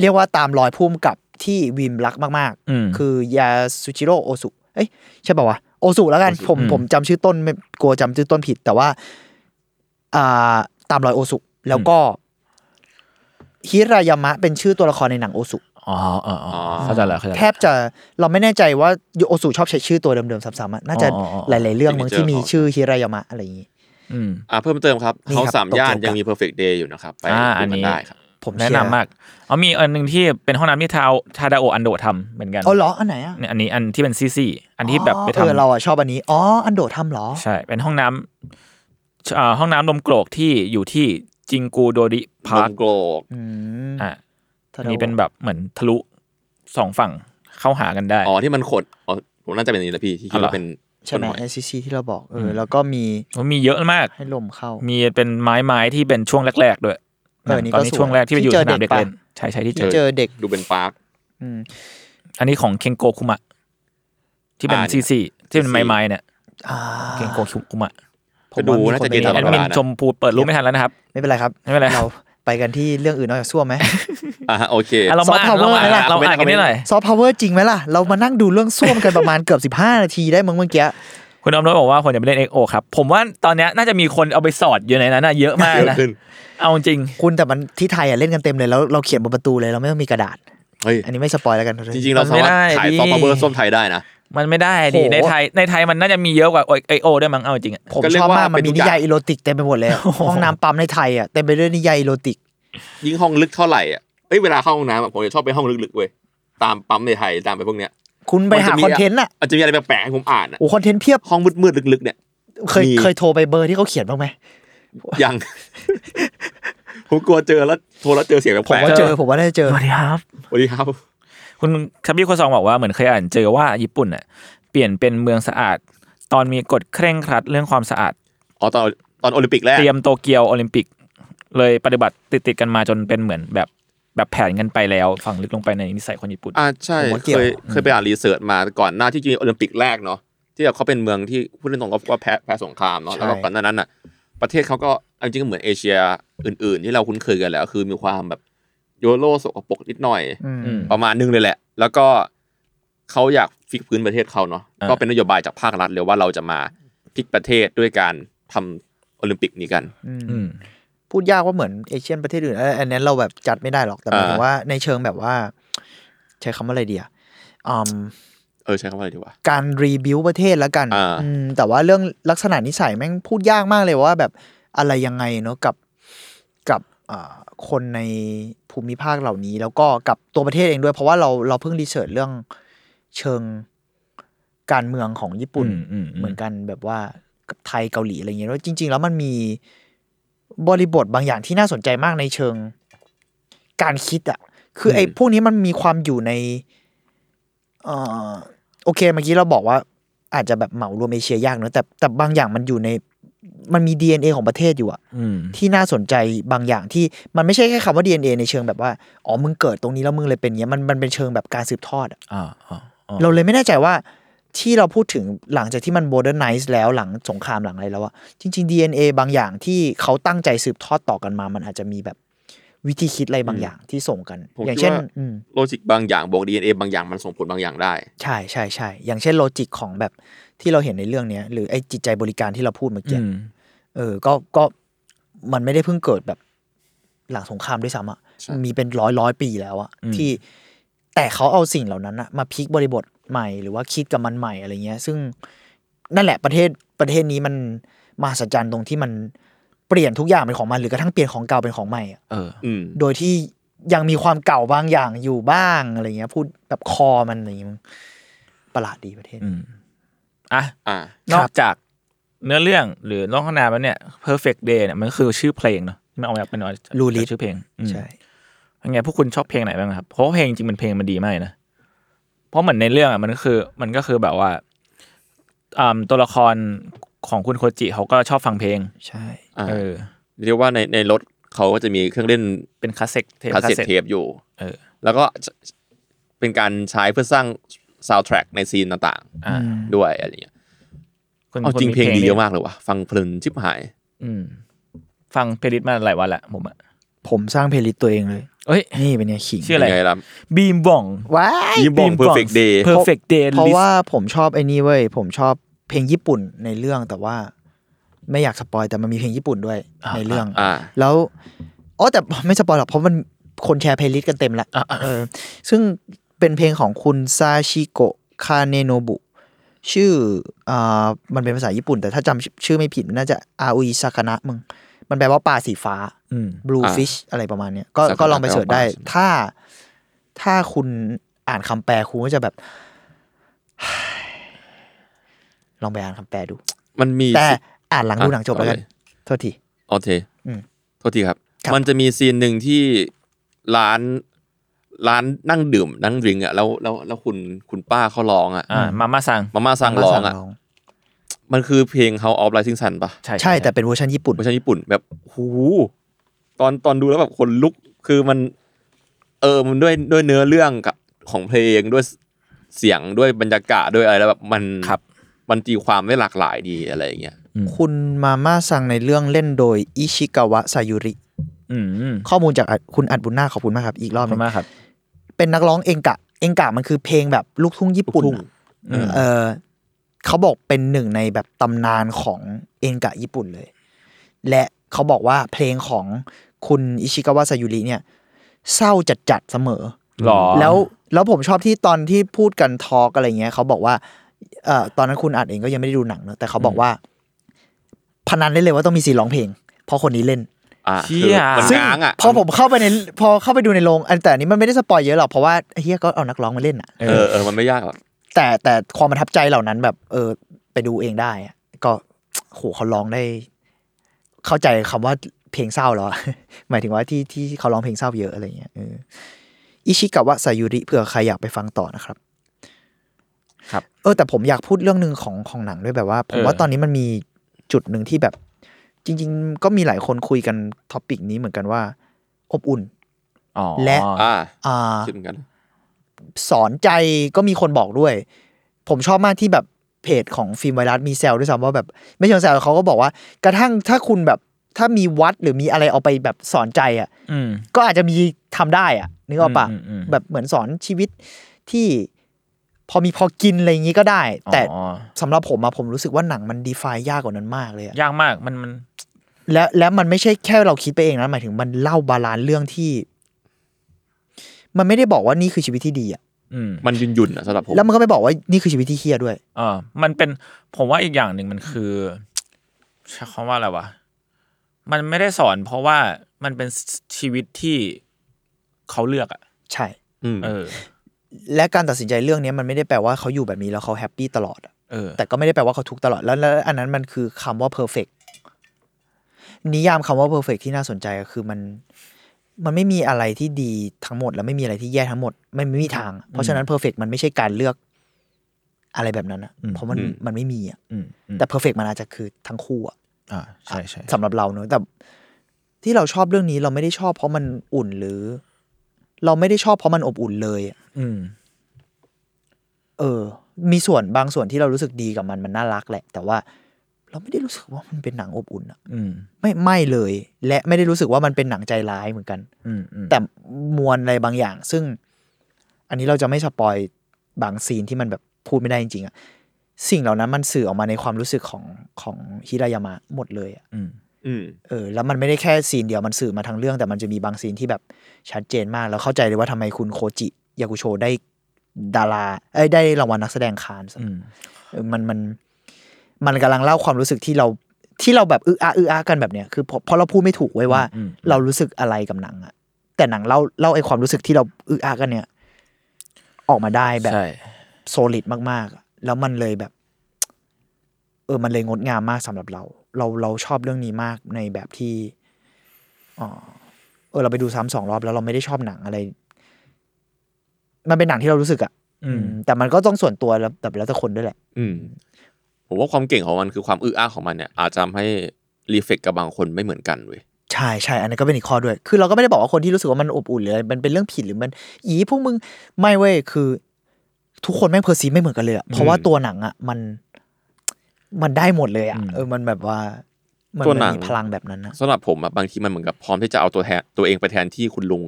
D: เรียกว่าตามรอยพุ่มกับที่วิมรักมาก
B: อืม
D: ๆ คือยาสุจิโร่โอสุเอ้ยใช่ป่าวะโอสุแล้วกันผม
B: อืม
D: ผมจำชื่อต้นไม่กลัวจำชื่อต้นผิด แต่ว่าอ่าตามรอยโอสุแล้วก็ฮิรายามะเป็นชื่อตัวละครในหนังโอสุ
B: ๋ออ๋ออ๋อเข้าใจแล้วเข้าใจ
D: แท
B: แล้ว
D: บจะเราไม่แน่ใจว่าโอสุชอบใช้ชื่อตัวเดิมๆซ้ำๆอะน่าจะ
B: อ๋ออ๋ออ๋
D: ห
B: อ
D: ลายๆเรื่องมั้งที่มี
C: ที่เจอ
D: ชื่อฮิรายามะอะไรอย่างงี้
B: อืม
C: อ่าเพิ่มเติมครับ
D: นี่
C: เขา
D: ครับ
C: สามย่าน
D: โตเกียว
C: ยัง
D: กะ
C: มี perfect day อยู่นะครับ ไป
B: อ่าอัน
C: ดูกั
B: นี้
C: นได้ครับ
D: ผม
B: แนะ
D: เชียร์
B: นำมากเอามีอันหนึ่งที่เป็นห้องน้ำที่ทาวทาดาโออันโดะทำเหมือนกัน
D: อ๋อเหรอ อันไหนอ่ะ
B: เนี่ยอันนี้อันที่เป็นซี่ซี่อันที่แบบไป
D: เออ
B: ทำ
D: เราอ่ะชอบอันนี้ อ๋อ อันโดดทำเหรอ
B: ใช่ เป็นห้องน้ำเอ่อห้องน้ำนมโกรกที่อยู่ที่จิงกูโดริพาร์คน
C: มโกรก
D: อืม
B: อ่ะ
D: ถ้า
B: นี่เป็นแบบเหมือนทะลุสองฝั่งเข้าหากันได้
C: อ๋อที่มันขดอ๋อผมน่าจะเป็นอันนี้แหละพี่ที่คิด
B: อ๋อเหรอ
C: ว่าเป็น
D: ใช่ไหม
C: ต้นอย
D: ไอซีซีที่เราบอก เออ
B: ม
D: อแล้วก็มี
B: มันมีเยอะมาก
D: ให้ลมเข้า
B: มีเป็นไม้ไม้ที่เป็นช่วงแรก ๆ ด้วย
D: เออนี่
B: ต
D: ก็
B: อนนี้ช่วงแรกที่ไปอยู่
D: ที่
B: ส
D: เจอเด็
B: นาม
D: ก
B: เด็กเล่น
D: ปะ
B: ใช่ใช่ที่เจ
D: ที่
B: อ
D: เจอเด็ก
C: ดูเป็นปาร์ค
D: อืม
B: อันนี้ของเคนโกคุมะ ที่เป็น
C: อ่า
B: ซี
C: เนี่ย
B: ซีที่เป็นไม้ไม้เนี่ย
D: อ่า
B: เคนโกคุมะ
C: ไปดูน่าจะเจอตลอ
B: แอ
C: ด
B: ด
C: เว
B: มิน
C: ลานะ
B: ชมพูเปิดรูปไม่ทันแล้วนะครับ
D: ไม่เป็นไรครับ
B: ไม่เป็นไร
D: เราไปกันที่เรื่องอื่นนอกจากส้วมไห ม
C: อ่าฮะโอเค
B: อ่ะเรามาอ่าน
D: Soft power
B: เรามาอ่าน
C: ไหมล่ะ
B: เราอ่านกันนิดหน่อย
D: ซอฟต์พาวเวอร์จริงไหมล่ะ เรามานั่งดูเรื่องส้วมกันประมาณ เกือบ 15 นาทีได้มึงเมื่อกี้
B: คุณอมรสบอกว่าคนจะไปเล่นเอ็กโอครับผมว่าตอนเนี้ยน่าจะมีคนเอาไปสอดอยู่ในนั้นน่ะเยอะมาก
C: เยอะ
B: นะ
C: ขึ้น
B: เอาจริง
D: คุณแต่มันที่ไทยอ่ะเล่นกันเต็มเลยแล้วเราเขียนบนประตูเลยเราไม่ต้องมีกระดาษ
C: เฮ้ย
D: อันนี้ไม่สปอยแล้วกัน
C: จริงๆเรา
B: มัน
C: สา
B: ไม่
C: มา
B: ได้
C: รถขาย
B: ดิ
C: ซอฟต์พาวเวอร์ส้มไทยได้นะ
B: มันไม่ได้ดิในไทยในไทยมันน่าจะมีเยอะกว่าไอโอด้วยมั้งเอาจริงอะ
D: ผม
C: ก็เรีย
D: ช
C: ก
D: อบมาก
C: ว่า
D: มั
C: เป็น น
D: มี
C: ทุกอ
D: นิ
C: ย่าง
D: ยายอีโรติกเต็มไปหมดเลยห้องน้ำปั๊มในไทยอ่ะเต็มไปด้วยนิยายอีโรติก
C: ยิ่งห้องลึกเท่าไหร่อ่ะเอ้ยเวลาเข้าห้องน้ำอะผมจะชอบไปห้องลึกๆเว้ยตามปั๊มในไทยตามไปพวกเนี้ย
D: คุณไปหาคอนเทนต์อ่ะ
C: อาจจะมีอะไรแปลกๆให้ผมอ่านอะ
D: โอ้คอนเทนต์เพียบ
C: ห้องมืดๆลึกๆเนี่ย
D: เคย
C: มี
D: เคยโทรไปเบอร์ที่เขาเขียนบ้างไหม
C: ยัง ผมกลัวเจอแล้วโทรแล้วเจอเสียง
D: ผม
C: แปลก
D: ว่าเจอผมว่าได้เจอ
B: สวัสดีครับ
C: ๆสวัสดีครับ
B: คุณคับบี้โคซองบอกว่าเหมือนเคยอ่านเจอว่าญี่ปุ่นอ่ะเปลี่ยนเป็นเมืองสะอาด ตอนมีกฎเคร่งครัดเรื่องความสะอาด
C: อ๋อตอนตอนโอลิมปิกแรก
B: เตรียมโตเกียวโอลิมปิก เลยปฏิบัติติดติดๆกันมาจนเป็นเหมือนแบบแบบแผนกันไปแล้วฝังลึกลงไปในนิสัยคนญี่ปุ่น
C: อ่าใช่
D: ผมว่าเกี่ยว
C: เคยเคยไปอ่านรีเสิร์ชมาก่อนหน้าที่จะมีโอลิมปิกแรกเนาะที่แบบเขาเป็นเมืองที่พูดตรงๆก็ว่าแพ้แพ้สงครามเนาะแล้วก็ก่อนหน้านั้นอ่ะ ประเทศเขาก็เอาจริงๆก็เหมือนเอเชียอื่น ๆ ที่เราคุ้นเคยกันแล้ว คือมีความแบบโยโรสกปรกนิดหน่อย
D: อืม
B: อืม
C: ประมาณนึงเลยแหละ แล้วก็เขาอยากฟิกพื้นประเทศเขาเนาะ
B: อ่า
C: ก็เป็นนโยบายจากภาครัฐเลยว่าเราจะมาพลิกประเทศด้วยการทำโอลิมปิกนี้กัน
B: อืม
D: พูดยากว่าเหมือนเอเชียนประเทศอื่นเอ้ยอันนั้นเราแบบจัดไม่ได้หรอกแต่หมายถึง
C: อ่า
D: ว่าในเชิงแบบว่า ใช้คำว่าอะไรดีอ่ะอืม
C: เออใช้คำว่าอะไรดีวะ
D: การรีบิวประเทศแล้วกัน
C: อ่า
D: อืมแต่ว่าเรื่องลักษณะนิสัยแม่งพูดยากมากเลยว่าแบบอะไรยังไงเนาะกับกับอ่าคนในภูมิภาคเหล่านี้ แล้วก็กับตัวประเทศเองด้วย เพราะว่าเราเราเพิ่งรีเสิร์ชเรื่องเชิงการเมืองของญี่ปุ่น
B: อืมอืมอืม
D: เหมือนกันแบบว่ากับไทยเกาหลีอะไรเงี้ยแล้วจริง ๆ แล้วมันมีบริบทบางอย่างที่น่าสนใจมากในเชิงการคิดอะคือไอ้พวกนี้มันมีความอยู่ในเอ่อโอเคเมื่อกี้เราบอกว่า อาจจะแบบเหมารวมเอเชียยากเนอะแต่แต่บางอย่างมันอยู่ในมันมี DNA ของประเทศอยู่อะ
B: อืม
D: ที่น่าสนใจบางอย่างที่มันไม่ใช่แค่คำว่า DNA ในเชิงแบบว่าอ๋อมึงเกิดตรงนี้แล้วมึงเลยเป็นอย่างเงี้ยมันมันเป็นเชิงแบบการสืบทอดอะ
B: อ่าอ่าอ่า
D: เราเลยไม่แน่ใจว่าที่เราพูดถึงหลังจากที่มันโมเดิร์นไนซ์แล้วหลังสงครามหลังอะไรแล้วอะจริง ๆ DNA บางอย่างที่เขาตั้งใจสืบทอดต่อกันมา มันอาจจะมีแบบวิธีคิดอะไรบางอย่างที่ส่งกัน
C: ผม
D: อย่าง
C: คิด
D: เช่น
C: ว่า
D: อืม
C: โลจิกบางอย่างบวก DNA บางอย่างมันส่งผลบางอย่างได้
D: ใช่ใช่ใช่อย่างเช่นโลจิกของแบบที่เราเห็นในเรื่องเนี้ยหรือไอ้จิตใจบริการที่เราพูดเมื่อกี้
B: อืม
D: เออก็ก็มันไม่ได้เพิ่งเกิดแบบหลังสงครามด้วยซ้ำอะ
C: ใช่
D: มีเป็นร้อยร้อยปีแล้วอะที่แต่เขาเอาสิ่งเหล่านั้นอะมาพลิกบริบทใหม่หรือว่าคิดกับมันใหม่อะไรเงี้ย ซึ่ง นั่นแหละประเทศประเทศนี้มันมหัศจรรย์ตรงที่มันเปลี่ยนทุกอย่างเป็นของมันหรือกระทั่งเปลี่ยนของเก่าเป็นของใหม่อะ
B: เออ
C: อืม
D: โดยที่ยังมีความเก่าบางอย่างอยู่บ้างอะไรเงี้ย พูดแบบคอมันอะไรเงี้ยมันประหลาดดีประเทศ
B: อืมอ่ะ
C: อ่า
B: น
D: ครั
B: อบ กจากเนื้อเรื่องหรือน้องข้างหน้ามันเนี่ย perfect day เนี่ยมันคือชื่อเพลงเนาะที่มันเอาแบบเป็นเอาจาก
D: รูลิส
B: ชื่อเพลงอืม
D: ใช่
B: เป็นไงพวกคุณชอบเพลงไหนบ้างครับ เพราะว่าเพลงจริงมันเพลงมันดีมากเลยนะ เพราะเหมือนในเรื่องอ่ะมันก็คือ มันก็คือแบบว่าอ่าตัวละครของคุณโคจิเขาก็ชอบฟังเพลง
D: ใช่
C: อ่า
B: เออ
C: เรียกว่าในในรถ เขาก็จะมีเครื่องเล่น
B: เป็นคาสเซ็ตเทป
C: คาสเซ็ต
B: คาสเซ็ต
C: เทปอยู่
B: เออ
C: แล้วก็เป็นการใช้เพื่อสร้างซาว n d แทร็กในซีนต่าง
B: อ่า
C: ๆ ด้วยอะไรเงี้ย
B: คุณ
C: เอา
B: คุณ
C: จริง
B: มี
C: เพลงดีเยอะมากเลยว่ะฟังเพลินชิบหาย
B: อืม ฟังเพลย์ลิสต์มาหลายวันละผมอะ
D: ผมสร้างเพลย์ลิสต์ตัวเองเลย
B: เอ้ย
D: นี่เป็นไงขิง
B: ชื่ออะไร
C: เป็นไงล่ะ
B: บีมบอง
D: ว้าย
C: Beam Bong Perfect Day
B: perfect day
D: เพราะ
B: List
D: ว่าผมชอบไอ้นี่เว้ย ผมชอบเพลงญี่ปุ่นในเรื่องแต่ว่า ไม่อยากสปอยแต่มันมีเพลงญี่ปุ่นด้วย
B: อ่า
D: ในเรื่อง
C: อ่า
D: แล้วอ๋อแต่ไม่สปอยหรอกเพราะมันคนแชร์เพลย์ลิสต์กันเต็มละเออ ซึ่งเป็นเพลงของคุณซาชิโกะคาเนโนบุชื่ออ่ามันเป็นภาษาญี่ปุ่น แต่ถ้าจำชื่อไม่ผิดมันน่าจะอาอุยซากานะมึง มันแปลว่าปลาสีฟ้า
B: อืม
D: บลู
C: อ่า
D: ฟิชอะไรประมาณเนี้ยก็
C: สัก
D: ก็ลองไป
C: แปลว่า
D: เสิร์ชได้
C: ปลาใช่ไหม
D: ถ้าถ้าคุณอ่านคำแปลคุณก็จะแบบ ลองไปอ่านคำแปลดู
C: มันมี
D: แต่อ่านหลังดู
C: อ่ะ
D: หนังจบแล้วกัน
C: ต่อเลย
D: โทษที
C: โอเค
D: อืม
C: โทษทีครับ
D: ครับ
C: มันจะมีซีนหนึ่งที่ร้านร้านนั่งดื่มนั่งดริงก์อ่ะแล้วแล้วแล้วคุณคุณป้าเขาร้องอ่ะ
B: อ่า มาม่าซัง
C: มาม่าสั่งร้อง
D: มา
C: อ่ะ
D: ร้อง
C: มันคือเพลง How of Rising Sun ปะ
B: ใช่
D: ใช่แต่เป็นเวอร์ชันญี่ปุ่น
C: เวอร์ชันญี่ปุ่นแบบหูตอนตอนดูแล้วแบบคนลุกคือมัน เออมันด้วยด้วยเนื้อเรื่องกับของเพลงด้วยเสียงด้วยบรรยากาศด้วยอะไรแล้วแบบมัน
B: ครับ
C: มันตีความได้หลากหลายดีอะไรอย่างเงี้ย
D: คุณมาม่าซังในเรื่องเล่นโดยอิชิกาวะซายุริ
B: อืม
D: ข้อมูลจากอัดคุณอัดบุญนาคขอบคุณมากครับ อีก
B: ข
D: รอ
B: อ
D: บบ ห
B: คุ
D: นึง
B: ณมากครับ
D: เป็นนักร้องเองกะ เองกะมันคือเพลงแบบลูกทุ่งญี่ปุ่น
C: ลูกทุ่ง
D: อะ
B: อืม
D: เออเขาบอกเป็นหนึ่งในแบบตำนานของเองกะญี่ปุ่นเลย และเขาบอกว่าเพลงของคุณอิชิกาวะซายุริเนี่ย เศร้าจัดๆเสมอ
B: หรอ
D: แล้วแล้วผมชอบที่ตอนที่พูดกันทอล์กอะไรเงี้ยเขาบอกว่าเอ่อตอนนั้นคุณอัดเองก็ยังไม่ได้ดูหนังเนอะแต่เขาบอกว่า พนันได้เลยว่าต้องมีซีนร้องเพลง เพราะคนนี้เล่น
C: อ่า
B: เชี่
C: คือย มัน
D: ซึ่ง
C: ง้างอ่ะ
D: พอผมเข้าไปในพอเข้าไปดูในโรงอันแต่อันนี้มันไม่ได้สปอยเยอะหรอกเพราะว่าเฮียก็เอานักร้องมาเล่นอ่ะ
C: เออเออมันไม่ยากหรอก
D: แต่แต่ความประทับใจเหล่านั้นแบบ เออ ไปดูเองได้อะก็โหเขาร้องได้ เข้าใจคำว่าเพลงเศร้าแล้วอะ หมายถึงว่าที่ที่เขาร้องเพลงเศร้าเยอะอะไรเงี้ยเอออิชิกาวะซายุริเผื่อใครอยากไปฟังต่อนะครับ
B: ครับ
D: เออแต่ผมอยากพูดเรื่องหนึ่งของของหนังด้วยแบบว่า ผม
B: เออ
D: ว่าตอนนี้มันมีจุดหนึ่งที่แบบ จริง ๆ ก็มีหลายคนคุยกันท็อปิกนี้เหมือนกันว่า อบอุ่น
B: อ๋อ
D: และ
C: อ่า
D: อ่า
C: คิดเหมือนกัน
D: สอนใจก็มีคนบอกด้วย ผมชอบมากที่แบบเพจของฟิล์มไวรัสมีแซลด้วยซ้ำว่าแบบ ไม่เชิงแซลเขาก็บอกว่า กระทั่งถ้าคุณแบบถ้ามีวัดหรือมีอะไรเอาไปแบบสอนใจอ่ะ
B: อืม
D: ก็อาจจะมีทำได้อ่ะนึกออกปะ
B: อืมอืมอืม
D: แบบเหมือนสอนชีวิตที่พอมีพอกินอะไรอย่างนี้ก็ได้ แต่
B: อ๋อ
D: สำหรับผมอะผมรู้สึกว่าหนังมันดีฟายยากกว่านั้นมากเลยอะ
B: ยากมากมันมัน
D: และและมันไม่ใช่แค่เราคิดไปเองนะหมายถึงมันเล่าบาลานซ์เรื่องที่ มันไม่ได้บอกว่านี่คือชีวิตที่ดีอะ
B: อืม
C: มันยุ่นยุ่นๆอะสำหรับผม
D: แล้วมันก็ไม่บอกว่านี่คือชีวิตที่เฮี้ยด้วย
B: อ่ามันเป็นผมว่าอีกอย่างหนึ่งมันคือใช้คำว่าอะไรวะ มันไม่ได้สอน เพราะว่ามันเป็นชีวิตที่เขาเลือกอ่ะ
D: ใช่
C: อืม
B: เออ
D: และการตัดสินใจเรื่องเนี้ยมันไม่ได้แปลว่าเขาอยู่แบบนี้แล้วเขาแฮปปี้ตลอดอะ
B: เออ
D: แต่ก็ไม่ได้แปลว่าเขาทุกข์ตลอดแล้วแล้วอันนั้นมันคือคำว่า perfect นิยามคำว่า perfect ที่น่าสนใจก็คือมัน มันไม่มีอะไรที่ดีทั้งหมด แล้วไม่มีอะไรที่แย่ทั้งหมดไม่ไม่มีทาง เพราะฉะนั้น perfect มันไม่ใช่การเลือกอะไรแบบนั้นอะ
B: อืม
D: เพราะมันมันไม่มีอะ
B: อืมอืม
D: แต่ perfect มันอาจจะคือทั้งคู่อะ
B: อ่าใช่ใช่
D: สำหรับเราเนอะแต่ที่เราชอบเรื่องนี้เราไม่ได้ชอบเพราะมันอุ่นหรือ เราไม่ได้ชอบเพราะมันอบอุ่นเลยอะ
B: อืม
D: เออ มีส่วนบางส่วนที่เรารู้สึกดีกับมันมันน่ารักแหละ แต่ว่า เราไม่ได้รู้สึกว่ามันเป็นหนังอบอุ่นอะ
B: อืม
D: ไม่ไม่เลย และไม่ได้รู้สึกว่ามันเป็นหนังใจร้ายเหมือนกัน
B: อืมอืม
D: แต่มวลอะไรบางอย่าง ซึ่ง อันนี้เราจะไม่สปอยบางซีนที่มันแบบพูดไม่ได้จริงๆอะสิ่งเหล่านั้นมันสื่อออกมาในความรู้สึกของของฮิรายามะหมดเลยอะ
B: อืม
C: อืม
D: เออแล้วมันไม่ได้แค่ซีนเดียวมันสื่อมาทั้งเรื่องแต่มันจะมีบางซีนที่แบบชัดเจนมาก แล้วเข้าใจเลยว่าทำไมคุณโคจิยากุโชได้ดาราเอ้ยได้รางวัลนักแสดงคานส์
B: อืม
D: เออมันมันมันกำลังเล่าความรู้สึกที่เราที่เราแบบอึะอะอึะอะกันแบบเนี้ยคือเพราะเพราะเราพูดไม่ถูกไว้ยว่า
B: อืมอืม
D: เรารู้สึกอะไรกับหนังอะแต่หนังเล่าเล่าไอ้ความรู้สึกที่เราอึะอะกันเนี่ย ออกมาได้แบบ
B: ใช่
D: โซลิดมากๆอะแล้วมันเลยแบบ เออ มันเลยงดงามมากสำหรับเรา เราเราชอบเรื่องนี้มากในแบบที่อ่าเออ เราไปดูซ้ำสองรอบแล้วเราไม่ได้ชอบหนังอะไร มันเป็นหนังที่เรารู้สึกอะ
B: อืม
D: อืมแต่มันก็ต้องส่วนตัวแล้วแต่แล้วแต่คนด้วยแหละ
C: อืม ผมว่าความเก่งของมันคือความอื้ออ้าของมันเนี่ย อาจจะทำให้รีเฟกกับบางคนไม่เหมือนกันเว้ย
D: ใช่ใช่อันนั้นก็เป็นอีกข้อด้วย คือเราก็ไม่ได้บอกว่าคนที่รู้สึกว่ามันอบอุ่นหรืออะไรมันเป็นเรื่องผิดหรือมัน อีพวกมึงไม่เว้ยคือ ทุกคนแม่งเพอร์ซีฟไม่เหมือนกันเลยอะเพราะว่าตัวหนังอะมัน มันได้หมดเลยอะ
B: อืม
D: เออมันแบบว่า มัน
C: ตัวหนัง
D: มีพลังแบบนั้นนะ
C: สำหรับผมอะบางทีมันเหมือนกับพร้อมที่จะเอาตัวแทนตัวเองไปแทนที่คุณลุง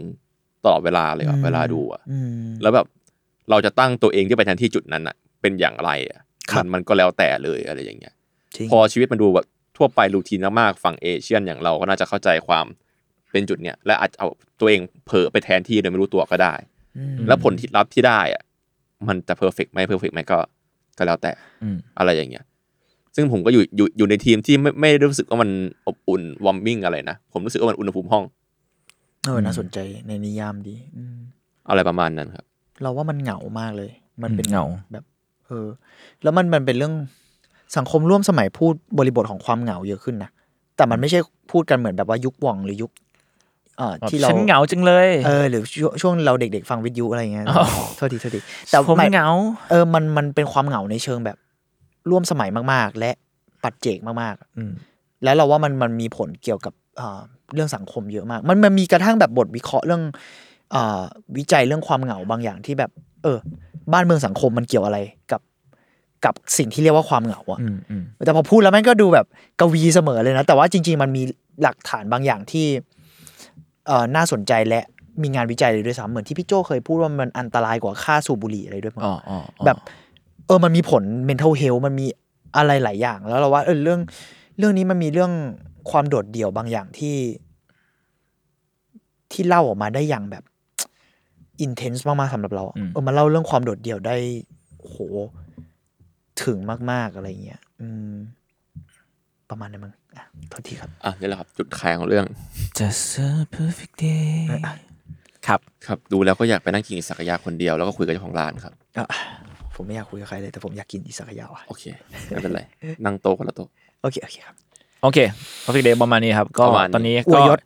C: ตลอดเวลาเลยอะ
D: อืม
C: เวลาดูอะ
D: อืม
C: แล้วแบบเราจะตั้งตัวเองที่ไปแทนที่จุดนั้นอะเป็นอย่างไรอะ
D: ค
C: มั
D: รับ
C: นมันก็แล้วแต่เลยอะไรอย่างเงี้ย
D: จริง
C: พอชีวิตมันดูแบบทั่วไปรูทีนมากๆฝั่งเอเชียนอย่างเราก็น่าจะเข้าใจความเป็นจุดเนี้ยและอาจจะเอาตัวเองเผลอไปแทนที่โดยไม่รู้ตัวก็ได้
D: ม
C: แล้วผลที่รับที่ได้อะมันจะเพอร์เฟกไหมเพอร์เฟกไหมก็ก็แล้วแต่
B: อืม
C: อะไรอย่างเงี้ย ซึ่งผมก็อยู่อยู่อยู่ในทีมที่ไม่ไม่ได้รู้สึกว่ามันอบอุ่นวอร์มมิ่งอะไรนะผมรู้สึกว่ามันอุณหภูมิห้อง
D: เออน่าสนใจในนิยามดีอืม
C: อะไรประมาณนั้นครับ
D: เราว่ามันเหงามากเลย มันเป็น
B: เหงา
D: เออแล้วมันมันเป็นเรื่องสังคมร่วมสมัยพูดบริบทของความเหงาเยอะขึ้นนะแต่มันไม่ใช่พูดกันเหมือนแบบว่ายุคหว่องหรือยุคเอ่อที่เรา
B: ฉันเหงาจังเลย
D: เออหรือช่วงช่วงเราเด็กๆ ฟังวิทยุอะไรอย่างเงี้ยโทษทีโทษทีแต่
B: ผม
D: หมาย
B: เหงา
D: เออมันมันเป็นความเหงาในเชิงแบบร่วมสมัยมากๆ และปัจเจกมากๆ
B: อืม
D: แล้วเราว่ามันมันมีผลเกี่ยวกับเอ่อเรื่องสังคมเยอะมาก มันมันมีกระทั่งแบบบทวิเคราะห์เรื่องเออวิจัยเรื่องความเหงาบางอย่างที่แบบ เออ บ้านเมืองสังคมมันเกี่ยวอะไรกับ กับสิ่งที่เรียกว่าความเหงาอะ
B: อืมอืม
D: แต่พอพูดแล้วมันก็ดูแบบกวีเสมอเลยนะ แต่ว่าจริง ๆ มันมีหลักฐานบางอย่างที่เอ่อน่าสนใจและมีงานวิจัยเลยด้วยซ้ำเหมือนที่พี่โจเคยพูดว่ามันอันตรายกว่าค่าสูบบุหรี่อะไรด้วยมั้ง
B: อ๋ออ๋ออ๋อ
D: แบบเออมันมีผล mental health มันมีอะไรหลายอย่าง แล้วเราว่าเออเรื่อง เรื่องนี้มันมีเรื่องความโดดเดี่ยวบางอย่างที่ ที่เล่าออกมาได้อย่างแบบ intense มากๆสำหรับเราอะ
B: อืม
D: เออมันเล่าเรื่องความโดดเดี่ยวได้โหถึงมาก ๆอะไรเงี้ยอืม ประมาณนั้นมั้งอ่ะโทษทีครับ
C: อ่ะนี่แหละครับจุดขายของเรื่อง
B: Just a perfect day ครับ
C: ครับดูแล้วก็อยากไปนั่งกินอิสักายาคนเดียวแล้วก็คุยกับเจ้าของร้านครับ
D: อ่ะผมไม่อยากคุยกับใครเลยแต่ผมอยากกินอิสากายาวอะ
C: โอเคไม่เป็นไร นั่งโต๊ะคนละโต๊ะ
D: โอเคโอเคครับ
B: โอเค perfect day ประมาณนี้ครับ ก็
C: ประมาณนี้
B: ตอนนี้
D: อว
B: ก็
D: ยยศ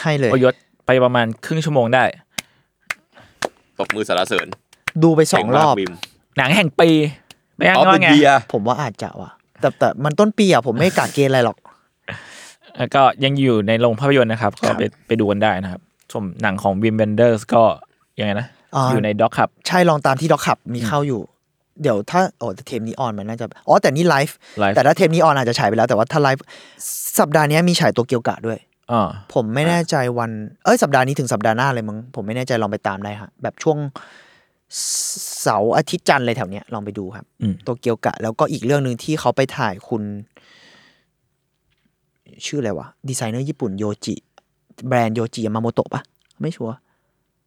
D: ให้เลย
B: อวยยศไปประมาณครึ่งชั่วโมงได้
C: ตบมือสารเสริญ
D: ดูไปสอง
C: เก่
D: ร
C: มาก
D: อบ
C: วิม
B: หนังแห่งปีไม่ยัง
C: ออฟ
B: ว่า
C: เดอะ
B: ไง
C: เยียร์
D: ผมว่าอาจจะว่ะแต่แต่มันต้นปีอ่ะผมไม่กะเกณฑ์อะไรหรอก
B: แล้วก็ยังอยู่ในโรงภาพยนตร์นะครับ ก็ไปไปดูกันได้นะครับ ชมหนังของวิมเบนเดอร์สก็ยังไงนะ
D: อ่า
B: อยู่ในด็อกครับ
D: ใช่ลองตามที่ด็อกขับมีเข้าอยู่ เดี๋ยวถ้าโอ้แต่เทมนี้ออนมันน่าจะอ๋อแต่นี่ไลฟ์
B: Live
D: แต่ถ้าเทมนี้ออนอาจจะฉายไปแล้ว แต่ว่าถ้าไลฟ์สัปดาห์เนี้ยมีฉายตัวเกียวกะด้วย
B: อ่า
D: ผมไม่แน่ใจวัน เอ้ยสัปดาห์นี้ถึงสัปดาห์หน้าเลยมั้งผมไม่แน่ใจลองไปตามได้ฮะแบบช่วงเสาร์อาทิตย์จันทร์อะไรแถวเนี้ยลองไปดูครับ
B: อืม
D: ตัวเกียวกะ แล้วก็อีกเรื่องหนึ่งที่เขาไปถ่ายคุณ ชื่ออะไรวะดีไซเนอร์ญี่ปุ่นโยจิ แบรนด์โยจิยามาโมโตะปะไม่ชัวร์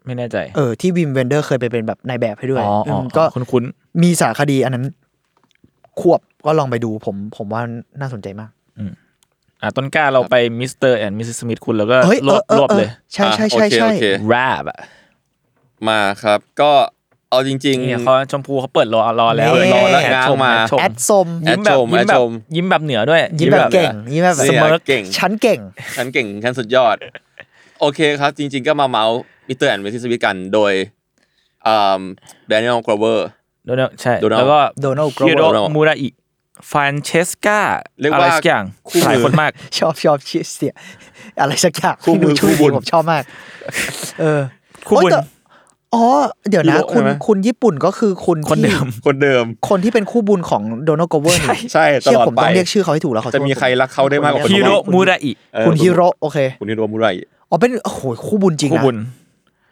B: ไม่แน่ใจ
D: เออที่วิมเวนเดอร์เคยไปเป็นแบบนายแบบให้ด้วย
B: อ๋ออ๋อ
D: มก็
B: คุ้นคุ้น
D: มีสารคดีอันนั้น ควบก็ลองไปดูผมผมว่าน่าสนใจมาก
B: ๆอ่ะต้นกล้าเราไปมิสเตอร์แอนด์มิสซิสสมิธคุณแล้วก็
D: ฮ้ย
B: รวบ
D: ออออ
B: รวบเลย
D: ออใช่ใช่ใช่
C: อ่ะโอเค
D: ใช่
C: โอเค
B: แรปอ่ะ
C: มาครับ ก็เอาจริง
B: เนี่ยเขาชมพูเขาเปิดรอรอแล้ว
C: เปิดรอแล้ว
B: ห
C: ง้าง
B: ช
C: มา
B: หช
D: แอดสม
C: แอ
B: ยิ้
C: ด
B: มแบบ
C: ชม
B: ยิ้ม
C: แอด
B: แบ
C: ช
B: บ
C: ม
B: ยิ้มแบบเหนือด้วย
D: ยิ้มแบบเก่งยิ้มแบบ
C: นี่
D: เสมอ
C: เก่ง
D: ชั้นเก่ง
C: ฉันเก่งฉันสุดยอด โอเคครับ จริง ๆ ก็มาเมาส์มิสเตอร์แอนด์มิสซิสวิกันโดยแดเนียลกรอเวอร์
B: โดนัลใช่
C: โดนัล
B: แล้วก็
D: Donald
B: คิโด
C: Glover
B: มูราอิฟานเชสกา
C: เรียก
B: อะไร
C: ว่า
B: สักอย่าง
C: คู่มือ
B: หลายคนมาก
D: ชอบชอบชื่อเสียอะไรสักอย่าง
C: คู่มือ
D: ชื่
C: คู่บุญ
D: ดีผมชอบมาก เออ
B: คู่บุญ
D: โอ้แต่อ๋อ เดี๋ยวนะ
C: ฮีโร่
D: คุ
C: ใช่
D: ณ
C: ไหม
D: คุณญี่ปุ่นก็คือคุณ
B: คน
D: ที่
B: เดิม
C: คนเดิม
D: คนที่เป็นคู่บุญของโดนัลโกเวอร์นี่
C: ใช่ต
D: เชื่อ
C: ลอด
D: ผม
C: ไป
D: ต้องเรียกชื่อเขาให้ถูกแล้วขอโทษ
C: จะมีใครรักเขาได้มากกว่าคน
B: ฮิ
C: คน
B: โร
C: นี้
B: มูราอิ
C: เออ
D: คุณฮีโร่โอเค
C: คุณฮิโรมูไร
D: อ๋อเป็นโอ้โหคู่บุญจริง
B: คู่
D: นะ
B: บุญ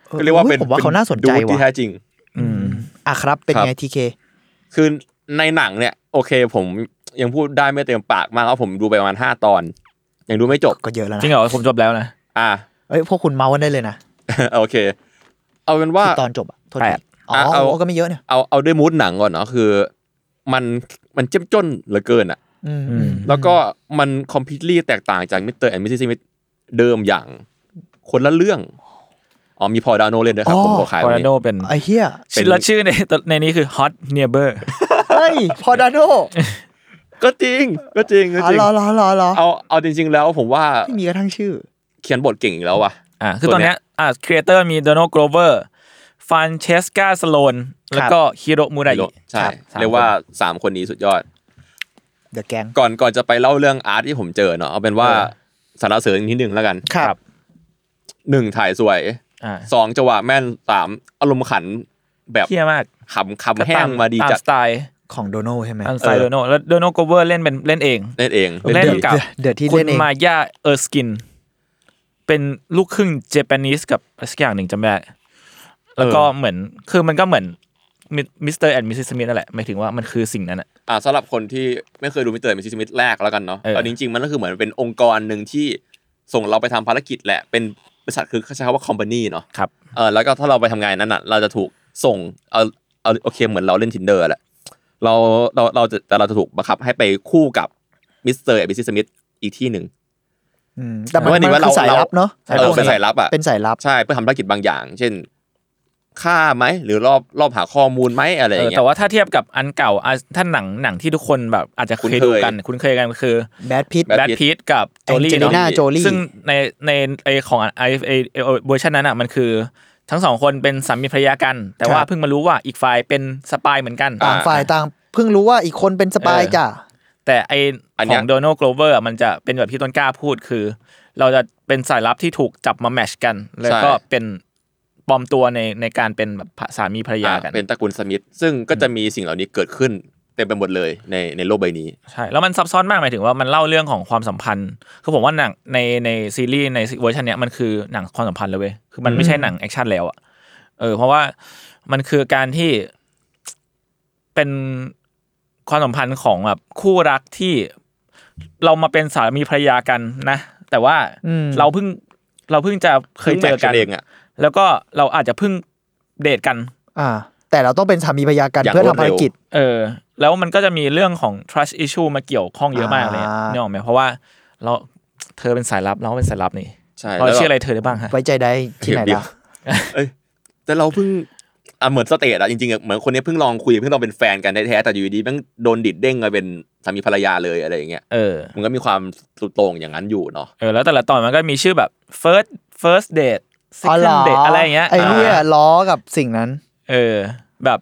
D: ออ
C: ก็เรียกว่าเป็น
D: ผมว่าเขาน่าสนใจ
C: ดูดที่
D: ว่ะ
C: แท้จริง
B: อืม
D: อ่ะครับ เป็น
C: ครับ
D: ไงทีเค
C: คือในหนังเนี่ย โอเคผมยังพูดได้ไม่เต็มปากมากเพราะผมดูไปประมาณห้าตอน ยังดูไม่จบ
D: ก็เยอะแล้วนะ
B: จริงเหรอ ผมจบแล้วนะ
C: อ่ะ
D: เอ้ยพวกคุณเมาส์กันได้เลยนะ
C: โอเค เอาเป็นว่า
D: กี่ตอนจบอ่ะโทษ
B: แป
D: ที
B: ด
D: อ๋อ
C: อ่ะเอา
D: โอ้ก็ไม่เยอะเนี่ย
C: เอาเอาด้วยมูดหนังก่อนเนาะคือ มันมันเจ้มจนเหลือเกินอ่ะ
D: อืม
B: อืม
C: แล้วก็มันคอมพิวลี่แตกต่างจากมิสเตอร์แอนด์มิสซิสมิธเดิมอย่างคนละเรื่อง อ๋อมีพอดาโนเล่นด้วยครับ ผมขอขาย
B: คอ
C: วัน
B: ราโด
C: นี้
B: เป็น
D: ไอ้เหี้ย
C: เป็
B: ชื่
C: น
B: อและชื่อในในนี้คือ Hot Neighbor
D: เฮ้ยพอดาโน
C: ก็จริง ก็จริงก็
D: อ๋
C: จริ
D: อ
C: ง
D: เหรอเหรอเหรอเหรอ
C: เอาเอาจริง ๆ แล้วผมว่า
D: ไม่มีกระทั่งชื่อ
C: เขียนบทเก่งอีกแล้วว่ะ
B: อ่าคือ
C: ตั
B: ต
C: ว
B: อน
C: เนี้
B: เนี้
C: ย
B: ยอ่าครีเอเตอร์มีโดนัลโกลเวอร์ฟานเชสกาสโลน แล้วก็ฮิโรมูราอิ
C: ใช่
B: คบสม
C: เรียกว่าสามคนนี้สุดยอด
D: The Gang
C: ก่อนก่อนจะไปเล่าเรื่องอาร์ตที่ผมเจอเนาะเอาเป็นว่า สารเสริญนิดหนึ่งแล้วกัน
D: ครับ
C: หนึ่งถ่ายสวย
B: อ่า
C: สองจังหวะแม่นสามอารมณ์ขันแบบ
B: เที่ยมาก
C: ขำขำแห้งมาดี
B: ต
C: จัด
B: สไตล์
D: ของโดนัลใช่ไหม
B: อันสไตล์โดโนแล้วโดโนโกเวอร์เล่นเป็นเล่นเอง
C: เล่นเอง
B: เล่น
C: ดี
B: กับ
D: เดือดที่
B: คุณ
D: เล่นเอง
B: มาย่าเออร์สกิน เป็นลูกครึ่งเจแปนิสกับอะไรสักอย่างหนึ่งจำไม่ได้ แล้วก็
C: เออ
B: เหมือนคือมันก็เหมือนมิสเตอร์แอนด์มิสซิสมิธนั่นแหละหมายถึงว่ามันคือสิ่งนั้นอะ
C: อ่าสำหรับคนที่ไม่เคยดูมิสเตอร์มิสซิสมิธแรกแล้วกันเนาะ
B: เออ
C: เอาจริงๆ มันก็คือเหมือนเป็นองค์กรหนึ่งที่ส่งเราไปทำภารกิจแหละ เป็นบริษัทคือเขาใช้คำว่าคอมพานีเนาะ
B: ครับ
C: เออแล้วก็ถ้าเราไปทำงานนั้นน่ะ เราจะถูกส่งเอาเอาโอเคเหมือนเราเล่นทินเดอร์แหละเราเราเราจะแต่เราจะถูกบังคับให้ไปคู่กับมิสเตอร์เอบิซิสมิธอีกที่หนึ่ง
D: อืมแต่มัน
C: เพราะว่านี่
D: มัน
C: ว่า
D: คื
C: เรา
D: อสายลับเนาะ
C: เออเป็นสายลับอะ
D: เป็นสายลับ
C: ใช่เพื่อทำภารกิจบางอย่าง เช่นฆ่าไหมหรือรอบรอบหาข้อมูลไหมอะไรอย่าง
B: เออ
C: เงี้
B: แต่
C: ย
B: ว่าถ้าเทียบกับอันเก่าอ่ะถ้าหนังหนังที่ทุกคนแบบอาจจะเค
C: คุ้น
B: ย
C: เคย
B: ดูกันคุ้นเคยกันคือ
D: แบทพิท
C: Brad
B: แบท
C: Pitt
B: พีทกับโจ
D: แอง
B: ลี่
D: เจลิน่า
B: เนาะ
D: โจลี่
B: ซึ่งในในไอของไอไอไอ้เวอร์ชันนั้นอ่ะมันคือ ทั้งสองคนเป็นสามีภรรยากัน แต่ว่า
D: ครับ
B: เพิ่งมารู้ว่าอีกฝ่ายเป็นสปายเหมือนกัน
C: อ่
D: ต่างฝ่ายต่างเพิ่งรู้ว่าอีกคนเป็นสปาย
B: เออ
D: จ้ะ
B: แต่ไอ
C: อั
B: ข
C: น
B: อ
C: เนี้
B: ย งโดนัลด์โกลเวอร์มันจะเป็นแบบที่ต้นกล้าพูดคือ เราจะเป็นสายลับที่ถูกจับมาแมทชกัน แล้วก็เป็นปลอมตัวในในการเป็นแบบสามีภรรยา
C: อ่า
B: กัน
C: เป็นตระกูลสมิธซึ่งก็จะมีสิ่งเหล่านี้เกิดขึ้นเต็มไปหมดเลยในในโลกใบนี้
B: ใช่แล้วมันซับซ้อนมากหมายถึงว่ามันเล่าเรื่องของความสัมพันธ์คือผมว่าหนังในในซีรีส์ในเวอร์ชันเนี้ยมันคือหนังความสัมพันธ์เลยเว้ยคือมันไม่ใช่หนังแอคชั่นแล้วอ่ะเออเพราะว่ามันคือการที่เป็นความสัมพันธ์ของแบบคู่รักที่เรามาเป็นสามีภรรยากันนะ แต่ว่า
D: อืม
B: เราเพิ่งเราเพิ่งจะเคยเจอกัน
C: เพิ่งแมทช์กันเองอะ
B: แล้วก็เราอาจจะเพิ่งเดทกัน
D: อ่า แต่เราต้องเป็นสามีภรรยากัน
C: อย่าง
D: เพื่อทำภารกิจ
B: เออแล้วมันก็จะมีเรื่องของ trust issue มาเกี่ยวข้องเยอะมากเลยอะ
D: อ่า
B: นี่ออกไหมเพราะว่าเราเธอเป็นสายลับเราก็เป็นสายลับนี่
C: ใช่
B: เรา
C: แล้ว
B: เชื่ออะไรเธอได้บ้างฮะ
D: ไว้ใจได้ที่ไหน
C: เดี๋ยว
D: ล่ะ
C: เอ้ยแต่เราเพิ่งอ่ะเหมือนสเตทอะจริงๆอะเหมือนคนเนี้ยเพิ่งลองคุยเพิ่งลองเป็นแฟนกันแท้ๆแต่อยู่ดีๆแมันโดนดิดเด้งมาเป็นสามีภรรยาเลยอะไรอย่างเงี้ย
B: เออ
C: มันก็มีความสุดโต่งอย่างนั้นอยู่เนาะ
B: เออแล้วแต่ละตอนมันก็มีชื่อแบบ first first date
D: อ๋อเหร
B: second
D: อ
B: date อะไรอย่างเงี้ย
D: ไอ้เนี่ย
B: อ่า
D: ล้อกับสิ่งนั้น
B: เออแบบ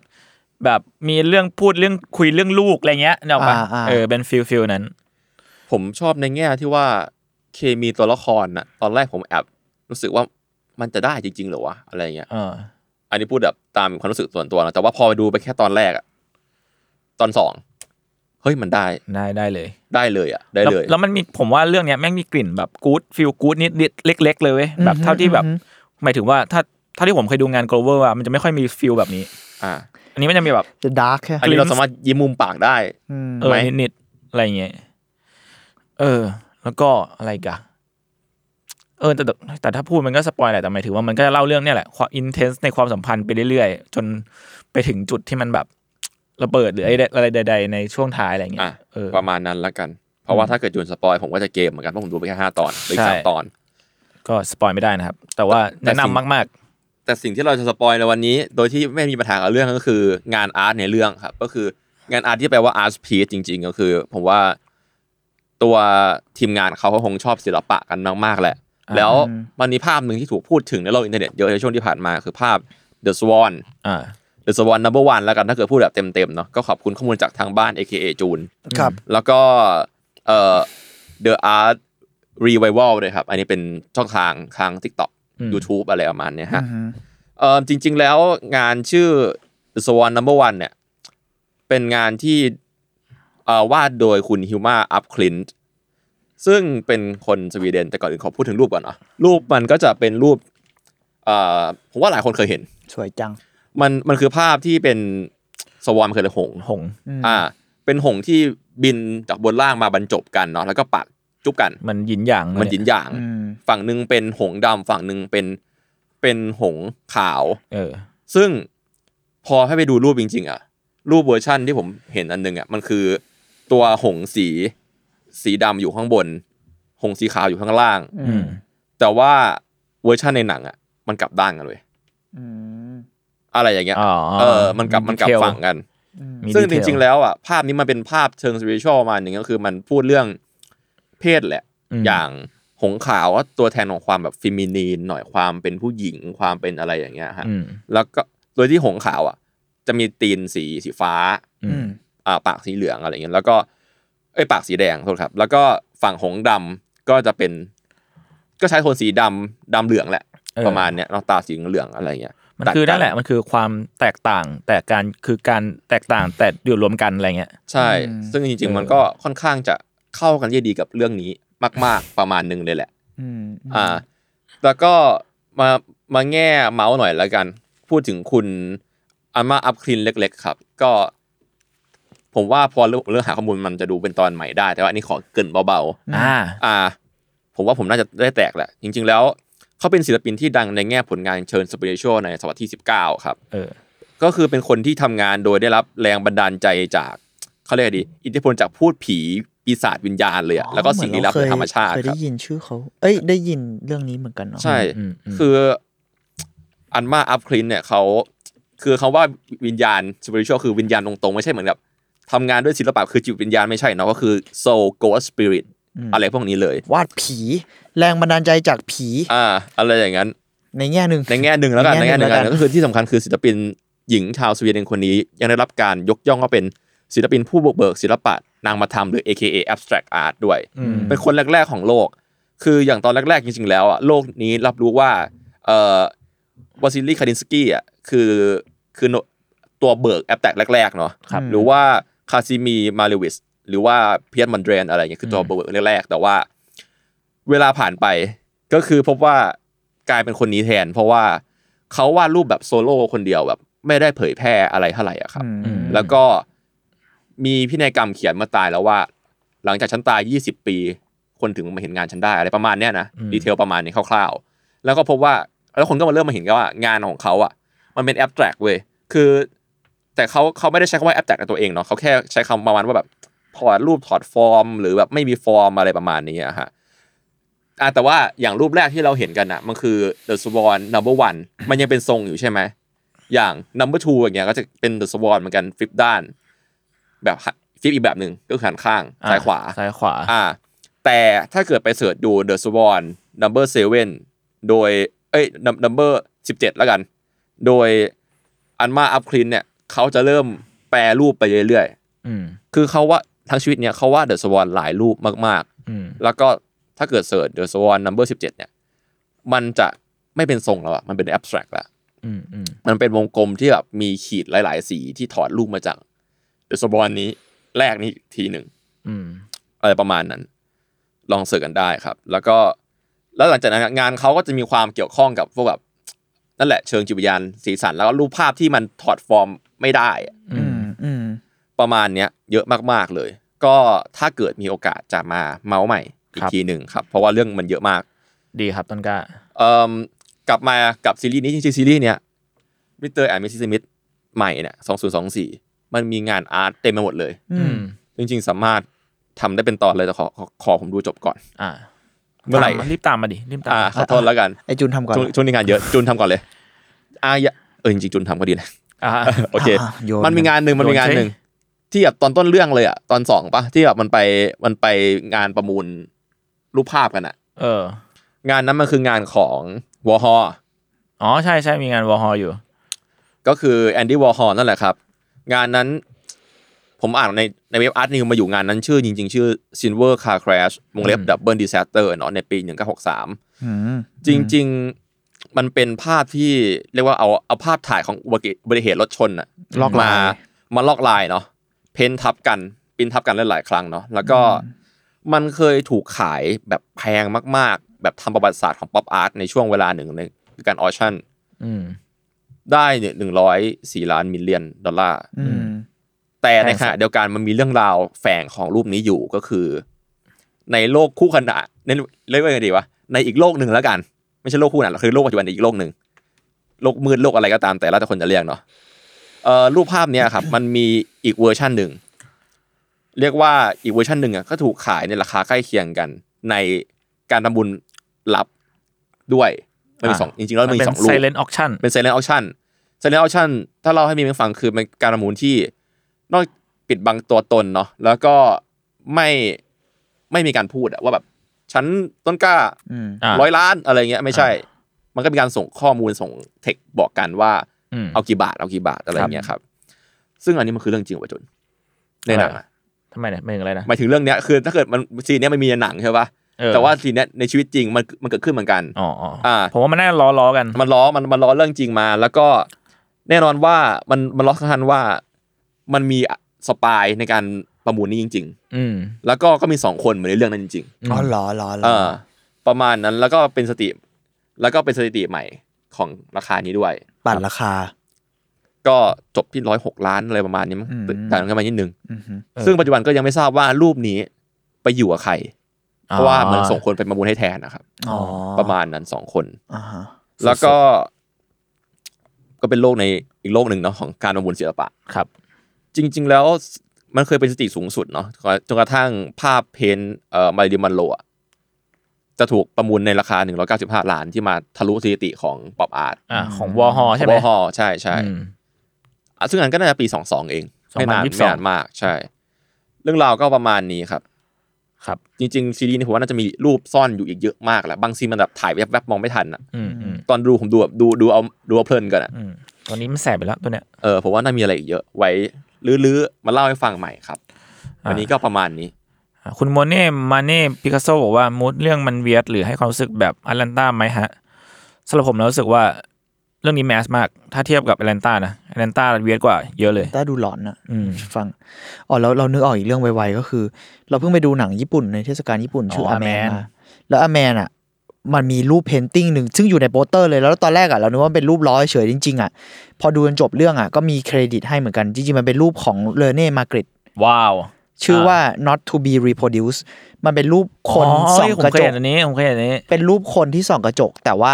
B: แบบมีเรื่องพูดเรื่องคุยเรื่องลูกอะไรเงี้ยนี่ออกปะ
D: อ่าอ่า
B: เออเป็นฟิลฟิลนั้น
C: ผมชอบในแง่ที่ว่าเคมีตัวละครน่ะตอนแรกผมแอบรู้สึกว่ามันจะได้จริง ๆ เหรอวะอะไรเงี้ย
B: เออ
C: อันนี้พูดแบบตามความรู้สึกส่วนตัวนะแต่ว่าพอดูไปแค่ตอนแรกอะตอนสองเฮ้ยมันได้
B: ได้ได้เลย
C: ได้เลยอะได้
B: แล้ว
C: เลย
B: แล้วมันมีผมว่าเรื่องเนี้ยแม่งมีกลิ่นแบบกู๊ดฟิลกู๊ดนิดๆเล็ก ๆ เลยเว้ยแบบเท่าที่แบบ
D: อืม
B: หมายถึงว่าถ้าถ้าที่ผมเคยดูงาน global อะมันจะไม่ค่อยมีฟิลแบบนี้
C: อ่า
B: อันนี้มันจะมีแบบ
D: The Dark ใช่ไหม
C: อันนี้
B: Glimpse
C: เราสามารถยิ้มมุมปากได้
D: อืม
B: เออ
C: ไหม
B: นิดๆอะไรอย่างเงี้ยเออ แล้วก็อะไรอีกอะเออแต่แต่แต่ถ้าพูดมันก็สปอยแหละแต่หมายถึงว่ามันก็จะเล่าเรื่องเนี่ยแหละความอินเทนส์ในความสัมพันธ์ไปเรื่อยๆ จนไปถึงจุดที่มันแบบระเบิดหรืออะไรใด ๆ ในช่วงท้ายอะไรอย่างเงี้ย
C: อ่ะ
B: เออ
C: ประมาณนั้นละกัน เพราะว่าถ้าเกิดจูนสปอยผมก็จะเกมเหมือนกันเพราะผมดูไปแค่ห้าตอนหรืออก
B: ใช่
C: สามตอน
B: ก็สปอยไม่ได้นะครับ แต่ว่าแนะนำมาก
C: แต่สิ่งที่เราจะสปอยในวันนี้ โดยที่ไม่มีปัญหากับเรื่องก็คืองานอาร์ตในเรื่องครับ ก็คืองานอาร์ตที่แปลว่าอาร์ตพีซจริง ๆ ก็คือ ผมว่าตัวทีมงานเขาก็คงชอบศิลปะกันมากๆแหละ
B: อ่า
C: แล้วมันมีภาพหนึ่งที่ถูกพูดถึงในโลกอินเทอร์เน็ตเยอะในช่วงที่ผ่านมาคือภาพ The Swan
B: ๆ อ่า
C: The Swan Number One แล้วกันถ้าเกิดพูดแบบเต็มๆเนาะก็ขอบคุณข้อมูลจากทางบ้าน AKA จูน
D: ครับ
C: แล้วก็เอ่อ The Art Revival เลยครับ อันนี้เป็นช่องทางทาง TikTok
B: อืม
C: YouTube อะไรประมาณเนี้ยฮะ
D: อือฮึ
C: เออจริง ๆ แล้วงานชื่อ The Swan Number One เนี่ย เป็นงานที่เอ่อวาดโดยคุณฮิวมาอัพคลินต์ซึ่งเป็นคนสวีเดน แต่ก่อนอื่นขอพูดถึงรูปก่อนเนาะรูปมันก็จะเป็นรูปเอ่อผมว่าหลายคนเคยเห็น
D: สวยจัง
C: มันมันคือภาพที่เป็นสวอนเคยเลยหงส์
B: หงส์
C: อ่า เป็นหงส์ที่บินจากบนล่างมาบรรจบกันเนาะแล้วก็ปักจุบกัน
B: มันหยินหยาง
C: มันหยินหยาง
D: อืม
C: ฝั่งหนึ่งเป็นหงส์ดำฝั่งหนึ่งเป็นเป็นหงส์ขาว
B: เออ
C: ซึ่งพอให้ไปดูรูปจริง ๆ อ่ะ รูปเวอร์ชั่นที่ผมเห็นอันหนึ่งอ่ะมันคือตัวหงสี สีดำอยู่ข้างบน หงสีขาวอยู่ข้างล่าง
B: อืม
C: แต่ว่าเวอร์ชั่นในหนังอ่ะ มันกลับด้านกันเลย
D: อืม
C: อะไรอย่างเงี้ย
B: อ๋อ
C: เออ มันกลับ
B: มี
C: มันกลับ
B: detail
C: ฝั่งกัน
B: มี
C: ซึ่งจ
B: detail
C: ริง ๆ แล้วอ่ะภาพนี้มันเป็นภาพเชิงส i ริชวลมาหนึ่งก็คือมันพูดเรื่องเพศแหละ
B: อืม
C: อย่างหงขาวก็ตัวแทนของความแบบฟิมินีนหน่อยความเป็นผู้หญิงความเป็นอะไรอย่างเงี้ยฮะ
B: อืม
C: แล้วก็โดยที่หงขาวอ่ะ จะมีตีนสีสีฟ้า
B: อื
D: อื
B: ม
D: ม
C: อ่าปากสีเหลืองอะไรเงี้ยแล้วก็เอ้ยปากสีแดงโทษครับ แล้วก็ฝั่งหงดำก็จะเป็น ก็ใช้โทนสีดำดำเหลืองแหละ
B: เออ
C: ประมาณเนี้ยเนอกตาสีเหลืองๆอะไรเงี้ย
B: มันคือนั่นแหละมันคือความแตกต่างแต่การคือการแตกต่างแต่อยู่รวมกันอะไรเงี้ย
C: ใช่
D: อืม
C: ซึ่งจริง
B: เออ
C: ๆ มันก็ค่อนข้างจะเข้ากันได้ดีกับเรื่องนี้มากๆประมาณหนึ่งเลยแหละ
D: อืม
C: อ่า แล้วก็มามาแง่เมาส์หน่อยแล้วกัน พูดถึงคุณอันมาอัพคลินเล็ก ๆ ครับ ก็ ผมว่าพอเรื่องเรื่องหาข้อมูลมันจะดูเป็นตอนใหม่ได้ แต่ว่าอันนี้ขอเกรินเบาๆ
B: อ่า
C: อ่า ผมว่าผมน่าจะได้แตกแหละ จริง ๆ แล้วเขาเป็นศิลปินที่ดังในแง่ผลงานเชิญสเปเชียลในศตวรรษที่ 19 ครับ
B: เออ
C: ก็คือเป็นคนที่ทำงานโดยได้รับแรงบันดาลใจจากเขาเรียกอะไรดี อิทธิพลจากพูดผีปีศาจวิญญาณเลยอะแล้วก็สิ่งลี้ลับในธรรมชาติ
D: เคย
C: ครั
D: ได้
C: บ
D: ยินชื่อเขาเอ้ยได้ยินเรื่องนี้เหมือนกันเนาะ
C: ใช่
B: อืมอืม
C: คืออันมาอัพคลินเนี่ยเขาคือคาว่าวิญญาณสเปเชียลคือวิญญาณตรงๆ ไม่ใช่เหมือนกับทำงานด้วยศิลปะคือจิตวิญญาณไม่ใช่เนาะก็คือ soul ghost spirit อะไรพวกนี้เลย
D: วาดผี แรงบันดาลใจจากผี
C: อ่า อะไรอย่างนั้น
D: ในแง่หนึ่ง
C: ในแง่หนึ่งแล้วกัน
D: ใน
C: ใน
D: แง่
C: แง่
D: ห
C: หนึ่ง
D: นึ่งแล้วกัน
C: แล้วก็คือที่สำคัญคือศิลปินหญิงชาวสวีเดนคนนี้ ยังได้รับการยกย่องว่าเป็นศิลปินผู้บุกเบิกศิลปะนางมาทำหรือ AKA abstract art ด้วย
B: อืม
C: เป็นคนแรก ๆ ของโลก คืออย่างตอนแรก ๆ จริง ๆ แล้วอ่ะโลกนี้รับรู้ว่าเอ่อวาซิลีคาดินสกี้อ่ะคือคือโนตัวเบิกแอปแตกแรก ๆ เนาะ
B: ครับ
C: หรือว่าคาซิมีมาเลวิสหรือว่าเพียร์มันเดรนอะไรเงี้ยคือตัวเบิกแรกๆ แต่ว่า เวลาผ่านไปก็คือพบว่ากลายเป็นคนนี้แทน เพราะว่าเขาวาดรูปแบบโซโล่คนเดียวแบบ ไม่ได้เผยแพร่อะไรเท่าไหร่อะครับ
D: อืม
B: อืม
C: แล้วก็มีพินัยกรรมเขียนมาตายแล้วว่า หลังจากฉันตาย 20 ปี คนถึงมาเห็นงานฉันได้อะไรประมาณเนี้ยนะ
B: อืม
C: ดีเทลประมาณนี้คร่าวๆ แล้วก็พบว่าแล้วคนก็มาเริ่มมาเห็นกันว่างานของเขาอ่ะ มันเป็นแอ t แทรกเว้ยคือ แต่เขาเขาไม่ได้ใช้คำว่าแอ t แทรกกับตัวเองเนาะเขาแค่ใช้คำประมาณว่าแบบถอดรูปถอดฟอร์ม หรือแบบไม่มีฟอร์มอะไรประมาณนี้อะฮะอ่ะแต่ว่าอย่างรูปแรกที่เราเห็นกันอ่ะ มันคือ The Swan Number One มันยังเป็นทรงอยู่ใช่ไหม อย่าง number two อย่างเงี้ยก็จะเป็น the swan เหมือนกันฟลิปด้าน แบบฟลิปอีกแบบหนึ่งก็คือหันข้างซ้ายขวา
B: ซ้ายขวา
C: อ่า แต่ถ้าเกิดไปเสิร์ชดู the swan number seven โดยเอ้ย num- number สิบเจ็ดแล้วกัน โดยอันมาอัพคลินเนี่ยเขาจะเริ่มแปรรูปไปเรื่อย
B: อืม
C: ๆ คือเขาว่าทั้งชีวิตเนี่ยเขาว่า the swan หลายรูปมาก
B: อืม
C: ๆ แล้วก็ถ้าเกิดเสิร์ช the swan number สิบเจ็ดเนี่ยมันจะไม่เป็นทรงแล้วอะมันเป็น abstract แล้ว
B: อืมอืม
C: มันเป็นวงกลมที่แบบมีขีดหลาย ๆ สีที่ถอดรูปมาจากเดอะสบอนนี้แรกนี้อีกทีหนึ่ง
B: อืม
C: อะไรประมาณนั้น ลองเสิร์ชกันได้ครับ แล้วก็แล้วหลังจากนั้นงานเขาก็จะมีความเกี่ยวข้องกับพวกแบบนั่นแหละเชิงจิตวิญญาณสีสัน แล้วก็รูปภาพที่มันถอดฟอร์มไม่ได้อะ
B: อื
D: อื
B: ม
D: มอืม
C: ประมาณเนี้ยเยอะมาก ๆ เลย ก็ถ้าเกิดมีโอกาสจะมาเมาส์ใหม่อี
B: ค
C: ก
B: รับ
C: ทีหนึ่งครับ เพราะว่าเรื่องมันเยอะมาก
B: ดีครับต้นกล้า
C: เอ่มกลับมากับซีรีส์นี้จริงๆซีรีส์เนี้ยมิสเตอร์แอนด์มิสซิสมิธใหม่เนี่ยสองศูนย์สองสี่มันมีงานอาร์ตเต็มไปหมดเลย
D: อื
B: อื
D: ม
B: ม
C: จริงๆ สามารถทำได้เป็นตอนเลยแต่ขอขอขอผมดูจบก่อน
B: อ่า
C: เมื่อไหร่
B: ตาารีบตามมาดิ รีบตาม
C: อ่า
B: มา
C: ขอโทษแล้วกัน
D: ไอจูนทำก่อน
C: ช่วงช่วงนี้งานเยอะจุนทำก่อนเลยอาอย่าเออจริงๆจุนทำก็ดีนะ
B: อ่า
C: โอเค
D: ะโย
C: มันมีงานหนึ่งมันมีงานหนึ่งที่แบบตอนต้นเรื่องเลยอ่ะตอนสองปะที่แบบมันไปมันไปงานประมูลรูปภาพกันอ่ะ
B: เออ
C: งานนั้นมันคืองานของวอฮอ
B: อ๋อ ใช่ใช่มีงานวอลฮอลอยู่
C: ก็คือแอนดี้วอร์ฮอลนั่นแหละครับ งานนั้นผมอ่านในในเว็บอาร์ตนิวมาอยู่งานนั้นชื่อจริง ๆ ชื่อ Silver Car Crash วงเล็บ
B: อืม
C: Double Disaster เนาะในปี 1963
D: อืม
C: จริง ๆ มันเป็นภาพที่เรียกว่าเอาเอาภาพถ่ายของอุบัติอุบัติเหตุรถชนอะ
D: ลอกลาม
C: าย มาลอกลายเนาะเพ้นทับกันปิ้นทับกันหลายๆครั้งเนาะแล้วก็มันเคยถูกขายแบบแพงมาก ๆ แบบทำประวัติศาสตร์ของป๊อปอาร์ตในช่วงเวลาหนึ่งในการออชั่น
B: อืม
C: ได้เนี่ยหนึ่งร้อยสี่ล้านมิลเลียนดอลลาร์
D: อืม
C: แต่ใน
B: แพงสุด
C: ขณะเดียวกันมันมีเรื่องราวแฝงของรูปนี้อยู่ก็คือ ในโลกคู่ขนานในเรียกว่าไงดีวะในอีกโลกหนึ่งแล้วกัน ไม่ใช่โลกคู่ขนานหรอกคือโลกปัจจุบันในอีกโลกหนึ่งโลกมืดโลกอะไรก็ตามแต่แล้วแต่คนจะเรียกเนาะเอ่อรูปภาพเนี้ยครับ มันมีอีกเวอร์ชันหนึ่งเรียกว่าอีกเวอร์ชันหนึ่งอ่ะก็ถูกขายในราคาใกล้เคียงกัน ในการทำบุญลับด้วยมันมีสองจริงๆแล้วมันมีสองรู
B: ไซ
C: ป
B: เลนต์ออคชั่น
C: เป็น silent auction silent auction ถ้าเล่าให้มีเพื่อนฟังคือเป็นการประมูลที่นอกปิดบังตัวตนเนาะแล้วก็ไม่ไม่มีการพูดอะว่าแบบฉันต้นกล้า
D: อืม
B: อ่า
C: ร้อยล้านอะไรเงี้ยไม่ใช่ มันก็มีการส่งข้อมูลส่งเทคบอกกันว่า
B: อืม
C: เอากี่บาทเอากี่บาทอะไรเงี้ยครับ ซึ่งอันนี้มันคือเรื่องจริงป่ะจุนในหนังอะ
B: ทำไมเนี่ยไม่ถึงอะไรนะ
C: หมายถึงเรื่องเนี้ยคือถ้าเกิดมันซีนเนี้ยมันมีในหนังใช่ปะ
B: เออ
C: แต่ว่าซีนเนี้ยในชีวิตจริงมันมันเกิดขึ้นเหมือนกัน
B: อ๋ออ๋ออา ผมว่ามันน่าล้อล้อๆกัน
C: มันล้อมันมันล้อเรื่องจริงมา แล้วก็แน่นอนว่ามันมันล้อสำคัญว่ามันมีสปายในการประมูลนี้จริง
B: อืม
C: ๆ แล้วก็ก็มีสองคนเหมือนในเรื่องนั้นจริง ๆ
D: อ๋อเหรอเหรอเหร
C: เอ
D: อ
C: อประมาณนั้นแล้วก็เป็นสติ แล้วก็เป็นสถิติใหม่ของราคานี้ด้วย
D: ปั่นราคา
C: ก็จบที่ร้อยหกล้านอะไรประมาณนี้มั้ง
D: อืม
C: ต่างกันมานิดนึง
D: อือฮึ
B: เออ
C: ซึ่งปัจจุบันก็ยังไม่ทราบว่ารูปนี้ไปอยู่กับใคร เพราะว่าเหมันส่งคนไปประมูลให้แทนนะครับ
D: อ๋อ
C: ประมาณนั้นสองคน
D: อ่าฮะ
C: แล้วก็ ก็เป็นโลกในอีกโลกหนึ่งเนาะของการประมูลศิลปะ
B: ครับ
C: จริง ๆ แล้วมันเคยเป็นสติสูงสุดเนาะจนกระทั่งภาพเพนท์เอ่อมาริมันโลอะจะถูกประมูลในราคา 195 ล้านที่มาทะลุสถิติของป๊อปอาร์ต
B: อ่าของวอฮอใช่ไหม
C: วอฮอใช่ใช่
B: อืม
C: อ่ะซึ่งอันก็น่าจะปี 22 เองไม่นา
B: 2022
C: นไม่นานมากใช่ เรื่องราวก็ประมาณนี้ครับ
B: ครับ
C: จริง ๆ ซีรีส์นี้ผมว่าน่าจะมีรูปซ่อนอยู่อีกเยอะมากแหละบางซีนมันแบบถ่ายแวบๆมองไม่ทันอะ
B: อืมอืม
C: ตอนดูผมดูแบบดูดูเอาดูเอาเพลินกันอะ
B: อืมตอนนี้มันแสบไปแล้วตัวเนี้ย
C: เออผมว่าน่ามีอะไรอีกเยอะ ไว้ลื้อๆมาเล่าให้ฟังใหม่ครับวันนี้ก็ประมาณนี้
B: อ่ะคุณโมเน่มาเน่ปิกัสโซบอกว่ามูดเรื่องมันเวียดหรือให้ความรู้สึกแบบอ t แลนตาไหมฮะสำหรับผมแล้วรู้สึกว่าเรื่องนี้แมสมาก ถ้าเทียบกับอ t แลนตานะอ t แลนตาเวียดกว่าเยอะเลย
D: ต้าดูหลอนอะ
B: อืม
D: ฟัง อ๋อแล้วเรานึกออกอีกเรื่องไวๆก็คือ เราเพิ่งไปดูหนังญี่ปุ่นในเทศกาลญี่ปุ่น ชื่อ
B: อ
D: อาแมน
B: Aman
D: มาแล้วอาแมนอ่ะ มันมีรูปเพนติ้งหนึ่งซึ่งอยู่ในโปสเตอร์เลย แล้วตอนแรกอ่ะเรานึกว่าเป็นรูปล้อเฉยๆจริงๆอ่ะ พอดูจนจบเรื่องอ่ะก็มีเครดิตให้เหมือนกัน จริงๆ มันเป็นรูปของเลเน่มาเกรต
B: ว้าว
D: ชื่อว่า not to be reproduced มันเป็นรูปคน
B: อ๋อ
D: ส่อง
B: ผม
D: กระ
B: เคย
D: จก
B: เห็นอันนี้ผมเคยเห็นอันนี้
D: เป็นรูปคนที่ส่องกระจก แต่ว่า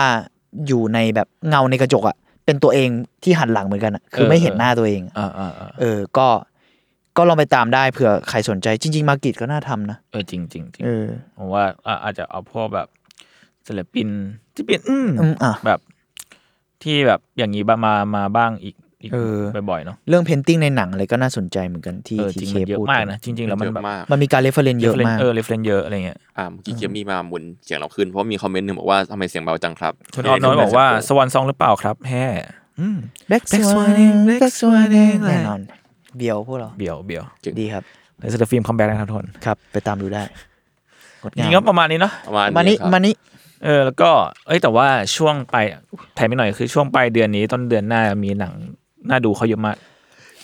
D: อยู่ในแบบเงาในกระจกอ่ะเป็นตัวเองที่หันหลังเหมือนกันอะคือไม่เห็น
B: เออ
D: หน้าตัวเองอะ
B: อ่าอ่าอ่า
D: เออ ก็ ก็ลองไปตามได้เผื่อใครสนใจ จริง ๆ มากิดก็น่าทำนะ
B: เออจริงจริงจริง
D: เออ
B: ผมว่าอ่ะอาจจะเอาพวกแบบศิลปินที่เป็นอืม
D: อืมอ่ะ
B: แบบที่แบบอย่างนี้มามามาบ้างอีกอีก
D: เออ
B: บ่อยๆเนาะ
D: เรื่องเพนติ้งในหนังอะไรก็น่าสนใจเหมือนกันที่
B: เออจริ
D: ที่
B: ง
D: เค
B: มันเยอะ
D: พูด
B: มากนะจริง ๆ แล้วมันแบบ
C: เยอะมาก
D: มันมีการเรฟเฟรนเยอะมาก
B: เออเรฟเฟนเยอะอะไรเงี้ย
C: อ่าเมื่อกี้เกมมี่มาหมุนเสียงเราขึ้น เพราะมีคอมเมนต์หนึ่งบอกว่าทำไมเสียงเบาจังครับ
B: คุณออฟน้อยบอกว่าสวรรค์ซองหรือเปล่าครับแฮ่
D: Black
B: Black
D: Swan
B: Swan
D: Black Swan
B: แน่นอน
D: แน่นอน เบียวพวกเรา
B: เบียวเบียว
D: ดีครับ
B: เลยสเตอร์ฟิล์มคอมแบ็กนะครับทุกคน
D: ครับ ไปตามดูได้งด
B: จ
D: งาม
B: ริงๆก็ประมาณนี้เนาะ
C: ประมาณ
D: มา
C: นี้
D: นี้
C: ครับ
D: มานี้
B: เออแล้วก็เอ้ยแต่ว่าช่วงปลายแถมไปหน่อยคือช่วงปลายเดือนนี้ต้นเดือนหน้ามีหนังน่าดูเขาเยอะมาก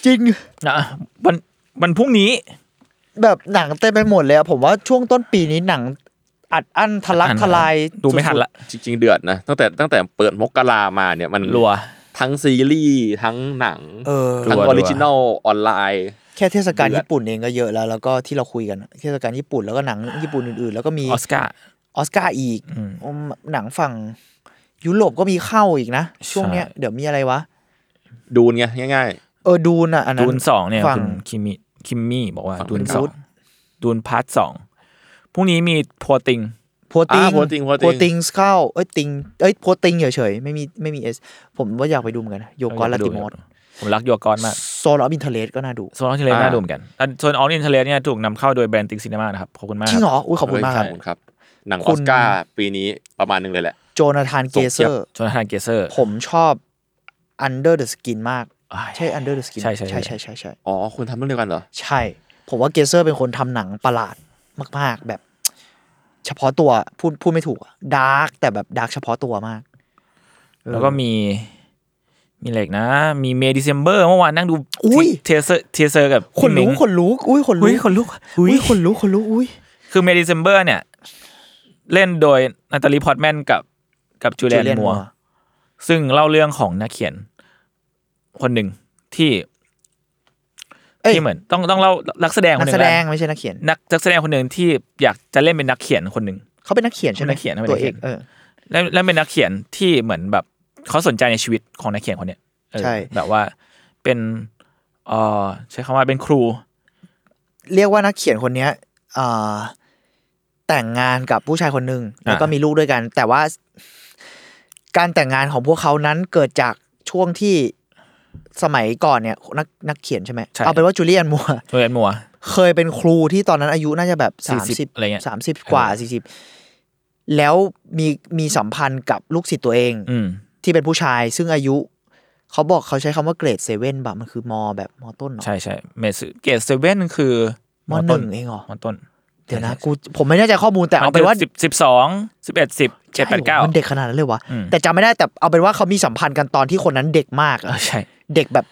D: จริง
B: นะวันวันพรุ่งนี้
D: แบบหนังเต็มไปหมดเลยอะผมว่าช่วงต้นปีนี้หนัง อัดอั้นทะลัก
B: อัดอั้น
D: ทลาย
B: ดูไม่ทันละ
C: จริง ๆ เดือดนะตั้งแต่ตั้งแต่เปิดมกรามาเนี่ยมัน
B: รัว
C: ทั้งซีรีส์ทั้งหนัง
D: เออ
C: ทั้ง
B: รั
C: อ
B: ว
C: อริจินอลออนไลน์
D: แค่เทศกาล
C: เดือด
D: ญี่ปุ่นเองก็เยอะแล้ว แล้วก็ที่เราคุยกันอะเทศกาลญี่ปุ่นแล้วก็หนังญี่ปุ่นอื่นๆ แล้วก็มี
B: ออสการ์
D: ออสการ์อีก
B: อืม
D: อืมหนังฝั่งยุโรปก็มีเข้าอีกนะ ช่วงเนี้ย
B: ใช่
D: เดี๋ยวมีอะไรวะ
C: ดูนไงง่าย
D: เออดูนอ่ะ อันนั้
B: ดูน
D: น
B: สองเนี่ย
D: ฝั่ง
B: คุณคิมมี่คิมมี่บอกว่า
C: ฝั่ง
B: ดูน
C: เป็น
B: สอง
D: พุทธ
B: ดูนพาร์ทสองพรุ่งนี้มีพัวติง
D: พัวติง
C: อ่า Poor Things Poor
D: พัว
C: Things
D: ติงเข้า เอ้ยติงเอ้ยพัวติงเฉยๆไม่มีไม่มีเอสผมว่าอยากไปดูเหมือนกันนะโยกอนลาติมอส
B: ผมรักโยกอนมาก
D: โซลอบินเทเลสก็น่าดู
B: โซนออฟเทเล
C: อ่า
B: น่าดูเหมือนกันแต่โซนออฟเทเลเนี่ยถูกนำเข้าโดยแบรนด์ติงซีนีมานะครับขอบคุณมาก
D: จริง
B: ค
D: เห
B: รับ
D: รอ อุ้ย
C: ๆ
D: ขอบคุณมากครับ
C: ขอบคุณครับ หนังอ
D: คุ
C: อ
D: ณ
C: สการ์ปีนี้ประมาณหนึงเลยแหละ
D: โจนาธานเกเซอร์
B: โจนาธานเกเซอร์
D: ผมชอบ Under the Skin มาก ใช่ Under the Skin
B: ใช่ใช่ใช่
D: ใช่ใช่ใช่ใช่
C: อ๋อคุณทำเรื่องเดียวกันเหรอ
D: ใช่ ผมว่าเกเซอร์เป็นคนทำหนังประหลาดมาก ๆ แบบ เฉพาะตัวพูดพูดไม่ถูกดาร์กแต่แบบดาร์กเฉพาะตัวมาก
B: แล้วก็มี มีอะไรอีกนะ มีเมดิเซมเบอร์เมื่อวานนั่งดู
D: อุ๊ย
B: เทเซอร์เทเซอร์กับ
D: คนลุกคนลุกอุ้ยคนลุ
B: อุ้ย
D: ก
B: ขนลุก
D: อุ้ย
B: อุ๊ย
D: คนลุกคนลุกอุ้ย
B: คือเมดิเซมเบอร์เนี่ย เล่นโดยนาตาลีพอร์ตแมนกับกับจูเลียนมัว
D: ร์
B: ซึ่งเล่าเรื่องของนักเขียน คนหนึ่งที่
D: เอ้ย
B: ที่เหมือน ต้องต้องเล่านักแสดงค
D: นั
B: นห
D: ก
B: นึ่ง
D: แสด
B: แล้ว
D: งไม่ใช่นักเขียน
B: นักนักแสดงคนหนึ่งที่อยากจะเล่นเป็นนักเขียนคนหนึ่ง
D: เขาเป็นนักเขียนใช่ไหม
B: นักเขียนเขาเป็น
D: ตัว
B: นัก
D: เอ
B: เขี
D: ก
B: ยน
D: เออ
B: แล้วแล้วเป็นนักเขียนที่เหมือนแบบเขาสนใจในชีวิตของนักเขียนคนเนี้ยเออ
D: ใช่
B: แบบว่าเป็นเออใช้คำว่าเป็นครู
D: เรียกว่านักเขียนคนเนี้ยอ่าแต่งงานกับผู้ชายคนหนึ่งแล้วก็มีลูกด้วยกัน แต่ว่าการแต่งงานของพวกเขานั้นเกิดจากช่วงที่สมัยก่อนเนี่ย นักนักเขียนใช่ไหมเอาเป็นว่าจูเลียนมัวร์
B: โรงเรียนมัว
D: เคยเป็นครูที่ตอนนั้นอายุน่าจะแบบสามสิบ
B: 40อะไรเงี้ย
D: สามสิบกว่า
B: เออ
D: สี่สิบแล้วมีมีสัมพันธ์กับลูกศิษย์ตัวเอง
B: อืม
D: ที่เป็นผู้ชาย ซึ่งอายุ เขาบอกเขาใช้คำว่าเกรดเซเว่นแบบมันคือมอแบบมอต้นเหรอ
B: ใช่ใช่เมสเกตเซเว่นคือ
D: มอห
B: ต้
D: นึ่งเองเหรอ
B: มอต้น
D: เดี๋ยวนะกูผมไม่แน่ใจข้อมูลแต่เอาเป็นว่า
B: สิบสิบสองสิบเอ็ดสิบเจ็ดแปดเก้า
D: ใช่หรอมันเด็กขนาดนั้นเลยวะ
B: อืม
D: แต่จำไม่ได้แต่เอาเป็นว่าเขามีสัมพันธ์กันตอนที่คนนั้นเด็กมาก
B: เอ
D: อะ
B: อ ใช่
D: เด็กแบบ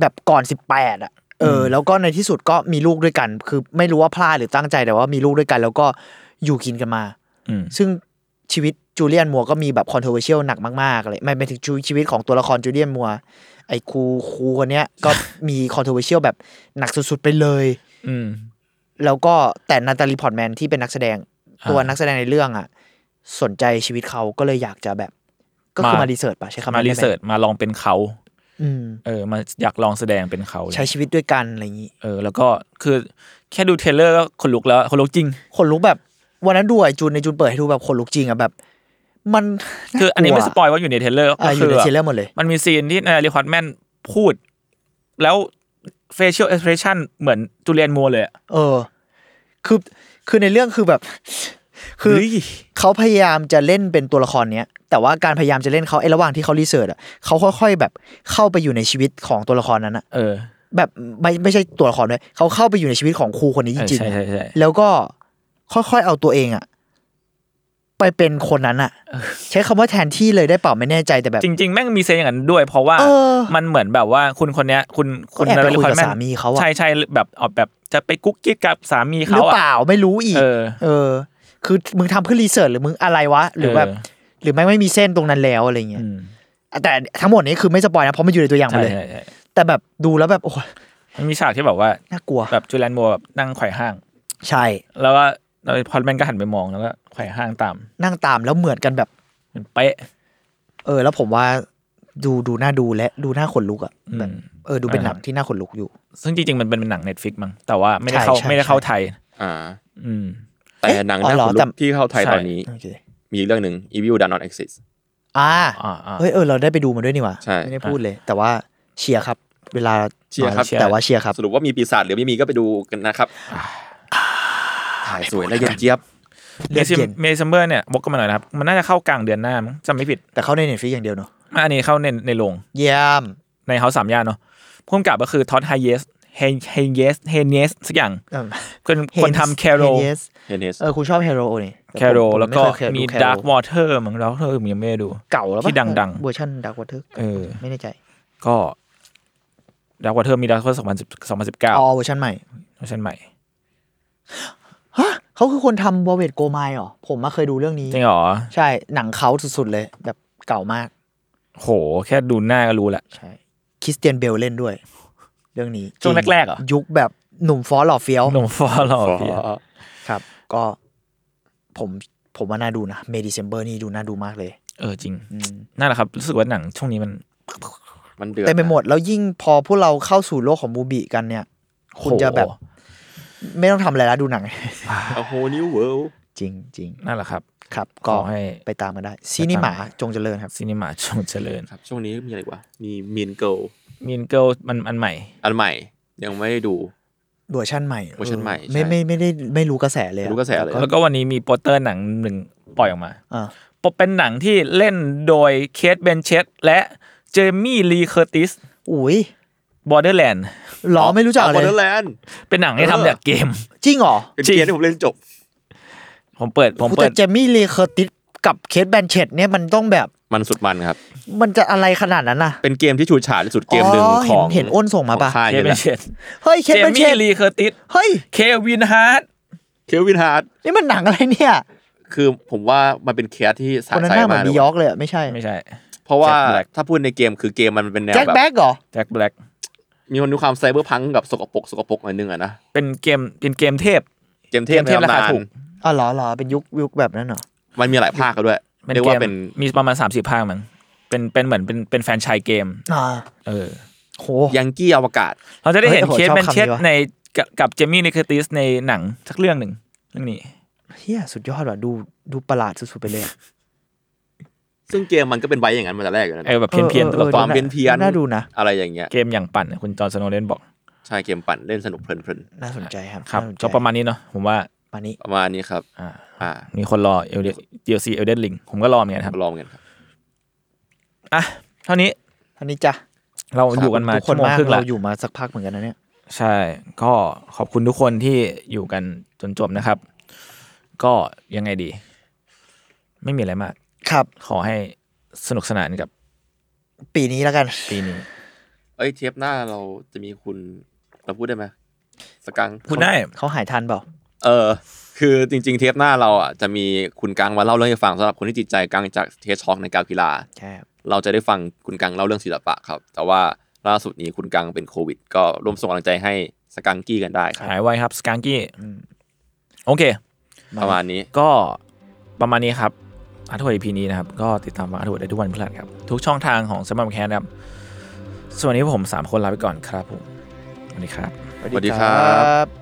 D: แบบก่อนสิบแปดอ่ะเอออ
B: ม
D: แล้วก็ในที่สุดก็มีลูกด้วยกัน คือไม่รู้ว่าพลาดหรือตั้งใจแต่ว่ามีลูกด้วยกัน แล้วก็อยู่กินกันมา
B: อืม
D: ซึ่งชีวิตจูเลียนมัวร์ก็มีแบบคอนเทอร์เวอร์ชียลหนักมากๆเลยไม่ไม่ถึงชีวิตชีวิตของตัวละครจูเลียนมัวร์ไอ้ครูครูคนเนี้ยก็ มีคอนเทอร์เวอร์ชียลแบบหนักสุดๆไปเลย
B: อืม
D: แล้วก็แต่นาตาลีพอร์ตแมนที่เป็นนักแสดง
B: อ่า
D: ตัวนักแสดงในเรื่องอ่ะ สนใจชีวิตเขาก็เลยอยากจะแบบ ก็คือ
B: มา
D: มารีเสิร์ชป่ะใช้คำ
B: มา
D: นั้นได้ไห
B: รีเสิร์ชมาลองเป็นเขา
D: อืม
B: เออมาอยากลองแสดงเป็นเขาเลย
D: ใช้ชีวิตด้วยกันอะไรอย่างนี้
B: เออ แล้วก็คือแค่ดูเทรลเลอร์ก็ขนลุกแล้วขนลุกจริง
D: คนลุกแบบวันนั้นดูไอจูนในจูนเปิดให้ดูแบบคนลุกจริงอ่ะแบบ มัน
B: คืออันนี้
D: ากลัว
B: ไม่สปอยว่าอยู่ในเทรลเลอร์
D: อ่ะ
B: ก็
D: อยู่
B: คือ
D: ใน
B: อ
D: เทรลเลอร์หมดเลย
B: มันมีซีนที่นายรีคอร์ดแมนพูด แล้วเฟเชียลเอ็กเพรสชั่นเหมือนจูเลียนมัวร์เลยอะ
D: เออ คือคือในเรื่องคือแบบ คือ
B: เฮ้ย
D: เขาพยายามจะเล่นเป็นตัวละครเนี้ย แต่ว่าการพยายามจะเล่นเขาไอ้ระหว่างที่เขารีเสิร์ชอ่ะเขาค่อยๆแบบเข้าไปอยู่ในชีวิตของตัวละครนั้นอ่ะ
B: เออ
D: แบบไม่ไม่ใช่ตัวละครด้วยเขาเข้าไปอยู่ในชีวิตของครูคนนี้จ
B: เออ
D: ริง
B: ใช่
D: ๆ
B: ใช่
D: อะ
B: ใช่
D: แล้วก็ค่อยๆเอาตัวเองอะไปเป็นคนนั้นอะใช้คำว่าแทนที่เลยได้เปล่าไม่แน่ใจแต่แบบ
B: จริง ๆ แม่งมีเซนอย่างนั้นด้วย เพราะว่า
D: เออ
B: มันเหมือนแบบว่าคุณคนเนี้ย คุณคุณ
D: ก็แอบไปคุยกับ
B: แมน
D: สามีเขาอะ
B: ใช่ใช่แบบออกแบบจะไปกุ๊กกิ๊กกับสามี
D: หรือ
B: เขาอะ
D: เปล่าไม่รู้อีก
B: เออ
D: เออ คือมึงทำเพื่อรีเสิร์ชหรือมึงอะไรวะ หรือแบบ
B: เห
D: รือไม่งไม่มีเส้นตรงนั้นแล้วอะไรเงี้ย
B: อืม
D: แต่ทั้งหมดนี้คือไม่สปอยนะเพราะมันอยู่ในตัวอย่างหม
B: ใช่
D: ดเลย
B: ใช่ใช่
D: แต่แบบดูแล้วแบบโอ้ย
B: มันมีฉากที่แบบว่า
D: น่ากลัว
B: แบบจูเลียนมัวร์แบบนั่งไขว่ห้าง
D: ใช่
B: แล้วก็แล้วพอแมนก็หันไปมองแล้วก็ไขว่ห้างตาม
D: นั่งตามแล้วเหมือนกันแบบ
B: มันเป๊ะ
D: เออ แล้วผมว่าดูดูน่าดูและดูน่าขนลุกอะแบบ
B: อืม
D: เออดูเป็นหนังที่น่าขนลุกอยู่
B: ซึ่งจริงๆ มันเป็นหนังเน็ตฟิกมั้งแต่ว่าไม่ได้เข้า
D: ใช่ใช่
B: ไม่ได้เข้าไทย
C: อ่า
B: อืม
C: แต่หนัง
D: เอ๊ะอ๋อ
C: น่า
D: เหรอ
C: ขนลุ
D: แต่
C: กที่เข้าไทย
B: ใช่
C: ตอนนี้
D: โอเค
C: มีเรื่องหนึ่ง Evil Does Not Exist
D: อ่า
B: อ่าอ่า
D: เฮ้ยเออเราได้ไปดูมาด้วยนี่หว่า
C: ใช่
D: ไม่ได้พูดเลย แต่ว่าเชียร์ครับ เวลา
C: เชียร์ครับ
D: น้อแต่ว่าเชียร์ครับ
C: สรุปว่ามีปีศาจหรือไม่มีก็ไปดูกันนะครับถ่ายสวยและเย็นเจี๊ยบ
D: เลือดเย็น
B: เมซัมเบอร์เนี่ยบอกกันมาหน่อยนะครับ มันน่าจะเข้ากลางเดือนหน้ามั้งจำไม่ผิด
D: แต่เข้าในเน็ตฟลิอย่างเดียวเนอะ
B: อันนี้เข้าในในโรง
D: เยี่ยม
B: ในเฮาสามย่านเนาะพุ่มกับก็คือท็อดไฮเยสเฮเฮเยสเฮเนสสักอย่าง
D: เออ
B: คนคนทำแคโร
D: Hades
C: เฮนเนส
D: เออคุณชอบ Hero นี่ต่ผม
B: แคโร
D: ผม
B: แล้วก็
D: ไเคย
B: มี
D: ดู
B: ดาร์
D: Hero
B: กวอเตอร์มั้งดาร์กวอเตอร์ยังไม่ได้ดู
D: เก่าแล้วปะ
B: ที่ดังๆ
D: เวอร์ชันดักวอเตอร์
B: เออ
D: ไม่แน่ใจ
B: ก็ดาร์กวอเตอร์มีดาร์กวอเตอร์สองพันสิบสองพันสิบเก้า
D: อ๋อเวอร์ชันใหม่
B: เวอร์ชันใหม่
D: ฮะเขาคือคนทำวอเวตโกไมเหรอผมมาเคยดูเรื่องนี้
B: จริงเหรอ
D: ใช่หนังเขาสุดๆเลย แบบเก่ามาก
B: โห แค่ดูหน้าก็รู้ละ
D: ใช่คริสเตียนเบลเล่นด้วย เรื่องนี้
B: ช่วงแรกๆเหรอ
D: ยุคแบบหนุ่มฟอสหล่อเฟี้ยว
B: หนุ่มฟอร์หล่อเพีย
D: ครับ ก็ผมผมว่าน่าดูนะเมดิเซมเบอร์นี่ดูน่าดูมากเลย
B: เออจริง
D: อืม
B: นั่นแหละครับ รู้สึกว่าหนังช่วงนี้มัน
C: มันเดือด
D: เต็มไปหมดแล้วยิ่งพอพวกเราเข้าสู่โลกของมูบิกันเนี่ย คุณจะแบบ
B: โห
D: ไม่ต้องทำอะไรแล้วดูหนัง
C: โอ้โหนิวเวิลด์
D: จริงจริง
B: นั่นแหละครับ
D: ครับ
B: ข
D: ก็
B: อให้
D: ไปตามกันได้ซีนีหมาจงเจริญครับ
B: ซีนิมาชงเจริญ
C: ครับ ช่วงนี้มีอะไรอีกวะ มีมีนเกิล
B: มีนเกิลมันอันใหม่
C: อันใหม่ ยังไม่ได้ดู
D: เวอร์ชั่นใหม่
C: เวอร์ชันใหม่
D: ไม่
C: ใช่
D: ไม่ไม่ได้ไม่รู้กระแสเลยอ
C: ไม่รู้กระแสเลย
B: แล้วก็วันนี้มีโปสเตอร์หนังหนึ่งปล่อยออกมา
D: อ่า
B: ปเป็นหนังที่เล่นโดยเคทเบนเชตและเจมี่ลีเคอร์ติส
D: อุ้ย
B: บอร์เดอร์แลนด์
D: หรอไม่รู้จัก
C: ว
D: เล
C: อ
D: ย
C: d เ r อร์แลนด์
B: เป็นหนังที่ทำจากเกม
D: จริงเหรอ
C: เป็นเกียร์ที่ผมเล่นจบ
B: ผมเปิดผม
D: กู
B: เปิ
D: แต่
B: ด
D: เจมี่เลเคอร์ติสกับเคทแบนเชตเนี่ยมันต้องแบบ
C: มันสุดมันครับ
D: มันจะอะไรขนาดนั้นน่ะ
C: เป็นเกมที่ชูดฉาดที่สุดเกมหนึ่ง
D: อ๋อ
C: ของ
D: เห็นอ้นส่งมาปะ
C: ของค่ย
B: เคทเบน
C: นี่แหละ
B: เชต
D: เฮ้ย เค
B: เจ
D: ทเป็นเช
B: มี่
D: น
B: ลีเคอร์ติส
D: เฮ้ย
B: เควินฮาร์ด
C: เควินฮาร์ด
D: นี่มันหนังอะไรเนี่ย
C: คือผมว่ามันเป็นเคสที่
D: ค
C: สะ
D: นนั้น
C: ใจ
D: หน้าเหมือ
C: มาน กเล
D: บี
C: ย
D: ย
C: ว่ะ
D: อร์กเลยอะไม่ใช่
B: ไม่ใช่
C: เพราะว่า
B: แจ็คแบล็ค
C: ถ้าพูดในเกมคือเกมมันเป็นแนว
D: แจ็ค
C: แบบ
D: แบ็กเหรอ
B: แจ็คแบล็ก
C: มีคนมีความไซเบอร์พังก์กับสกปรกสกปรกหน่อยนึงอะนะ
B: เป็นเกมเป็นเกมเทพ
C: เกมเท
B: เก
C: พ
B: มเทพ
C: ใน
B: ราคาน
C: ตำาน
B: ถูก
D: อ๋อเหรอเหรอเป็นยุคยุคแบบนั้นเหรอ
C: มันมีหลายภาคกันด้วย
B: เป็น
C: เรียก
B: เก
C: ว่าม เป็น
B: มีประมาณสามสี่ภาคมั้งเป็นเป็นเหมือนเป็นเป็นแฟรนไชายเกม
D: อ่า
B: เออ
D: โห
C: ยังกี้อวกาศ
B: เราจะได้เห็น
D: เฮ้
B: เคส
D: ยโอ้โหชอบ
B: แมนเชส
D: คำนี้วะ
B: ในกับกับเจมี่นิคติสในหนังสักเรื่องหนึ่งเรื่องนี้
D: เฮียสุดยอดว่ะดูดูประหลาดสุดๆไปเลยอะ
C: ซึ่งเกมมันก็เป็นไว้อย่างนั้นมาแต่แรกอยู่แล้ว
B: เออ
C: นะ
B: แบบเพี้ยนเพียนๆตลอด
C: ค
B: ตัว
C: วามเพี้ยนเพียนๆ
D: น่าดูนะ
C: อะไรอย่างเงี้ย
B: เกมอย่างปั่นคุณจอร์นสโนว์เดนบอก
C: ใช่เกมปั่นเล่นสนุกเพลินเพลิน
D: น่าสนใจครับ
B: ครับ
D: น่สนใจ
B: ก็ประมาณนี้เนาะผมว่า
D: ประมาณนี้
C: ๆประมาณนี้ครับ
B: อ่า
C: อ่า
B: มีคนรอเอลเดลซีเอลเดนลิงผมก็รอเหมือนกันครับ
C: ลองกันครับ
B: อ่ะเท่านี้
D: อันนี้จ้ะ
B: เราอยู่กันมา
D: ทุกค
B: ชั่
D: น
B: วโมง
D: มาก
B: ครึ่งละ
D: เราอยู่มาสักพักเหมือนกันนะเนี่ย
B: ใช่ ก็ขอบคุณทุกคนที่อยู่กันจนจบนะครับ ก็ยังไงดี ไม่มีอะไรมาก
D: ครับ
B: ขอให้สนุกสนานกับ
D: ปีนี้แล้วกัน
B: ปีนี้
C: เอ้ยเทปหน้าเราจะมีคุณเราพูดได้ไหมสกัง
B: คุณได้
D: เขาหายทันเปล่า
C: เออ คือจริง ๆ เทปหน้าเราอ่ะจะมีคุณกังมาเล่าเรื่องให้ฟังสำหรับคนที่จิตใจกังจากเทสช็อกในการกีฬา
D: ใช่ครับ
C: เราจะได้ฟังคุณกังเล่าเรื่องศิลปะครับ แต่ว่าล่าสุดนี้คุณกังเป็นโควิด ก็ร่วมส่งกำลังใจให้สกังกี้กันได้ครับ
B: หายไวครับสกังกี้โอเค
C: ประมาณนี้
B: ก็ประมาณนี้ครับอาร์ทเวิร์ด EP นี้นะครับ ก็ติดตามฟังอาร์ทเวิร์ดได้ทุกวันพฤหัสครับ ทุกช่องทางของสมัครแคนครับส่วนวันนี้ผม 3 คนลาไปก่อนครับผมสวัสดีครับ
C: สวัสดีครับ
D: บ